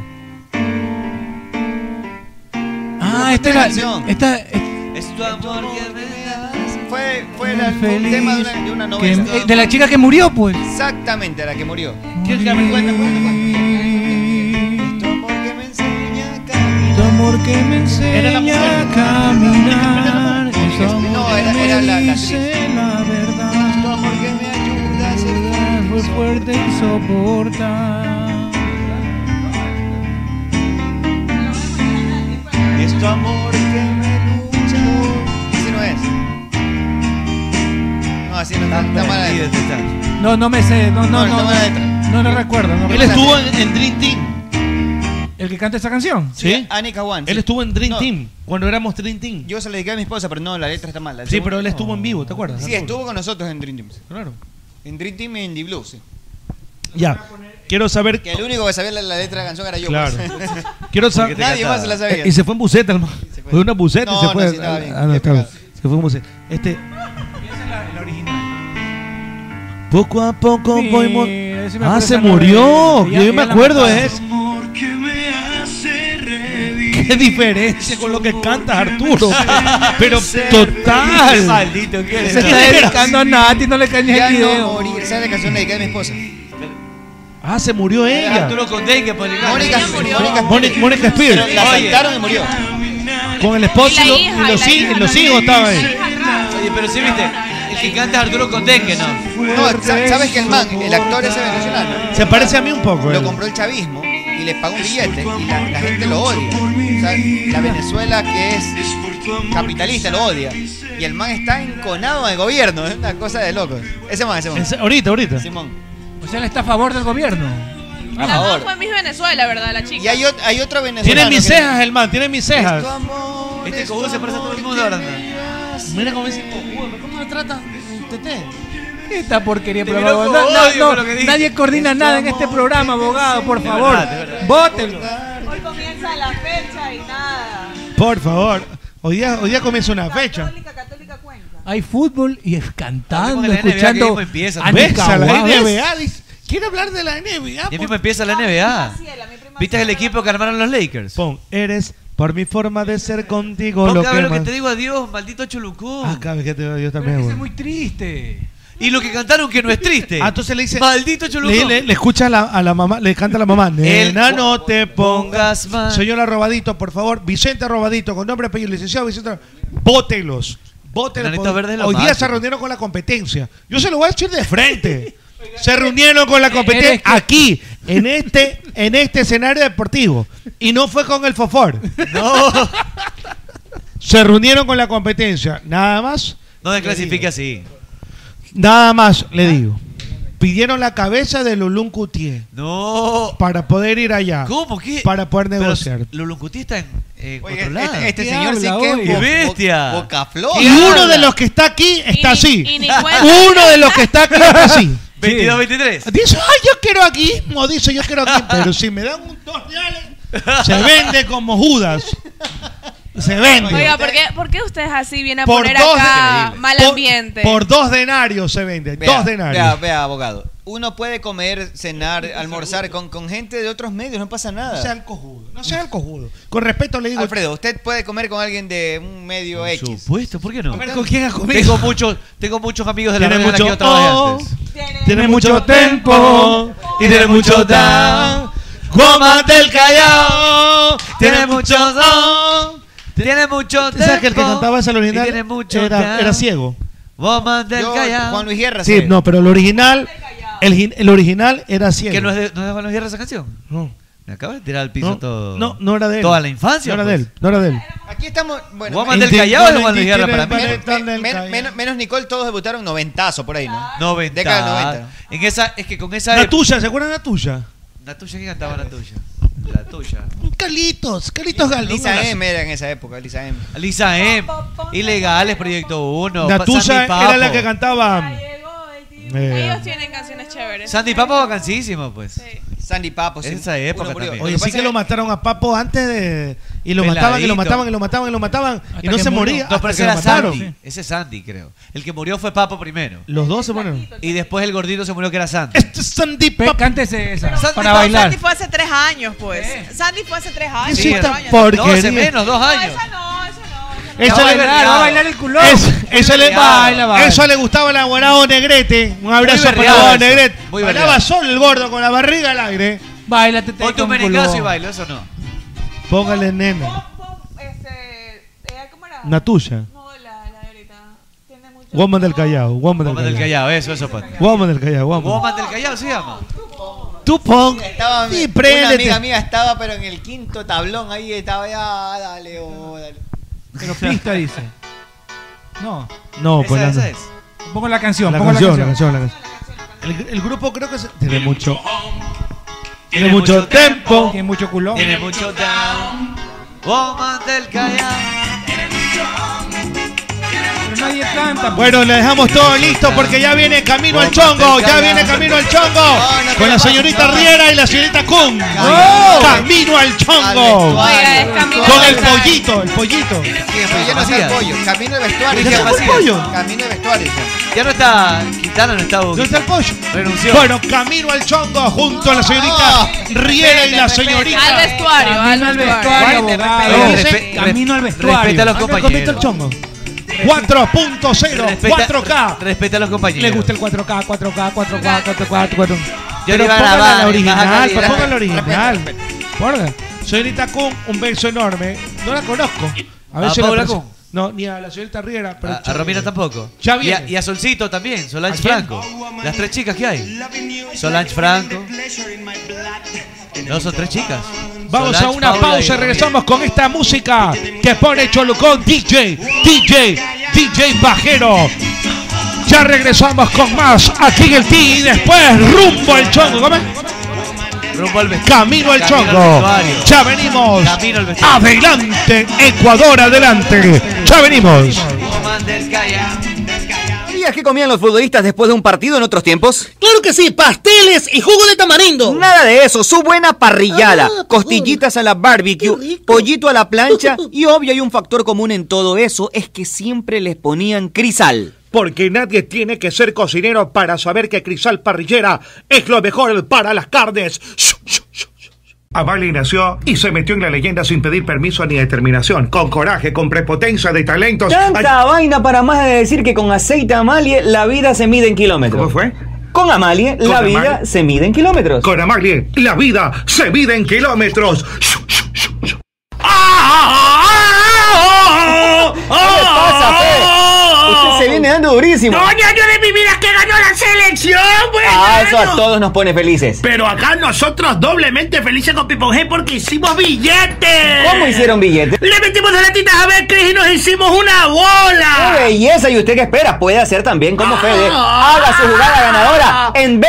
Ah, esta es la. Esta, Es tu amor que me das. Fue, fue el, álbum- tema de una, de una Que- novela. eh, de la chica que murió, pues. Exactamente, la que murió. ¿Quieres que me cuente, Tu amor que me enseña a caminar. Tu No, amor era- que era me la- la dice la verdad. Tu amor que me ayuda a ser fue fuerte y soportar. Es tu amor que me lucha. Así no es. No, así no está, está mala letra. No, no me sé, no, no, no. No, no recuerdo. no Él recuerdo. estuvo en, en Dream Team. ¿El que canta esa canción? Sí. Anika One. Él estuvo en Dream No. Team. Cuando éramos Dream Team. Yo se la dediqué a mi esposa, pero no, la letra está mala. Sí, pero él estuvo en vivo, ¿te acuerdas? Sí, estuvo con nosotros en Dream Team. Claro. En Dream Team y en The Blues, sí. Ya. Quiero saber. Que el único que sabía la, la letra de la canción era yo. Claro. pues. Quiero saber. Nadie más Eh, se la sabía. Y se fue en buceta, hermano. Fue una buceta No, y se no, fue. sí, estaba bien. Ah, no, estaba bien. Se fue en buceta. Este. Poco a poco voy mo- sí me Ah, acuerdo se esa murió. novela. Yo Ella- me ella la acuerdo ¿eh? mataba. de eso. Qué diferencia con lo que cantas, Arturo. Pero Qué total. maldito que eres. Se está dedicando a Nati, no le cañes ya el video. no morir. Esa es la canción dediqué a mi esposa. Ah, se murió ella. Arturo con dengue, Policarpo. Mónica murió. Mónica- Mónica Pero Spears. la saltaron y murió. Con el esposo y, lo- Y y la los, hija, y la hi- hija y los hijos estaban ahí. Oye, pero sí viste, el que canta es Arturo con dengue, ¿no? No, sa- sabes que el man, el actor ese venezolano, Se parece a mí un poco. lo él. compró el chavismo y le pagó un billete y la, la gente lo odia. O sea, la Venezuela que es capitalista lo odia. Y el man está enconado en el gobierno, es una cosa de locos. Ese man, ese man. Es- ahorita, ahorita. Simón. O sea, él está a favor del gobierno. La Por más favor. fue Miss Venezuela, ¿verdad? La chica. Y hay, ot- hay otro venezolano. Tiene mis que- cejas, el man, tiene mis cejas. Este cojudo se parece a todo el mundo ahora. Mira cómo dice "Oh, ¿Cómo me tratan? Esta porquería, pero miró abogado, con no, odio no, con lo que dije. nadie coordina nada en este programa, abogado, por favor. verdad, de verdad. Vótelo. Hoy comienza la fecha y nada. Por favor. Hoy día, hoy día comienza una fecha. Hay fútbol y es cantando, Hablemos de la NBA, que escuchando. mismo empieza. a Ves a la Nicaragua, ¿ves? NBA, Quiero hablar de la NBA. Ya mismo empieza la NBA. ¿Viste el equipo que armaron los Lakers? Pon, eres por mi forma de ser contigo No, lo cabrón, que lo que más. te digo adiós, maldito Chulucú. Ah, cabrón, que te digo yo también. güey. triste. Y lo que cantaron que no es triste. Ah, entonces le dice. Maldito Chulucú. Le, le- le escucha a la, a la mamá, le canta a la mamá. Nena, no te pongas mal. Señora Robadito, por favor, Vicente Robadito, con nombre, apellido, licenciado Vicente. Bótelos. Bótelos. Enanitos verdes es lo Hoy día se máximo. reunieron con la competencia. Yo se lo voy a decir de frente. Se reunieron con la competencia aquí, en este, en este escenario deportivo. Y no fue con el fofor. No. Se reunieron con la competencia. Nada más. No desclasifique así. Nada más, le digo. Pidieron la cabeza de Lulun Cutier. No. Para poder ir allá. ¿Cómo? ¿Qué? Para poder Pero negociar. Luluncuti está en eh, Oye, otro lado. este- este señor sí que es hoy? bo- bestia. bo- boca floja. Y uno de los que está aquí está así. y ni cuenta. Uno de los que está aquí está así. 22, 23. Dice, ay, yo quiero aquí. No, dice, yo quiero aquí. Pero si me dan un dos reales, se vende como Judas. Se vende. Oiga, ¿por qué, ¿por qué ustedes así vienen a Por poner dos- acá Ah, mal Por- ambiente? Por dos denarios se vende. Vea, dos denarios. Vea, vea, abogado. Uno puede comer, cenar, almorzar con, con gente de otros medios, no pasa nada. No sean cojudos, no sean cojudos. Con respeto le digo. Alfredo, usted puede comer con alguien de un medio X. Por supuesto, ¿por qué no? ¿con quién has comido? Tengo muchos, tengo muchos amigos de la Tiene radio en la que mucho yo trabajé oh, antes. tiene mucho tempo y tiene mucho down. Guaman del Callao tiene mucho down. Tiene mucho ¿Sabes que el que tempo cantaba esa y original tiene mucho era, down. era ciego? Guaman del Yo, Callao. Juan Luis Guerra. Sí, sé. no, pero el original El, gin- el original era ciego. ¿Que no es de, no es de Juan Luis Guerra esa canción? No. Me acabas de tirar al piso No, todo. no, no era de él. Toda la infancia. No era pues. de él, no era de él. Aquí estamos. Bueno, Guaman men- del Callao es Juan Luis Guerra para mí. men- men- menos- menos Nicole, todos debutaron noventazo por ahí, ¿no? 90. Década de 90. En esa, es que con esa. La tuya, ¿se acuerdan de la tuya? La tuya, ¿quién cantaba la tuya? La tuya. Carlitos, Carlitos Galo. Lisa M era en esa época, Lisa M. Lisa M. Ilegales, Proyecto 1. La pa- tuya Sandy Papo. era la que cantaba. Eh, Ellos tienen canciones chéveres. Sandy Papo vacancísimo, pues. Sandy Papo, sí. Esa época también. Oye, sí que lo mataron a Papo antes de. Y lo Peladito. mataban, y lo mataban, y lo mataban, y lo mataban. y no se moría. No, hasta pero que ese lo era mataron. Sandy. Ese es Sandy, creo. El que murió fue Papo primero. Los dos se ponen. Y después el gordito se murió que era Sandy. Sandy Papo. Cántese esa. para Pero bailar. Sandy fue hace tres años, pues. Sandy fue hace tres años. Sí, cuatro esta años. porquería. No, hace menos, dos ah, años. Esa Va a le- bailar, va a bailar el culón. Es- esa le, Culeado. Baila, baila. Eso le gustaba al aguarado Negrete. Un abrazo para el berreado aguarado eso, Negrete. muy Bailaba berreado. solo el gordo con la barriga al aire. Baila, te Ponte un menicazo y bailo, eso no. Póngale nena. La tuya. Woman del Callao, Woman del Woman del Callao. Callao, eso, eso. pues. Woman del Callao, Woman. Woman del Callao se llama. Tú pon. Estaba, Sí, una préndete. amiga mía estaba, pero en el quinto tablón ahí estaba ya, dale, oh, dale. Pero pista dice. No. No, pues la- Pongo la canción, La pongo canción, la la canción. canción, la canción. El, el grupo creo que se- tiene mucho. Tiene mucho tiempo. Tiene mucho culón. Tiene mucho down. Oh, Woman del Callao. Pero nadie canta. Bueno, le dejamos todo listo porque ya viene camino al chongo. Ya viene camino al chongo. Con la señorita Riera y la señorita Kun. ¡Oh! Camino al chongo. Oiga, es camino Con el al chongo. pollito, el pollito. Ya no está el pollo, camino de vestuario. ¿Ya sacó el pollo? Camino de vestuario. Ya no está. Quintana no está. ¿No está el pollo? Renunció. Ah, Bueno, camino al chongo junto a la señorita Riera y la señorita. Al vestuario, al vestuario. abogado. Respe- Camino al vestuario. Respeta a los Ah, me comento el compañeros. chongo. 4.0, Respeta- 4K. Respeta a los compañeros. Le gusta el 4K, 4K, 4K, 4K, 4K. Yo Pero le iba a póngala grabar, la baja original, calidad. pero póngala la original. Póngala. Señorita Kun, un beso enorme. No la conozco. A ver ¿A si la Paula perso- Kun? No, ni a la señorita Riera. Pero Ah, A, a Romina tampoco. Ya y, a, viene. y a Solcito también, Solange ¿A quién? Franco. Las tres chicas que hay. Solange Franco. No, son tres chicas. Vamos Solange, a una Paula y pausa y Romina. regresamos con esta música que pone Cholucón DJ, DJ, DJ Pajero. Ya regresamos con más aquí en el T y después rumbo al chongo. ¿Cómo es? Rumbo al vestuario. Camino al Camino al chongo. vestuario. Ya venimos. Camino al vestuario. Adelante, Ecuador, adelante. Ya venimos. ¿Sabías qué comían los futbolistas después de un partido en otros tiempos? Claro que sí, pasteles y jugo de tamarindo. Nada de eso, su buena parrillada, Ah, costillitas a la barbecue, pollito a la plancha y obvio hay un factor común en todo eso, es que siempre les ponían crisal. Porque nadie tiene que ser cocinero para saber que Crisal Parrillera es lo mejor para las carnes. Amali nació y se metió en la leyenda sin pedir permiso ni determinación, con coraje, con prepotencia de talentos. Tanta vaina para más de decir que con aceite Amalie la vida se mide en kilómetros. ¿Cómo fue? Con Amalie Con la Amalie. vida se mide en kilómetros. Con Amalie la vida se mide en kilómetros. ¡Ah! ¿Qué le pasa, Fe? Usted se viene dando durísimo. Doña, yo de mi vida que ganó la selección, güey. Ah, eso a Ganó. todos nos pone felices. Pero acá nosotros doblemente felices con Pipo G porque hicimos billetes. ¿Cómo hicieron billetes? Le metimos de latitas a ver, Cris, y nos hicimos una bola. ¡Qué belleza! ¿Y usted qué espera? Puede hacer también Ah. como Fede. Haga su jugada ganadora en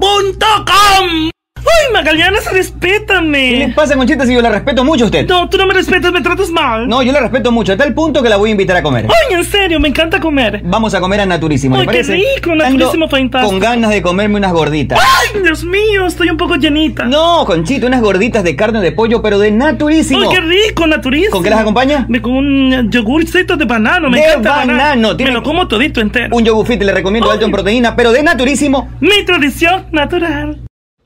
BetCris.com. ¡Ay, Magaliana, respétame! ¿Qué le pasa, Conchita, si yo la respeto mucho a usted? No, tú no me respetas, me tratas mal. No, yo la respeto mucho, a tal punto que la voy a invitar a comer. Ay, en serio, me encanta comer. Vamos a comer a Naturísimo, ¿le Ay, qué parece? rico, Ando Naturísimo, fantástico. Con ganas de comerme unas gorditas. ¡Ay, Dios mío! Estoy un poco llenita. No, Conchita, unas gorditas de carne de pollo, pero de Naturísimo. ¡Ay, qué rico, naturísimo! ¿Con qué las acompaña? Me- Con un eh, yogurcito de banano, me de encanta banano, el tiene- Me lo como todito entero. Un yogurfit le recomiendo alto en proteína, pero de Naturísimo. Mi tradición natural.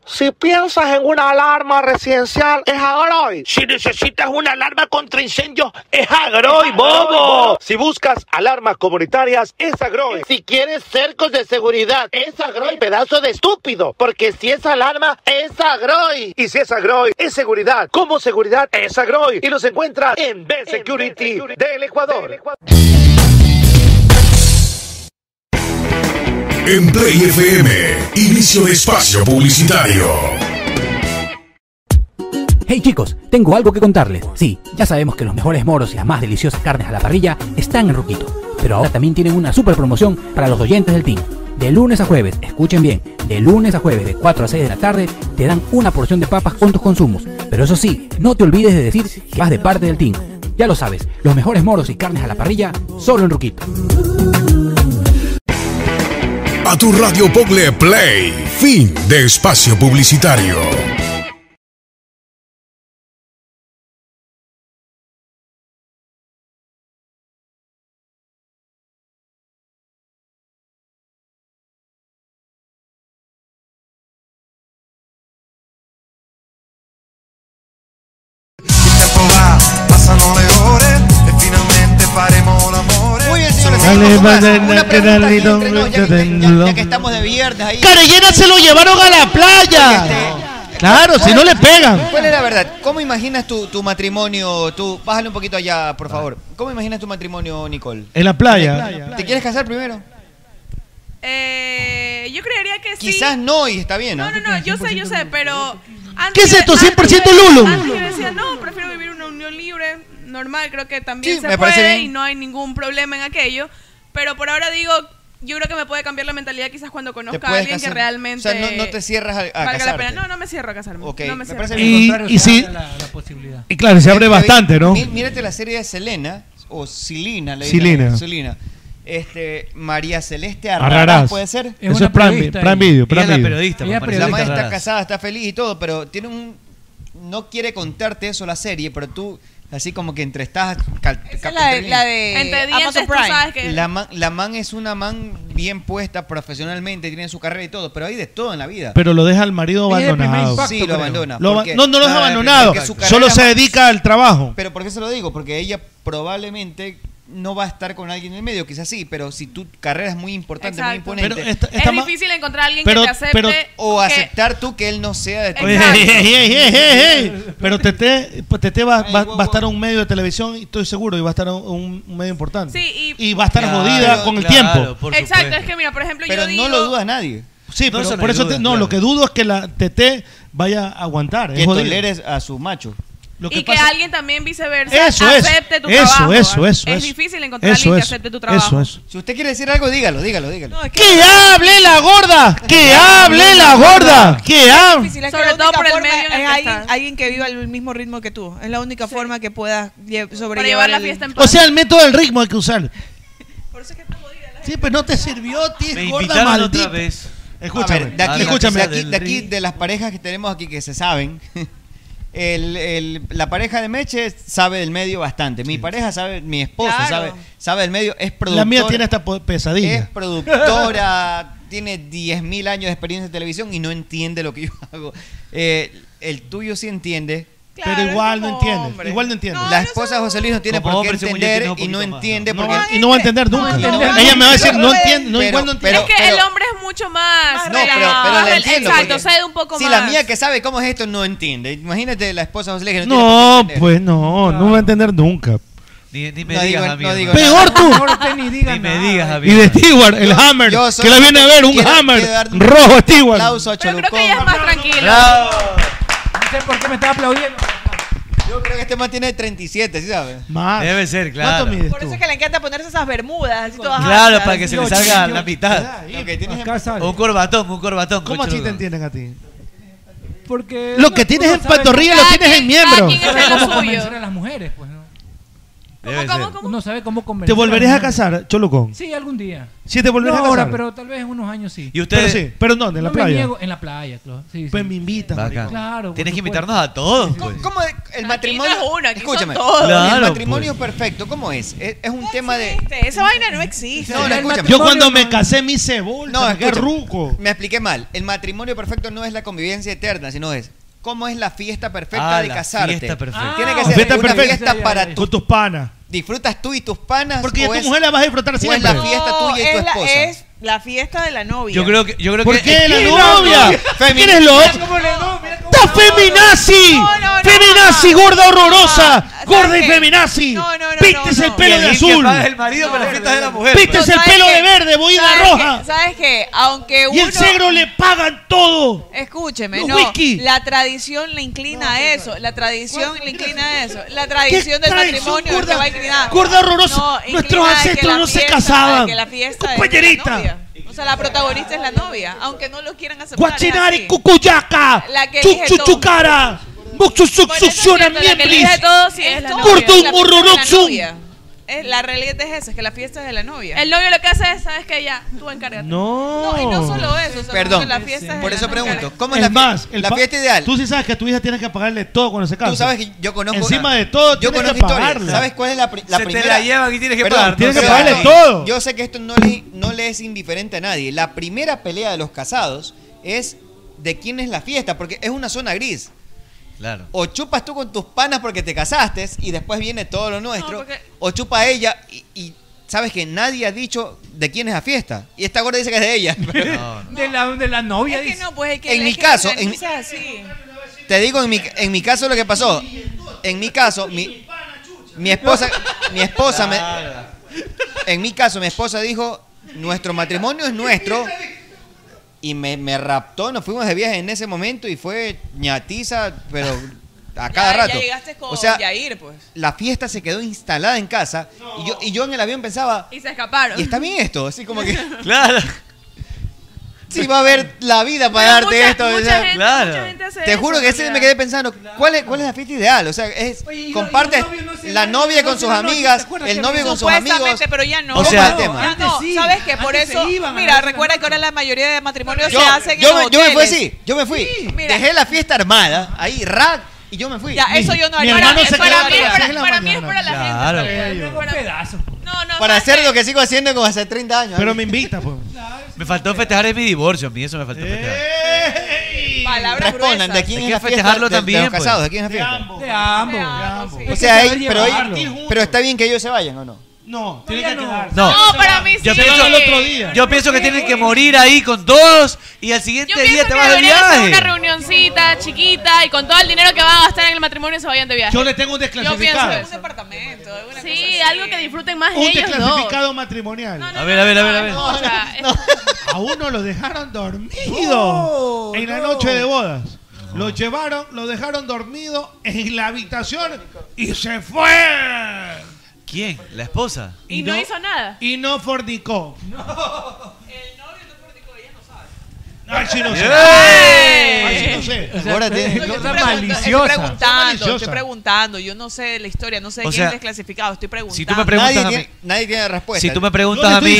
Si piensas en una alarma residencial, es Agroy. Si necesitas una alarma contra incendios, es Agroy, bobo. Si buscas alarmas comunitarias, es Agroy. Si quieres cercos de seguridad, es Agroy, pedazo de estúpido. Porque si es alarma, es Agroy. Y si es Agroy, es seguridad. Como seguridad, es Agroy. Y los encuentras en B Security del Ecuador. En Play FM, inicio de espacio publicitario. Hey chicos, tengo algo que contarles. Sí, ya sabemos que los mejores moros y las más deliciosas carnes a la parrilla están en Ruquito. Pero ahora también tienen una super promoción para los oyentes del team. De lunes a jueves, escuchen bien, de lunes a jueves de 4 a 6 de la tarde te dan una porción de papas con tus consumos. Pero eso sí, no te olvides de decir que vas de parte del team. Ya lo sabes, los mejores moros y carnes a la parrilla solo en Ruquito. A tu radio Pogle Play, fin de espacio publicitario. Il tempo va, passano le ore e finalmente faremo l'amore. Muy bien, señores. Dale, seguimos con más. banana, Una pregunta aquí dale, entre nos, ya, que- ya- ya- ya que dale. estamos de viernes ahí. Carellena se lo llevaron a la playa. Claro, si no le pegan. ¿Cuál es la verdad? ¿Cómo imaginas tu, tu matrimonio? Tú, bájale un poquito allá, Ah. por favor. ¿Cómo imaginas tu matrimonio, Nicole? En la playa. ¿Te quieres casar primero? Eh, yo creería que sí. Quizás no y está bien, ¿no? No, no, yo sé, yo sé, pero. antes ¿Qué es yo- esto, antes 100% yo- Lulum? antes yo decía, no, prefiero vivir una unión libre, normal, creo que también Sí, se me puede parece bien. y no hay ningún problema en aquello. Pero por ahora digo, yo creo que me puede cambiar la mentalidad quizás cuando conozca a puedes alguien casar. que realmente. O sea, no- no te cierras a- a valga la casarte. pena. No, no me cierro a casarme. Ok, no me, me cierro. parece Y- bien. y si- Y claro, se abre bastante, ¿no? Mí- Mírate la serie de Selena, o Silina, le Silina. dicen, Silina. Este, María Celeste Arrarás. Arrarás, ¿puede ser? Es Eso una es Prime- periodista, Prime ella. Video, Prime Ella es la Video. periodista. Ella es papá, la Arrarás. madre está casada, está feliz y todo, pero tiene un... No quiere contarte eso la serie, pero tú, así como que entre estás... cal- es la de- la de Entre Amazon dientes, tú Prime. sabes que. La man, la man es una man bien puesta profesionalmente, tiene su carrera y todo, pero hay de todo en la vida. Pero lo deja al marido Es el primer abandonado. impacto, Sí, lo creo. abandona, Lo aba- porque- no, no lo deja no, abandonado. porque su carrera Solo se más- dedica al trabajo. Pero ¿por qué se lo digo? Porque ella probablemente no va a estar con alguien en el medio, quizás sí, pero si tu carrera es muy importante, muy Exacto. imponente. es difícil encontrar a alguien pero- que te acepte. pero- o que- aceptar tú que él no sea de tu Oye, ey, ey, ey, ey, ey, ey. Pero Tete, pues, Tete va, va- va a estar en un medio de televisión, y estoy seguro, y va a estar en un, un medio importante. Sí, y, va a estar Claro, jodida con el claro, tiempo. por Exacto, supuesto. es que mira, por ejemplo, Pero yo digo. no lo duda nadie. Sí, No, pero eso no por hay eso duda, te- no, claro. lo que dudo es que la Tete vaya a aguantar. Que es jodida. toleres a su macho. Lo y que pasa- alguien también viceversa Eso, eso, acepte tu eso, trabajo. eso, eso, Es eso. difícil encontrar a Eso, alguien que eso, acepte tu trabajo. eso, eso. Si usted quiere decir algo, dígalo, dígalo, dígalo. ¡Que hable la gorda! ¡Que hable la gorda! ¡Que hable! Difícil, es que Sobre la todo única por el forma medio en el es que alguien, estás. alguien que viva el mismo ritmo que tú. Es la única forma que puedas lle- sobrellevar Para llevar la el- fiesta en paz. O sea, el método del ritmo hay que usar. Sí, pues pero no te sirvió, tío. Me gorda invitaron otra maldita. vez. Escúchame, A ver, de aquí, escúchame. De aquí, de aquí, de las parejas que tenemos aquí que se saben, el- el- la pareja de Meche sabe del medio bastante. Mi pareja sabe, mi esposa Claro. sabe, sabe del medio, es productora. La mía tiene esta po- Es pesadilla. productora, tiene 10.000 años de experiencia en televisión y no entiende lo que yo hago. Eh, el tuyo sí entiende. pero igual no entiende. Igual no entiende. la esposa de José Luis no tiene Como por qué hombre, ese muñequito entender es un y no poquito más, entiende No porque va- y no va a entender nunca. No, no, Ella no, me va a decir, no, no no, entiende, no, pero- igual no entiende. pero- es que el hombre es mucho más. No, pero, relajado. pero la Más entiendo. rela- Ah, Exacto, porque cede un poco si más. la mía que sabe cómo es esto no entiende. Imagínate la esposa de José Luis que no, tiene por qué No, entender. pues no, no va a entender nunca. Ni, ni me No digas digo- a mí. no digo hermano. Peor tú. Ni me digas a mí. Y de Stewart, el Hammer, yo soy- que la viene a ver, un quiero- Hammer quiero darle un rojo Stewart. aplauso a Cholucón. más tranquilo. Bravo. No sé por qué me estaba aplaudiendo. Yo creo que este man tiene 37, ¿sí sabes? Más. Debe ser, claro. Por eso es que le encanta ponerse esas bermudas. así todas Claro, altas. para que se le 18, salga 18. la mitad. Un corbatón, un corbatón. ¿Cómo así cochudo. te entienden a ti? Porque Lo que tienes en pantorrilla lo Cada tienes en quien- miembro. cada quien Sabe sabe cómo cómo convencer convencer a las mujeres, pues, ¿no? Debe ser. Uno sabe cómo ¿Te convencer. volverías a las mujeres. casar, Cholucón? Sí, algún día. Sí, te volverías No a casar. ahora, pero tal vez en unos años sí. ¿Y ustedes? Pero sí, pero ¿dónde? ¿En la No me playa? niego- en la playa, claro. Sí, Pues sí. me invitas, Bacán. maricón. Claro, Tienes por que supuesto. invitarnos a todos. Pues. ¿Cómo de- el matrimonio? no es uno, aquí son escúchame. todos. Claro, el pues. matrimonio perfecto, ¿cómo es? Es, es un tema de. Esa vaina no existe. No, no, escúchame. Yo cuando me casé me hice bolsa, No, me quedé escúchame. ruco. Me expliqué mal. El matrimonio perfecto no es la convivencia eterna, sino es. ¿Cómo es la fiesta perfecta Ah, de la casarte? fiesta perfecta. Tiene que Ah, ser fiesta una perfecta. fiesta para tu- Con tus panas. Disfrutas tú y tus panas. Porque o a tu es- mujer la vas a disfrutar o es siempre. la fiesta No, tuya y tu es la- esposa. es la fiesta de la novia. Yo creo que. Yo creo ¿Por que qué la Sí, novia? Femi- ¿Quién es lo Mira cómo le- no, mira cómo ¡Maldita feminazi! ¡Feminazi, gorda horrorosa! ¡Gorda y feminazi! ¡Píntese el pelo de azul! el marido para las fiestas de la mujer. Píntese el pelo de verde, boina boina roja. ¿Sabes qué? Aunque uno. Y el negro le pagan todo. Escúcheme, Los no. whisky. La tradición le inclina a eso. La tradición le inclina a eso. La tradición ¿Qué del tradición, matrimonio gorda? te va a inclinar. Gorda horrorosa. inclina Nuestros a que ancestros la no se fiesta- casaban. a Que la fiesta es la Compañerita. novia. O sea, la protagonista es la novia, aunque no lo quieran aceptar. es Guachinari, así. cucuyaca. La que elige todo. Chuchuchucara. Muxusucciona La que elige miembros. todo sí es la novia. Gordo La fiesta es la horroroso. novia. Es- La realidad es esa, es que la fiesta es de la novia. El novio lo que hace es, sabes que ya, tú encárgate. No. y no solo eso, o sea, Perdón, la fiesta es por de eso la pregunto, novia. ¿cómo Es es la, fie- más, el la pa- fiesta ideal? Tú sí sabes que a tu hija tienes que pagarle todo cuando se casa. Tú sabes que yo conozco Encima una- de todo, yo tienes conozco que historias. pagarle. ¿Sabes cuál es la, pri- la Se te primera? la llevan y tienes que Perdón, pagar, ¿no? Tienes que yo- pagarle yo- todo. Yo sé que esto no le, no le es indiferente a nadie. La primera pelea de los casados es de quién es la fiesta, porque es una zona gris. Claro. O chupas tú con tus panas porque te casaste y después viene todo lo nuestro. No, porque- O chupa ella y, y sabes que nadie ha dicho de quién es la fiesta. Y esta gorda dice que es de ella. De, la, de la novia. Es que no, pues es que En es mi que caso, se en mi- organiza así. Te digo en mi, en mi caso lo que pasó. En mi caso, mi, mi esposa, mi esposa me, en mi caso, mi esposa dijo, nuestro matrimonio es nuestro. Y me, me raptó, nos fuimos de viaje en ese momento y fue ñatiza, pero a cada Ya- rato. Ya llegaste con o sea, Yair, pues. la fiesta se quedó instalada en casa y, yo, y yo en el avión pensaba, Y se escaparon. ¿y está bien esto? Así como que, Claro. sí, va a haber la vida para Pero darte mucha- esto. o mucha sea, gente- mucha gente hace te eso, juro que en ese me realidad. quedé pensando, ¿cuál es, cuál es la fiesta ideal? O sea, es compartes la novia con sus amigas, el novio con sus amigos. Supuestamente, pero ya no. O sea, el tema. Ya no, ¿sabes qué? Por antes eso, se iban a mira, hacer las recuerda que ahora la mayoría de matrimonios Yo, se hacen yo en me, los yo me fui hoteles. así, yo me fui. mira. Dejé la fiesta armada, ahí, rack, y yo me fui. Ya, eso yo no haría. Para- para mí es para- para mí es para la Claro. gente. Para- para- pues. No, no, Para ¿sabes hacer qué? lo que sigo haciendo como hace 30 años. Pero me invita, pues. Me faltó festejar en mi divorcio, a mí eso me faltó Eh. festejar. Palabras Respondan, ¿de gruesas. quién Hay es que la fiesta? festejarlo de, de también, los pues. casados, ¿de quién es la fiesta? De ambos. O sea, Hay que ahí, saber pero, ahí- llevarlo. pero está bien que ellos se vayan, ¿o no? No, tiene que quedar. No. No, para mí Yo sí. pienso, el otro día. yo pienso que tienen que morir ahí con todos y al siguiente día te que vas de deberían hacer viaje. una reunioncita chiquita y con todo el dinero que van a gastar en el matrimonio se vayan de viaje. Yo le tengo un Yo pienso desclasificado. eso. Sí, algo que disfruten más Un ellos dos. desclasificado Ah, matrimonial. A ver, a ver, a ver, a ver. O sea, es- A uno lo dejaron dormido No, en la no. noche de bodas. Lo llevaron, lo dejaron dormido en la habitación y se fue. ¿Quién? ¿La esposa? y no hizo nada. Y no fornicó. Ay, sí, no sé. ¡Ey! Ay, sí, no sé. O sea, Ahora estoy tiene pregun- cosa estoy maliciosa. preguntando, estoy Maliciosa. preguntando. Yo no sé la historia, no sé O de quién sea, es desclasificado. Estoy preguntando. si tú me preguntas nadie, a mí- tiene, nadie tiene respuesta. Si tú me preguntas a mí,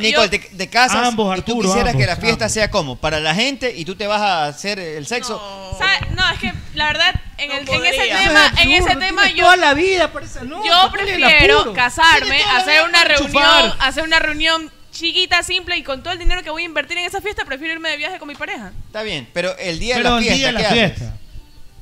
Nicole, te, te casas Ambos, y tú Arturo, quisieras que ambos, la fiesta sea como para la gente y tú te vas a hacer el sexo. ¿Sabe? Ah, No, es que la verdad, en, el- en ese podría. tema, Eso es en ese absurdo, tema tienes yo. toda la vida para esa loca, Yo ¿cuál es el apuro? prefiero casarme, Tienes toda la hacer vida una para reunión, chupar. hacer una reunión chiquita, simple y con todo el dinero que voy a invertir en esa fiesta, prefiero irme de viaje con mi pareja. Está bien, pero el día Pero de la el fiesta, día de la ¿qué haces? fiesta.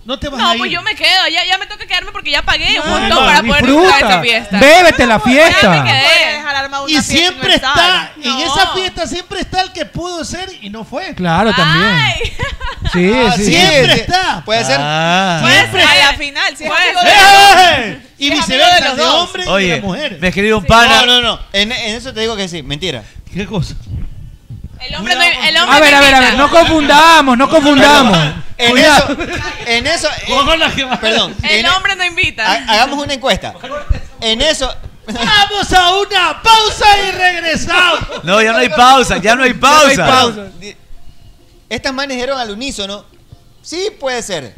No te vas a No, ir. pues yo me quedo, ya, ya me toca quedarme porque ya pagué un No, montón no, para poder disfrutar disfruta. esa fiesta. Bébete la Ya me fiesta. quedé. Eh. Y siempre está, en No. esa fiesta siempre está el que pudo ser y no fue. Claro, también. Sí, Ah, sí. Ah. Siempre está. Puede ser. Siempre A está. la final, si es Pues, amigo ¡Eh! Y de Es amigo de viceversa, los de dos. hombre y de oye, mujer. me escribió un No, pana. no, no. En, en eso te digo que sí, mentira. ¿Qué cosa? El hombre no, el hombre A ver, no a ver, a invita. ver, no confundamos, no confundamos. En Cuidado. eso, en eso. en- perdón. El en- e- hombre no invita. ha- hagamos una encuesta. En eso. Vamos a una pausa y regresamos. No, ya no hay pausa, ya no hay pausa. Ya no hay pausa. Di- Estas manes dijeron al unísono. Sí, puede ser.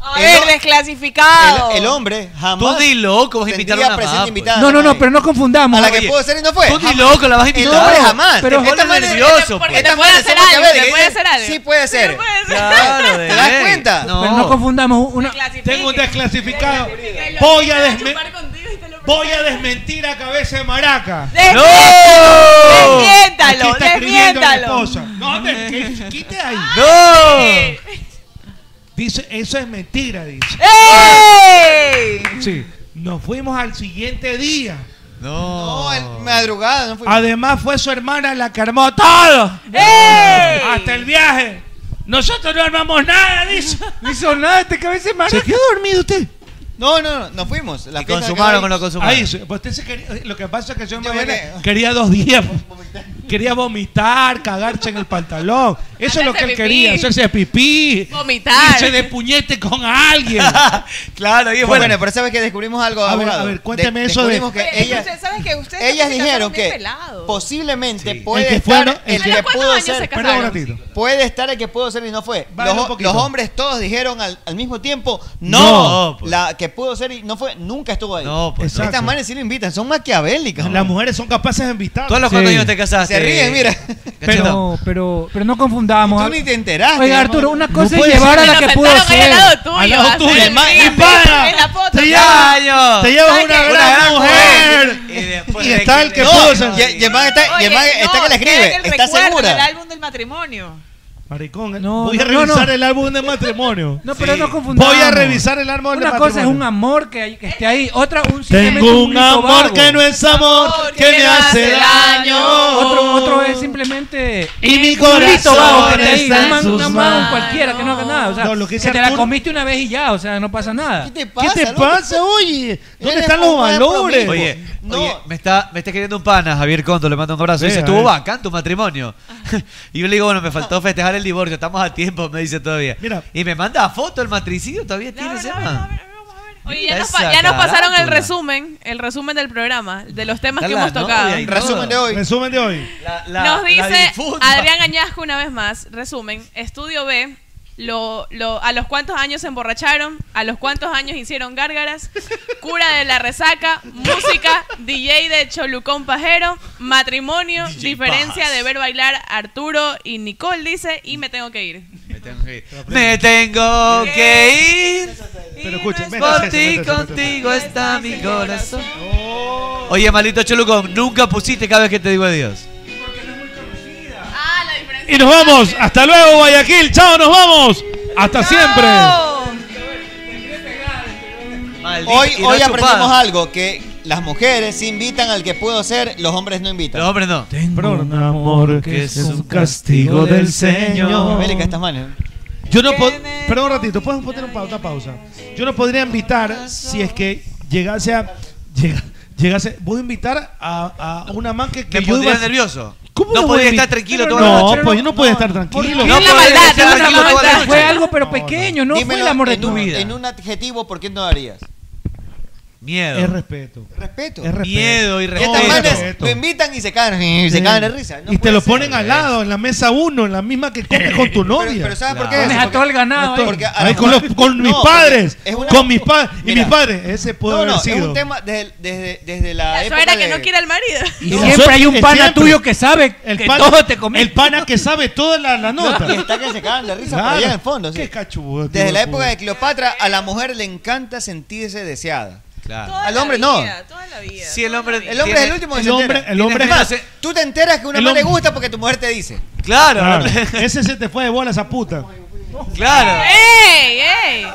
A ver, desclasificado. El, el hombre jamás. Tú di loco, vas a invitar a tendría una presente mamá, invitada No, a no, no, nadie. pero no confundamos. A la que pudo ser y no fue. Tú ni Jamás. loco la vas a invitar. El hombre jamás. Te- Pero- Ponle esta madre- nervioso. Porque esta te puede madre hacer se pone algo, que te ver, puede que hacer algo. Sí puede Sí, ser. puede ser. Claro, ¿Te das cuenta? No. Pero no confundamos una. Tengo un desclasificado. Que lo Voy a, invitan desme- chupar contigo y te lo- voy a desmentir a cabeza de maraca. Desmiéntalo, ¡No! Aquí desmiéntalo, está escribiendo la desmiéntalo. esposa. No, de- que- quite ahí. Eh. ¡No! Dice, eso es mentira, dice. ¡Ey! Sí. Nos fuimos al siguiente día. No, en madrugada no fue. Además fue su hermana la que armó todo. ¡Ey! Hasta el viaje. Nosotros no armamos nada, dice. No hizo nada este cabeza de ¿Se quedó dormido usted? No, no, no, nos fuimos. La Y consumaron con lo consumado. Ahí, pues usted se quería, lo que pasa es que yo, me quería, quería dos días. Quería vomitar, cagarse en el pantalón. Eso es lo que él Hacerse quería, pipí. hacerse pipí. Vomitar. Irse de puñete con alguien. claro, y bueno, pero sabes que descubrimos algo. A ver, abogado. a ver, cuénteme eso de- descubrimos que Pero ellas- usted sabe que ustedes ellas se casaron dijeron bien que pelados. posiblemente puede El que fue, estar ¿no? el ¿A los que cuántos pudo años ser. se Perdón un casaron? ratito. Puede estar el que pudo ser y no fue. Vale, los, un poquito. los hombres todos dijeron al, al mismo tiempo, no, No, pues. la que pudo ser y no fue, nunca estuvo ahí. pues no. Estas manes sí lo invitan, son maquiavélicas. Las mujeres son capaces de invitar. ¿Tú a los cuántos años te casaste? Se ríen, mira. Pero, pero, pero no confundamos. Tú ni te enteraste. Oiga, Arturo, una cosa es llevar a la que pudo ser. Al lado tuyo, hermano. Y para. Te lleva- llevas te lleva una gran mujer. Y está el que pudo ser. Y y el man está, y el man está que la escribe. Está El segura. álbum del matrimonio. Maricón, No, voy a no, no, revisar el álbum de matrimonio. No, pero no confundamos. Voy a revisar el álbum de Una matrimonio. cosa es un amor que, hay- que esté ahí, otra un simplemente Tengo un grito amor vago. que no es amor, que me hace daño. Otro, otro es simplemente. Y mi un grito vago que corazón te ahí, está un en man- sus una man manos. cualquiera que no haga nada. O sea, No, lo que que, dice te la Arturo- comiste una vez y ya, o sea, no pasa nada. ¿Qué te pasa? ¿Qué te pasa, oye? ¿Dónde están los valores? Oye, oye, me está, me está queriendo un pana, Javier Conto, le mando un abrazo. Sí, dice, a estuvo ver. bacán tu matrimonio. y yo le digo, bueno, me faltó festejar el divorcio, estamos a tiempo, me dice todavía. Y me manda foto el matricidio, todavía tiene ese man. Oye, Mira ya nos, esa pa- ya nos pasaron el carátula. resumen, el resumen del programa, de los temas que Está hemos la tocado. novia y todo. Resumen de hoy. Resumen de hoy. Nos dice Adrián Añasco una vez más, resumen, estudio B, lo, lo- a los cuántos años se emborracharon, a los cuántos años hicieron gárgaras, cura de la resaca, música, DJ de Cholucón Pajero, matrimonio, diferencia de ver bailar Arturo y Nicole dice, y me tengo que ir. Me tengo que ir. Me tengo que ir. Pero escuchen, Por ti, contigo está mi corazón. Oye, malito Cholucón, nunca pusiste cada vez que te digo adiós. Ah, Y nos vamos. Hasta luego, Guayaquil. Chao, nos vamos. Hasta siempre. Hoy, y no hoy chupada. aprendimos algo, que las mujeres invitan al que pudo ser, los hombres no invitan. Los hombres no. Tengo un amor que es un castigo del Señor. Bélica estas ¿eh? manos. Yo no puedo. Perdón un ratito, puedes poner un pa- una pausa. Yo no podría invitar si es que llegase a. llega- llegase. Voy a invitar a, a una man que. que Me yo pondría iba a- nervioso. ¿Cómo No lo voy a podía invitar? estar tranquilo Pero toda la noche. No, pues yo no podía estar tranquilo. No podía Fue estar una tranquilo toda la maldad, noche. Fue algo, pero pequeño, no fue el amor de en tu un- vida. En un adjetivo, ¿por qué no darías? Miedo. Es respeto. Respeto. Es respeto. Miedo y Y estas respeto. manes lo invitan y se cagan, y se Sí. cagan de risa. No y te puede lo ser. ponen al lado, en la mesa uno, en la misma que comes con tu novia. pero ¿sabes por qué Claro. eso? Pones a todo el ganado ahí. Ah, Porque a Ay, lo con mejor- los- con No, mis porque padres. es una- Con mis padres. Y Mira. mis padres. Ese pudo No, haber no, sido. es un tema desde, desde, desde la, La época suegra de- que no quiere al marido. Y siempre nosotros- hay un pana siempre. tuyo que sabe que todo te comí. El pana que sabe toda la, la nota. Y está que se cagan de risa por Claro. allá en el fondo. sí. Qué cachudo, este Desde tío, la época pobre. de Cleopatra, a la mujer le encanta sentirse deseada. Claro. Al hombre no. Si el hombre. El hombre es el último que el se hombre- entera. el hombre- es más, tú te enteras que una el mujer le hombre- gusta porque tu mujer te dice. Claro. Claro. Ese se te fue de bola esa puta. Claro. ¡Ey, ey!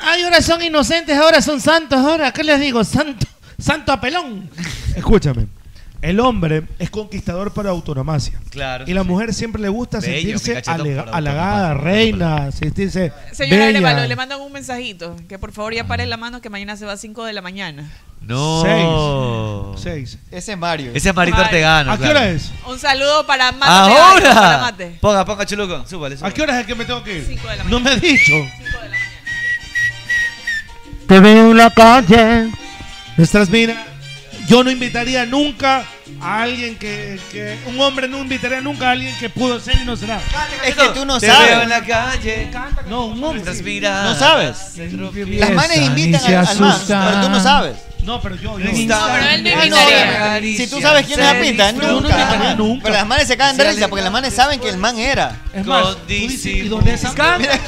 Ay, ahora son inocentes, ahora son santos, ahora, ¿qué les digo? Santo, santo apelón. Escúchame. El hombre es conquistador por autonomacia. Claro. Y la mujer siempre le gusta Bello, mi sentirse cachetón alega- por halagada, reina, sentirse Señora bella. Arevalo, le mandan un mensajito. Que por favor ya pare la mano que mañana se va a 5 de la mañana. No. Seis. Ese es Mario. Ese es Marito Ortegano. ¿A qué hora es? Un saludo para Mate. Ortegano, para ¡Ahora! Mate. Ponga, ponga Cholucón. Súbale, ¿A súbale. qué hora es el que me tengo que ir? No me he dicho. Te veo en la calle. Nuestras minas. Yo no invitaría nunca a alguien que, que- Un hombre no invitaría nunca a alguien que pudo ser y no será. Es que tú no Te sabes. veo en la calle. No, un hombre. Nuestras No miradas. sabes. Las manes invitan se al, al man, asustan. pero tú no sabes. No, pero yo. No, pero él no Ah, invitaría. Si tú sabes quién es la pinta, ¿eh? No, no nunca. invitaría nunca. Pero las manes se cagan de risa porque las manes saben que el man era. Es más, tú dices, ¿y dónde esa Mira,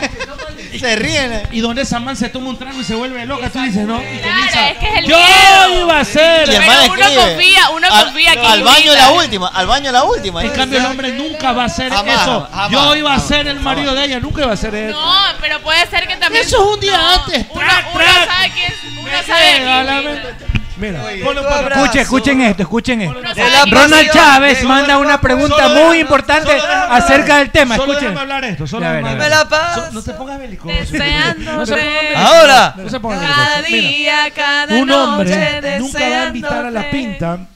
se ríen. ¿eh? Y donde esa man se toma un trago y se vuelve loca, tú dices, no. Y comienza, es que es el yo miedo". iba a ser. Y el man Pero uno escribe. confía, uno Al- confía que Al baño invita. la última, al baño la última. eh. En cambio, el hombre nunca va a ser Jamás, eso. jamás, yo iba a ser el marido de ella, nunca iba a ser él. No, pero puede ser que también. Eso es un día No, antes. Uno, uno sabe que es. Uno sabe que invita. Mira, Oye, ponlo tu para- abrazo. escuchen, escuchen esto, escuchen esto. De la Ronald pasión. Chávez Tengo manda una pregunta solo muy déjame- importante solo déjame hablar. acerca del tema. Solo Escuchen. déjame hablar esto, solo Ya déjame ven, hablar. ya ven. Me la paso. So- No te pongas belicoso. Deseándote. No se pongan belicosos. Ahora. No se pongan Cada belicosos. Mira. día, cada un hombre noche, nunca va a invitar a deseándote. la pinta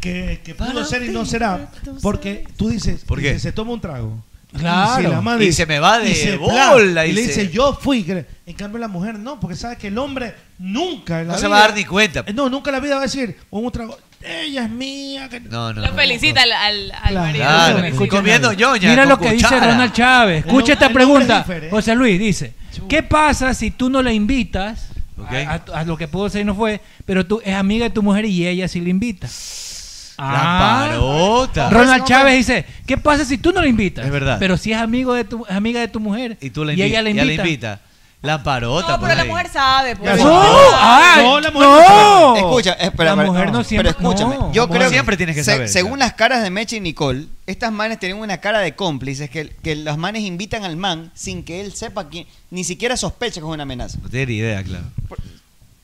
que, que pudo ser y no será porque tú dices dices, se toma un trago Claro. y se, la madre- Y se me va de y se bola, pla- y dice. le dice yo fui que- en cambio la mujer no porque sabe que el hombre nunca en la No se vida- va a dar ni cuenta. Eh, no nunca en la vida va a decir con un trago ella es mía que No, no. Lo felicita al, al, al Claro. marido. Claro. Escuchen Comiendo algo. ñoña Mira con lo que dice cuchara. Ronald Chávez. El hombre- Escucha esta el hombre es pregunta. diferente. José Luis dice, ¿qué pasa si tú no la invitas? A, a- a lo que pudo ser y no fue, pero tú es amiga de tu mujer y ella sí la invita. Ah. parota. Ronald Chávez dice, ¿qué pasa si tú no la invitas? Es verdad. Pero si es amigo de tu, es amiga de tu mujer Y tú la y invi- ella la ya invita. la invita. La parota. No, pero la mujer sabe. pues. No, ay, No, no. Escucha, eh, espera, la espera, mujer no, siempre. Pero escúchame, no. yo creo siempre tienes que saber, Según las caras de Meche y Nicole, estas manes tienen una cara de cómplices que, que los manes invitan al man sin que él sepa quién, ni siquiera sospeche que es una amenaza. No tiene ni idea, claro.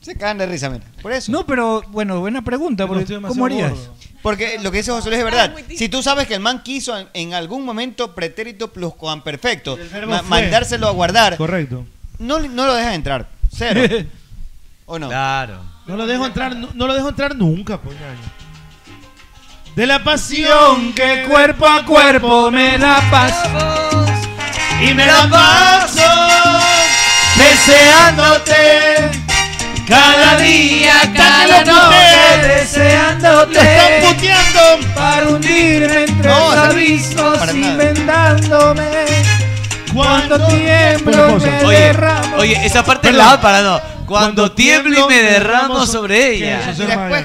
Se cagan de risa, mira. Por eso. No, pero bueno, buena pregunta. Porque, ¿Cómo harías? Porque lo que dice José Luis es verdad. Si tú sabes que el man quiso en, en algún momento pretérito plus perfecto, verbo fue. mandárselo a guardar, correcto no, no lo dejas entrar. Cero. ¿O no? Claro. No lo dejo entrar, no, no lo dejo entrar nunca, pues. ñaño. De la pasión que cuerpo a cuerpo me da paso y me da paso Deseándote cada día, cada noche, deseándote. Lo están puteando para hundirme entre No, los o sea, abismos para y nada. vendándome. Cuando tiemblo Oye, me Oye, derramo. oye, esa parte Perdón. la va parando. Cuando, tiemblo y me derramo sobre ella.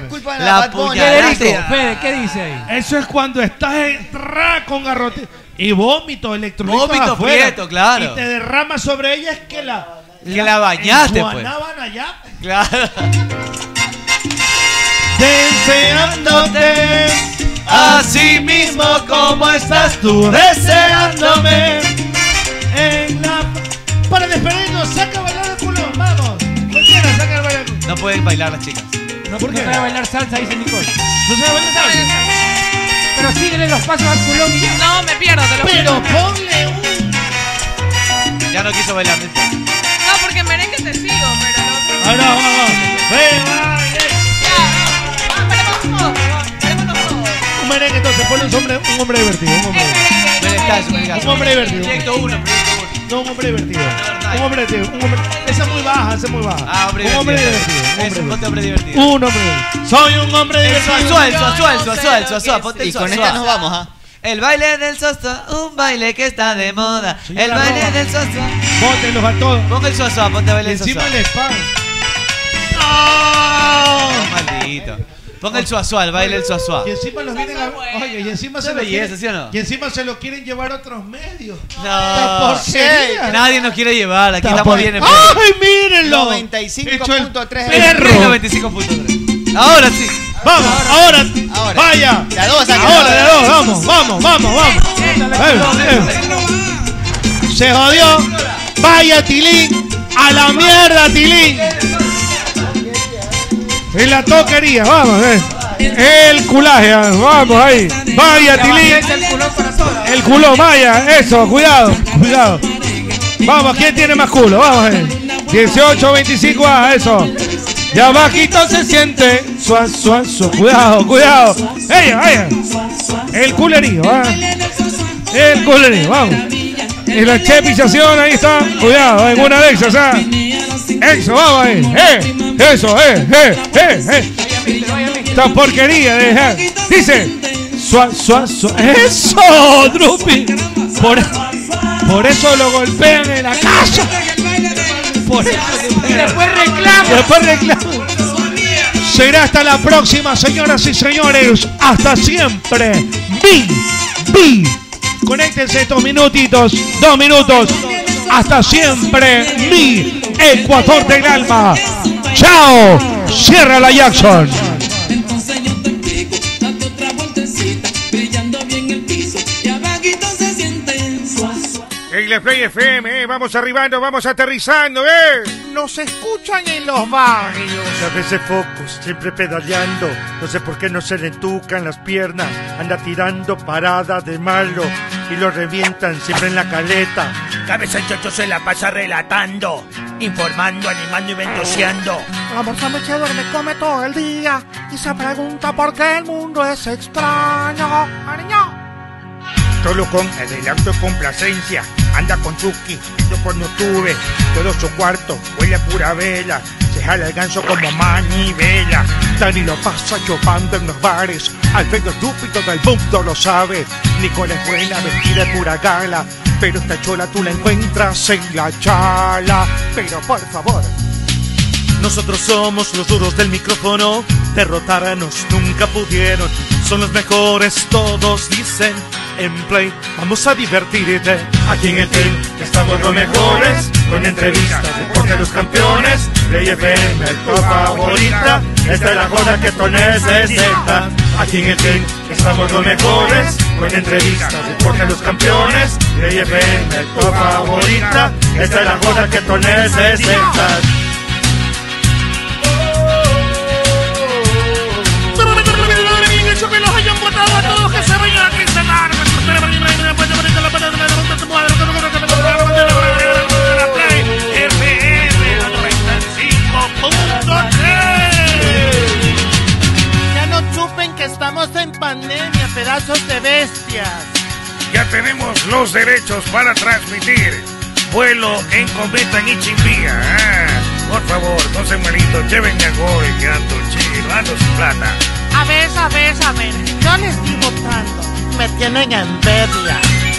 culpa de la La Bad Bunny. Ah. puñalaste. Federico, Fede, ¿qué dice ahí? Eso es cuando estás en tra con garrote y vómito electrolito Vómito afuera, prieto, claro. Y te derrama sobre ella es que la Que la bañaste, pues. enjuanaban allá. Claro. Deseándote, así mismo como estás tú, deseándome. En la para despedirnos, saca a bailar el culo, vamos. Cualquiera saca a bailar el culo. No pueden bailar las chicas. No, ¿Por qué? No sabe bailar salsa, dice Nicole. No sabe bailar salsa. Pero síguele los pasos al culón y ya. No, me pierdo, te lo Pero juro. ponle Ya no quiso bailar. No, porque merengue te sigo, pero no. Ahora vamos. Un merengue entonces, ponle un hombre, un hombre divertido, un hombre divertido. Un hombre divertido. No, un hombre Ah, divertido. Un hombre divertido. Un hombre. Esa es muy baja, esa es muy baja. Ah, un hombre divertido. Es un ponte hombre divertido. Un hombre divertido. Soy un hombre divertido. Suel, suel, suel, suel, suel, suel, suel, ponte el Y con suel, esta suel. nos vamos, ¿ah? El baile del sosa, un baile que está de moda. el la baile roba. del sosa. Póntelos a todos. Ponga el sosa, ponte a bailar el Encima sosa. el spam. Oh, Maldito. Ponga el suazua, el baile del suazua. Y encima los vienen a Oye, y encima Una se lo belleza, quieren- ¿sí o no? Y encima se lo quieren llevar a otros medios. Esta No. porquería. Nadie nos quiere llevar, aquí Esta estamos por- ¡Ah! bien en ¡Ay, mírenlo! 95.3 perro. 95.3. Ahora sí. Vamos, ahora. Vaya. De a dos, saca. Ahora, de a dos, vamos, vamos, vamos, vamos. Eh, eh. Se jodió. Vaya, Tilín. A la mierda, Tilín. En la toquería, vamos, eh. El culaje, ah, vamos ahí. Vaya, Tilín. El culo, vaya, eso, cuidado, cuidado. Vamos, ¿quién tiene más culo? Vamos, eh. 18, 25, ah, eso. Ya bajito se siente. Suan, suan, suan. Cuidado, cuidado. Ella, ella. El culerío, ah. El culerío, vamos. Y la chepización, ahí está. Cuidado, en una de esas, ah. Eso, vamos, eh. eh. Eso, eh, eh, eh, eh. Esta porquería de eh. Dice. Suan, suan, suan. Eso, Drupi. Por, por eso lo golpean en la casa. Por Y después reclama. Después reclamo. Será hasta la próxima, señoras y señores. Hasta siempre. Vi, vi. Conéctense estos minutitos, dos minutos. Hasta siempre, mi Ecuador del alma. Chao. Cierra la Jackson. Entonces yo te pico, date otra vueltecita, brillando bien el piso, y abajito se siente el suazo. En la Play FM, eh, vamos arribando, vamos aterrizando, ¿eh? nos escuchan en los barrios. A veces focos, siempre pedaleando. No sé por qué no se le entucan las piernas. Anda tirando parada de malo y lo revientan siempre en la caleta. Cabeza el chocho se la pasa relatando, informando, animando y ventoseando. La morsa se duerme, come todo el día y se pregunta por qué el mundo es extraño. Ariño. Solo con adelanto y complacencia Anda con Chucky, yo cuando tuve Todo su cuarto huele a pura vela Se jala el ganso como manivela Dani lo pasa chupando en los bares Alfredo estúpido del mundo lo sabe Nicole es buena, vestida de pura gala Pero esta chola tú la encuentras en la chala Pero por favor Nosotros somos los duros del micrófono, derrotarnos nunca pudieron. Son los mejores, todos dicen. En Play, vamos a divertirte. Aquí en el team estamos los mejores, con entrevistas, deporte de los campeones. Play FM, tu favorita, esta es la joda que tú necesitas. Aquí en el team estamos los mejores, con entrevistas, deporte de los campeones. Play FM, tu favorita, esta es la joda que tú necesitas. Ya no chupen que estamos en pandemia, pedazos de bestias. Ya tenemos los derechos para transmitir vuelo en cometa en Ichimbía. Ah, por favor, no se malito, llévenme a gol, que ando chido, ando sin plata. A ver, a ver, a ver. Yo les digo tanto. Me tienen envidia.